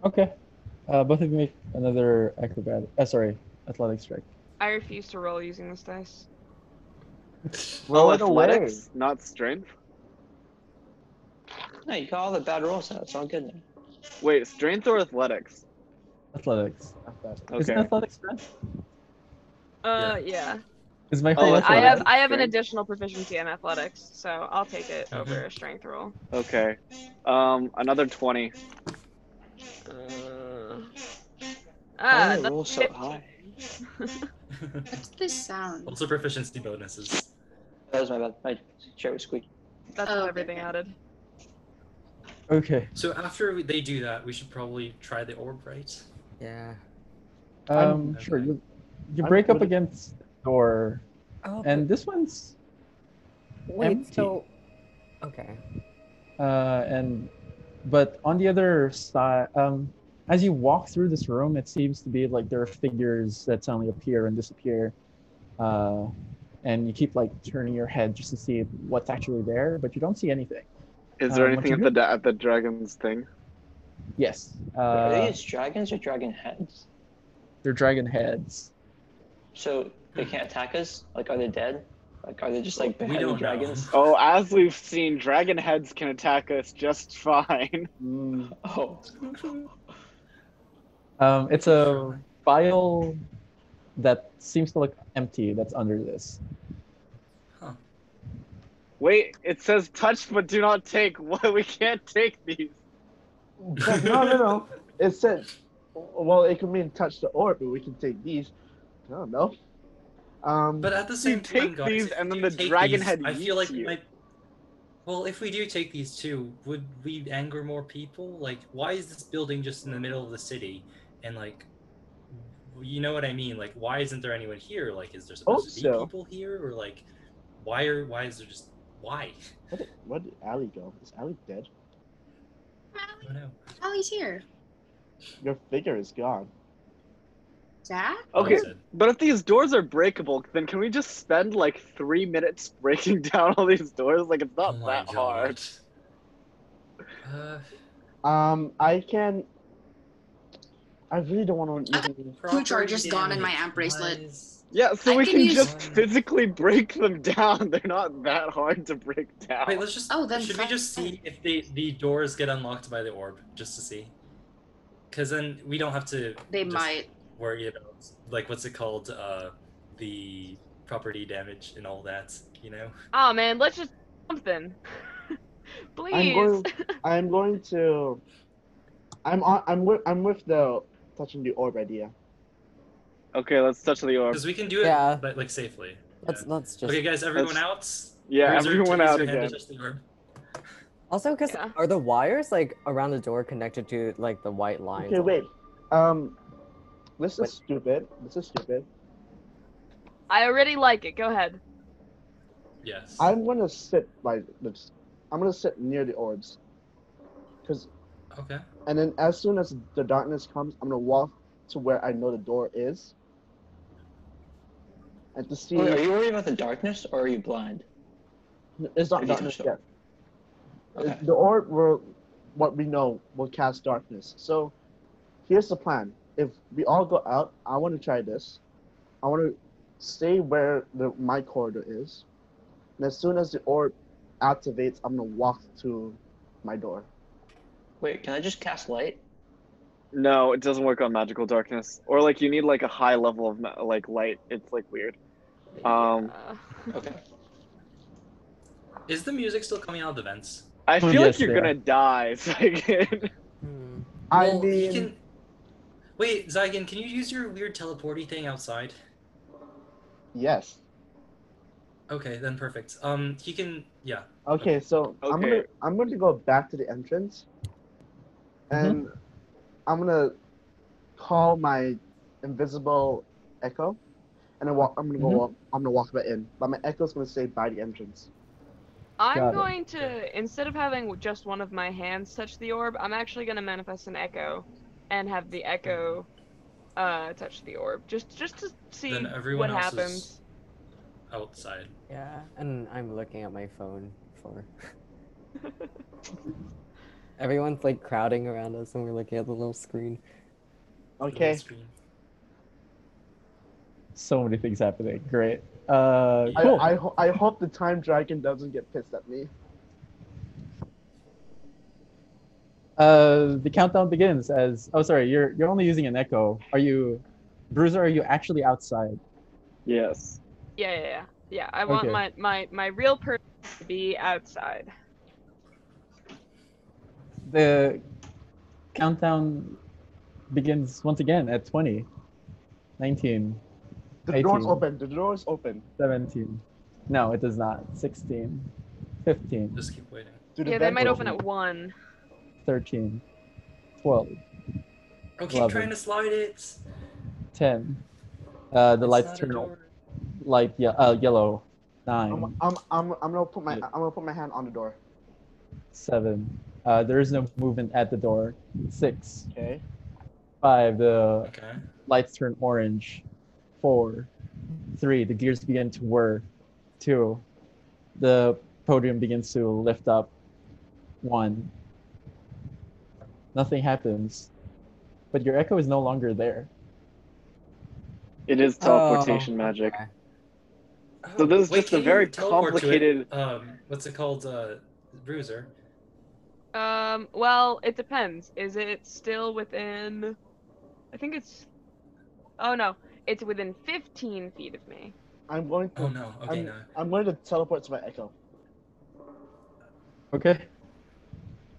Speaker 3: Okay. Uh, both of you make another acrobat. Uh, sorry, athletic strike.
Speaker 11: I refuse to roll using this dice.
Speaker 9: Well,
Speaker 5: it
Speaker 9: athletics, not strength.
Speaker 7: No, you got all the bad rolls out. It's all good now.
Speaker 9: Wait, strength or athletics?
Speaker 3: Athletics.
Speaker 9: Okay.
Speaker 3: Isn't athletics strength?
Speaker 6: Uh, yeah.
Speaker 3: Is my
Speaker 9: Oh,
Speaker 3: whole
Speaker 9: that's
Speaker 6: I
Speaker 3: athletics-
Speaker 6: have I have an
Speaker 9: Strength.
Speaker 6: additional proficiency in athletics, so I'll take it
Speaker 9: Mhm.
Speaker 3: Mm-hmm.
Speaker 6: over a strength roll.
Speaker 9: Okay. Um, another twenty.
Speaker 6: Uh,
Speaker 7: Why
Speaker 6: ah,
Speaker 7: are the
Speaker 6: that's
Speaker 7: rolls so high?
Speaker 8: What's this sound?
Speaker 4: Also proficiency bonuses.
Speaker 7: That was my bad. My chair was squeaky.
Speaker 6: that's
Speaker 8: Oh,
Speaker 6: how
Speaker 8: okay,
Speaker 6: everything
Speaker 8: okay.
Speaker 6: added.
Speaker 3: Okay.
Speaker 4: So after we- they do that, we should probably try the orb, right?
Speaker 10: Yeah.
Speaker 3: Um, sure. You, you
Speaker 5: I'm
Speaker 3: break up
Speaker 5: good at-
Speaker 3: against the door,
Speaker 10: Oh,
Speaker 3: and this one's
Speaker 10: wait.
Speaker 3: empty.
Speaker 10: So. Okay.
Speaker 3: uh, and but on the other side, um, as you walk through this room, it seems to be like there are figures that suddenly appear and disappear, uh, and you keep like turning your head just to see what's actually there, but you don't see anything.
Speaker 9: Is there
Speaker 3: Um, what
Speaker 9: anything
Speaker 3: you
Speaker 9: at the da- at the dragon's thing?
Speaker 3: Yes,
Speaker 7: Wait, are
Speaker 3: uh,
Speaker 7: these dragons or dragon heads?
Speaker 3: they're dragon heads.
Speaker 7: So
Speaker 4: Hmm.
Speaker 7: they can't attack us? Like, are they dead? Like, are they just like
Speaker 4: we
Speaker 7: beheaded
Speaker 4: don't
Speaker 7: dragons?
Speaker 9: (laughs) Oh, as we've seen, dragon heads can attack us just (laughs) fine.
Speaker 5: Mm,
Speaker 7: Oh,
Speaker 4: (laughs)
Speaker 3: Um, it's a vial that seems to look empty. That's under this.
Speaker 9: Wait, it says touch but do not take. (laughs) What? We can't take these.
Speaker 5: no, (laughs) no, no. It said, well, it could mean touch the orb, but we can take these. I don't know. Um,
Speaker 4: But at the same time,
Speaker 9: take
Speaker 4: guys,
Speaker 9: these
Speaker 4: if
Speaker 9: and
Speaker 4: we
Speaker 9: then
Speaker 4: do
Speaker 9: the
Speaker 4: take
Speaker 9: dragon
Speaker 4: these,
Speaker 9: head
Speaker 4: I feel like
Speaker 9: eats you.
Speaker 4: my. Well, if we do take these two, would we anger more people? Like, why is this building just in the middle of the city? And like, you know what I mean? Like, why isn't there anyone here? Like, is there supposed to be
Speaker 5: Also-
Speaker 4: people here, or like, why are why is there just why? (laughs)
Speaker 5: where did, where did Allie go? Is Allie dead?
Speaker 4: I don't know.
Speaker 8: Allie's here.
Speaker 5: Your figure is gone.
Speaker 8: Dad?
Speaker 9: Okay,
Speaker 4: Listen.
Speaker 9: but if these doors are breakable, then can we just spend like three minutes (laughs) breaking down all these doors? Like it's not
Speaker 4: Oh my
Speaker 9: that hard.
Speaker 4: God. Uh,
Speaker 5: Um, I can. I really don't want to even.
Speaker 8: Two charges
Speaker 4: property
Speaker 8: gone in my
Speaker 4: damage.
Speaker 8: amp bracelet.
Speaker 4: Why is-
Speaker 9: Yeah, so
Speaker 8: I
Speaker 9: we
Speaker 8: can
Speaker 9: can
Speaker 8: use-
Speaker 9: just physically break them (laughs) down. They're not that hard to break down.
Speaker 4: Wait, let's just.
Speaker 8: Oh, then
Speaker 4: should we
Speaker 8: fuck
Speaker 4: just
Speaker 8: that.
Speaker 4: see if the the doors get unlocked by the orb, just to see? Because then we don't have to.
Speaker 8: They
Speaker 4: just
Speaker 8: might.
Speaker 4: worry about like what's it called, uh, the property damage and all that. You know.
Speaker 6: Oh man, let's just something. (laughs) Please.
Speaker 5: I'm
Speaker 8: (laughs)
Speaker 5: going. I'm going to. I'm on. I'm with. I'm with the touching the orb idea.
Speaker 9: Okay, let's touch the orb.
Speaker 4: Because we can do it,
Speaker 10: Yeah.
Speaker 4: but like safely.
Speaker 10: Let's
Speaker 4: Yeah.
Speaker 10: let's just.
Speaker 4: Okay, guys, everyone out.
Speaker 9: Yeah,
Speaker 4: Razor,
Speaker 9: everyone
Speaker 4: raise
Speaker 9: out
Speaker 4: your hand to
Speaker 9: again.
Speaker 4: touch the orb.
Speaker 10: Also, because
Speaker 6: Yeah.
Speaker 10: are the wires like around the door connected to like the white lines?
Speaker 5: Okay,
Speaker 10: on
Speaker 5: wait.
Speaker 10: it?
Speaker 5: Um, this
Speaker 10: Wait.
Speaker 5: is stupid. This is stupid.
Speaker 6: I already like it. Go ahead.
Speaker 4: Yes.
Speaker 5: I'm gonna sit like this. I'm gonna sit near the orbs. Cause,
Speaker 4: Okay.
Speaker 5: and then as soon as the darkness comes, I'm gonna walk to where I know the door is. And to see,
Speaker 7: Wait, are you worried about the darkness or are you blind?
Speaker 5: it's not
Speaker 7: Maybe
Speaker 5: darkness
Speaker 7: touch
Speaker 5: yet.
Speaker 7: Okay.
Speaker 5: The orb will, what we know, will cast darkness. So, here's the plan. If we all go out, I want to try this. I want to stay where the, my corridor is. And as soon as the orb activates, I'm gonna walk to my door.
Speaker 7: Wait, can I just cast light?
Speaker 9: No, it doesn't work on magical darkness. Or like you need like a high level of ma- like light. It's like weird. Um,
Speaker 6: Uh,
Speaker 7: Okay.
Speaker 4: Is the music still coming out of the vents?
Speaker 9: I
Speaker 3: Oh,
Speaker 9: feel like
Speaker 3: yes,
Speaker 9: you're
Speaker 3: they
Speaker 9: gonna die, (laughs) Sagan.
Speaker 10: Hmm.
Speaker 5: I
Speaker 4: Well, you
Speaker 5: mean,
Speaker 4: can- Wait, Zygon, can you use your weird teleporty thing outside?
Speaker 5: yes.
Speaker 4: Okay, then perfect. Um, he can. Yeah.
Speaker 5: Okay, so I'm
Speaker 9: Okay.
Speaker 5: gonna I'm gonna go back to the entrance,
Speaker 3: Mm-hmm.
Speaker 5: and I'm gonna call my invisible echo, and I walk. I'm gonna
Speaker 3: Mhm.
Speaker 5: go. Up, I'm gonna walk right in, but my echo's gonna stay by the entrance.
Speaker 6: I'm
Speaker 3: Got it.
Speaker 6: going to instead of having just one of my hands touch the orb, I'm actually going to manifest an echo, and have the echo, uh, touch the orb. Just just to see
Speaker 4: Then
Speaker 6: what
Speaker 4: everyone else
Speaker 6: happens.
Speaker 4: is outside.
Speaker 10: Yeah, and I'm looking at my phone for. (laughs) Everyone's like crowding around us, and we're looking at the little screen.
Speaker 5: Okay,
Speaker 3: So many things happening. Great. Uh,
Speaker 4: I-
Speaker 3: cool.
Speaker 5: I I, ho- I hope the time dragon doesn't get pissed at me.
Speaker 3: Uh, the countdown begins as. Oh, sorry. You're you're only using an echo. Are you, Bruiser? Are you actually outside?
Speaker 9: Yes.
Speaker 6: Yeah, yeah, yeah. Yeah, I want
Speaker 3: Okay.
Speaker 6: my, my, my real person to be outside.
Speaker 3: The countdown begins once again at 20, 19,
Speaker 5: The
Speaker 3: 18,
Speaker 5: door's open. The door's open.
Speaker 3: 17. No, it does not. 16, 15,
Speaker 4: Just keep waiting.
Speaker 5: Dude,
Speaker 6: yeah, they might open at one.
Speaker 3: 13, 12,
Speaker 4: Oh, keep
Speaker 3: Eleven.
Speaker 4: trying to slide it.
Speaker 3: 10. Uh, the lights
Speaker 4: not a
Speaker 3: turn off. Light ye- uh, yellow. 9,
Speaker 5: I'm, I'm, I'm, I'm gonna put my I'm gonna put my hand on the door.
Speaker 3: 7. Uh, there is no movement at the door. 6,
Speaker 5: Okay.
Speaker 3: 5. The
Speaker 4: Okay.
Speaker 3: lights turn orange. Four, three, the gears begin to whir. Two, the podium begins to lift up. One, nothing happens, but your echo is no longer there.
Speaker 9: It is teleportation magic. So this is
Speaker 4: Oh, Wait,
Speaker 9: just a
Speaker 4: can
Speaker 9: very
Speaker 4: you teleport to it?
Speaker 9: complicated.
Speaker 4: Um, what's it called? Uh, Bruiser.
Speaker 6: Um, well, it depends. Is it still within? I think it's. Oh no, it's within 15 feet of me.
Speaker 5: I'm going to.
Speaker 4: Oh no. Okay,
Speaker 5: I'm,
Speaker 4: no.
Speaker 5: I'm going to teleport to my echo.
Speaker 3: Okay.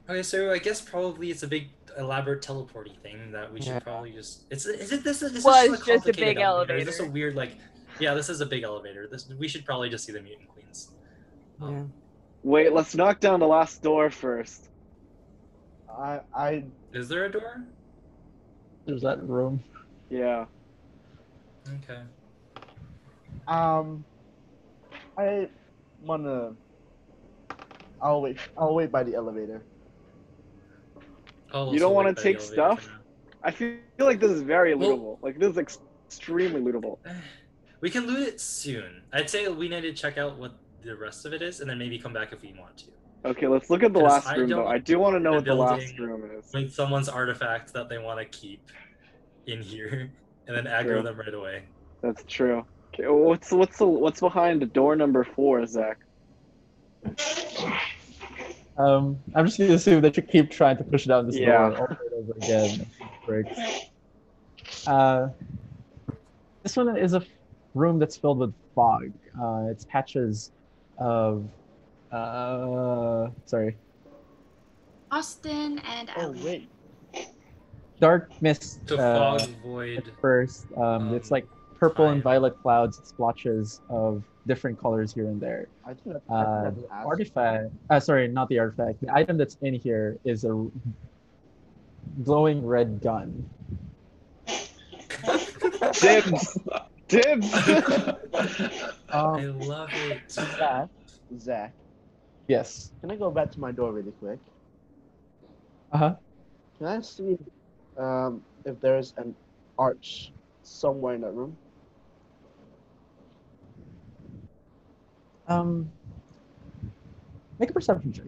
Speaker 4: Okay, so I guess probably it's a big elaborate teleporty thing that we should
Speaker 10: Yeah.
Speaker 4: probably just. It's is it this is this
Speaker 6: Was
Speaker 4: is
Speaker 6: just a big
Speaker 4: elevator? Is this a
Speaker 6: elevator.
Speaker 4: weird like? Yeah, this is a big elevator. This we should probably just see the mutant queens.
Speaker 10: Yeah.
Speaker 9: Wait, let's knock down the last door first.
Speaker 5: I I
Speaker 4: Is there a door?
Speaker 3: There's that room.
Speaker 9: Yeah.
Speaker 4: Okay.
Speaker 5: um I wanna. I'll wait. I'll wait by the elevator.
Speaker 4: Oh,
Speaker 9: You
Speaker 4: so
Speaker 9: don't
Speaker 4: wait
Speaker 9: want
Speaker 4: by
Speaker 9: to
Speaker 4: the
Speaker 9: take
Speaker 4: elevator
Speaker 9: stuff?
Speaker 4: for now.
Speaker 9: I feel like this is very
Speaker 4: Well-
Speaker 9: lootable. Like this is ex- extremely lootable.
Speaker 4: (sighs) We can loot it soon. I'd say we need to check out what the rest of it is, and then maybe come back if we want to.
Speaker 9: Okay, let's look at the
Speaker 4: 'Cause
Speaker 9: last
Speaker 4: I
Speaker 9: room though.
Speaker 4: don't
Speaker 9: I do want to know
Speaker 4: the
Speaker 9: what the last
Speaker 4: building-
Speaker 9: room is.
Speaker 4: Like someone's artifact that they want to keep in here, and then aggro
Speaker 9: True.
Speaker 4: them right away.
Speaker 9: That's true. Okay, what's what's the, what's behind door number four, Zach?
Speaker 3: Um, I'm just gonna assume that you keep trying to push down this
Speaker 9: Yeah.
Speaker 3: door over and over again. It breaks. Uh, this one is a f- room that's filled with fog. Uh, it's patches of, uh, sorry,
Speaker 8: Austin and
Speaker 5: Oh
Speaker 8: Ellie.
Speaker 5: wait.
Speaker 3: dark mist.
Speaker 4: To
Speaker 3: uh,
Speaker 4: fog
Speaker 3: at
Speaker 4: void.
Speaker 3: first, um, it's
Speaker 4: um,
Speaker 3: like purple and
Speaker 4: fire.
Speaker 3: violet clouds, splotches of different colors here and there.
Speaker 5: I think that's,
Speaker 3: Uh,
Speaker 5: I think that's ass.
Speaker 3: artifact uh, sorry not the artifact the item that's in here is a r- glowing red gun
Speaker 9: Dibs. Dibs.
Speaker 4: I love it.
Speaker 5: (laughs) Zach. Zach.
Speaker 3: (laughs) yes
Speaker 5: Can I go back to my door really quick?
Speaker 3: uh-huh
Speaker 5: Can I see um, if there's an arch somewhere in that room?
Speaker 3: um make a perception check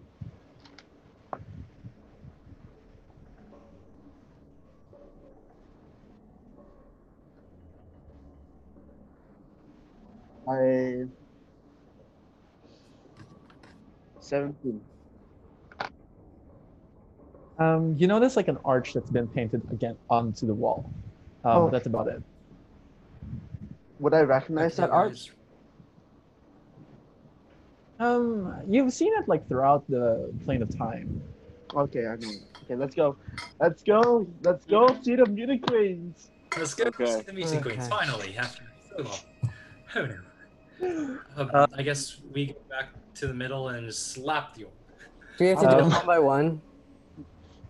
Speaker 5: I. 17.
Speaker 3: um you notice like an arch that's been painted again onto the wall um,
Speaker 5: Oh.
Speaker 3: that's about it
Speaker 5: Would I recognize
Speaker 4: Okay,
Speaker 5: that arch?
Speaker 3: um you've seen it like throughout the plane of time
Speaker 5: Okay, I know. Okay, let's go. Let's go. Let's go see the Mutant Queens.
Speaker 4: Let's go
Speaker 9: Okay.
Speaker 4: see the meeting queens
Speaker 10: Okay.
Speaker 4: finally after so long. Oh no. Um,
Speaker 10: Uh,
Speaker 4: I guess we go back to the middle and just slap the. Um,
Speaker 10: Do we have to do it one by one?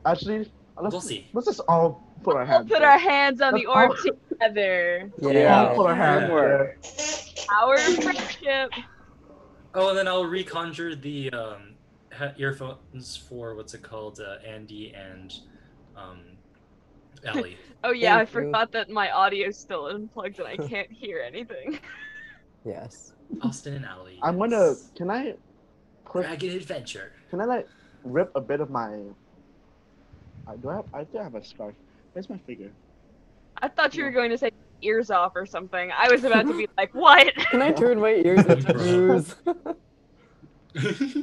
Speaker 5: Actually, let's,
Speaker 4: We'll see.
Speaker 5: let's just all put our hands.
Speaker 6: Put our hands on the
Speaker 5: That's all-
Speaker 6: orb together.
Speaker 5: Yeah,
Speaker 10: Yeah.
Speaker 5: put our hands there.
Speaker 9: Teamwork.
Speaker 6: Our friendship.
Speaker 4: (laughs) Oh, and then I'll reconjure the um, he- earphones for what's it called, uh, Andy and um, Ellie.
Speaker 6: (laughs) Oh yeah, I
Speaker 10: Thank you.
Speaker 6: forgot that my audio's still unplugged and I can't hear anything. (laughs)
Speaker 10: Yes.
Speaker 4: Austin and Ellie.
Speaker 5: I'm gonna.
Speaker 4: yes.
Speaker 5: Can I. Click,
Speaker 4: Dragon Adventure.
Speaker 5: can I, like, rip a bit of my. I, do I have. I think I have a scarf. Where's my figure?
Speaker 6: I thought you were going to say ears off or something. I was about to be like, what? (laughs)
Speaker 4: (laughs)
Speaker 10: Can I turn my ears into
Speaker 5: (laughs)
Speaker 4: Bro.
Speaker 10: ears?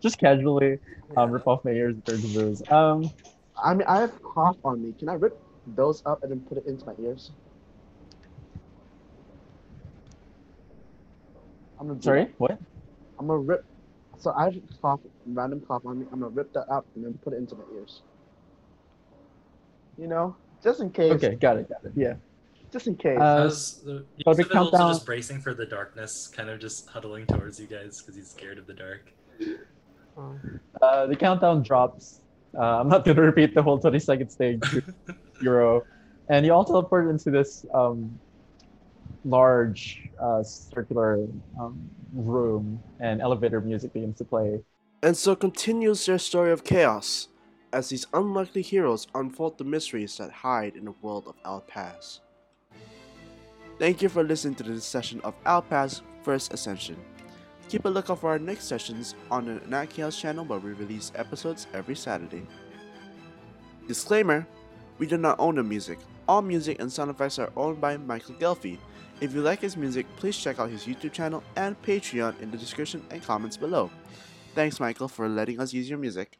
Speaker 3: just casually um, rip off my ears with their gurus. Um,
Speaker 12: I mean, I have cough on me. Can I rip those up and then put it into my ears? I'm gonna do
Speaker 3: sorry,
Speaker 12: that.
Speaker 3: what?
Speaker 12: I'm gonna rip. So I have cough, random cough on me. I'm gonna rip that up and then put it into my ears. You know, just in case.
Speaker 3: Okay, got it, got it. Yeah.
Speaker 12: Just in case.
Speaker 3: Uh,
Speaker 4: How's the,
Speaker 3: but we
Speaker 4: Yusuf is also
Speaker 3: count
Speaker 4: just
Speaker 3: down-
Speaker 4: bracing for the darkness, kind of just huddling towards you guys because he's scared of the dark.
Speaker 3: Uh, the countdown drops. Uh, I'm not going to (laughs) repeat the whole 20 second (laughs) stage euro. And you all teleport into this um, large uh, circular um, room, and elevator music begins to play.
Speaker 5: And so continues their story of chaos as these unlikely heroes unfold the mysteries that hide in the world of El Pass. Thank you for listening to this session of El Pass First Ascension. Keep a lookout for our next sessions on the Nat Chaos channel where we release episodes every Saturday. Disclaimer We do not own the music. All music and sound effects are owned by Michael Gelfi. If you like his music, please check out his YouTube channel and Patreon in the description and comments below. Thanks, Michael, for letting us use your music.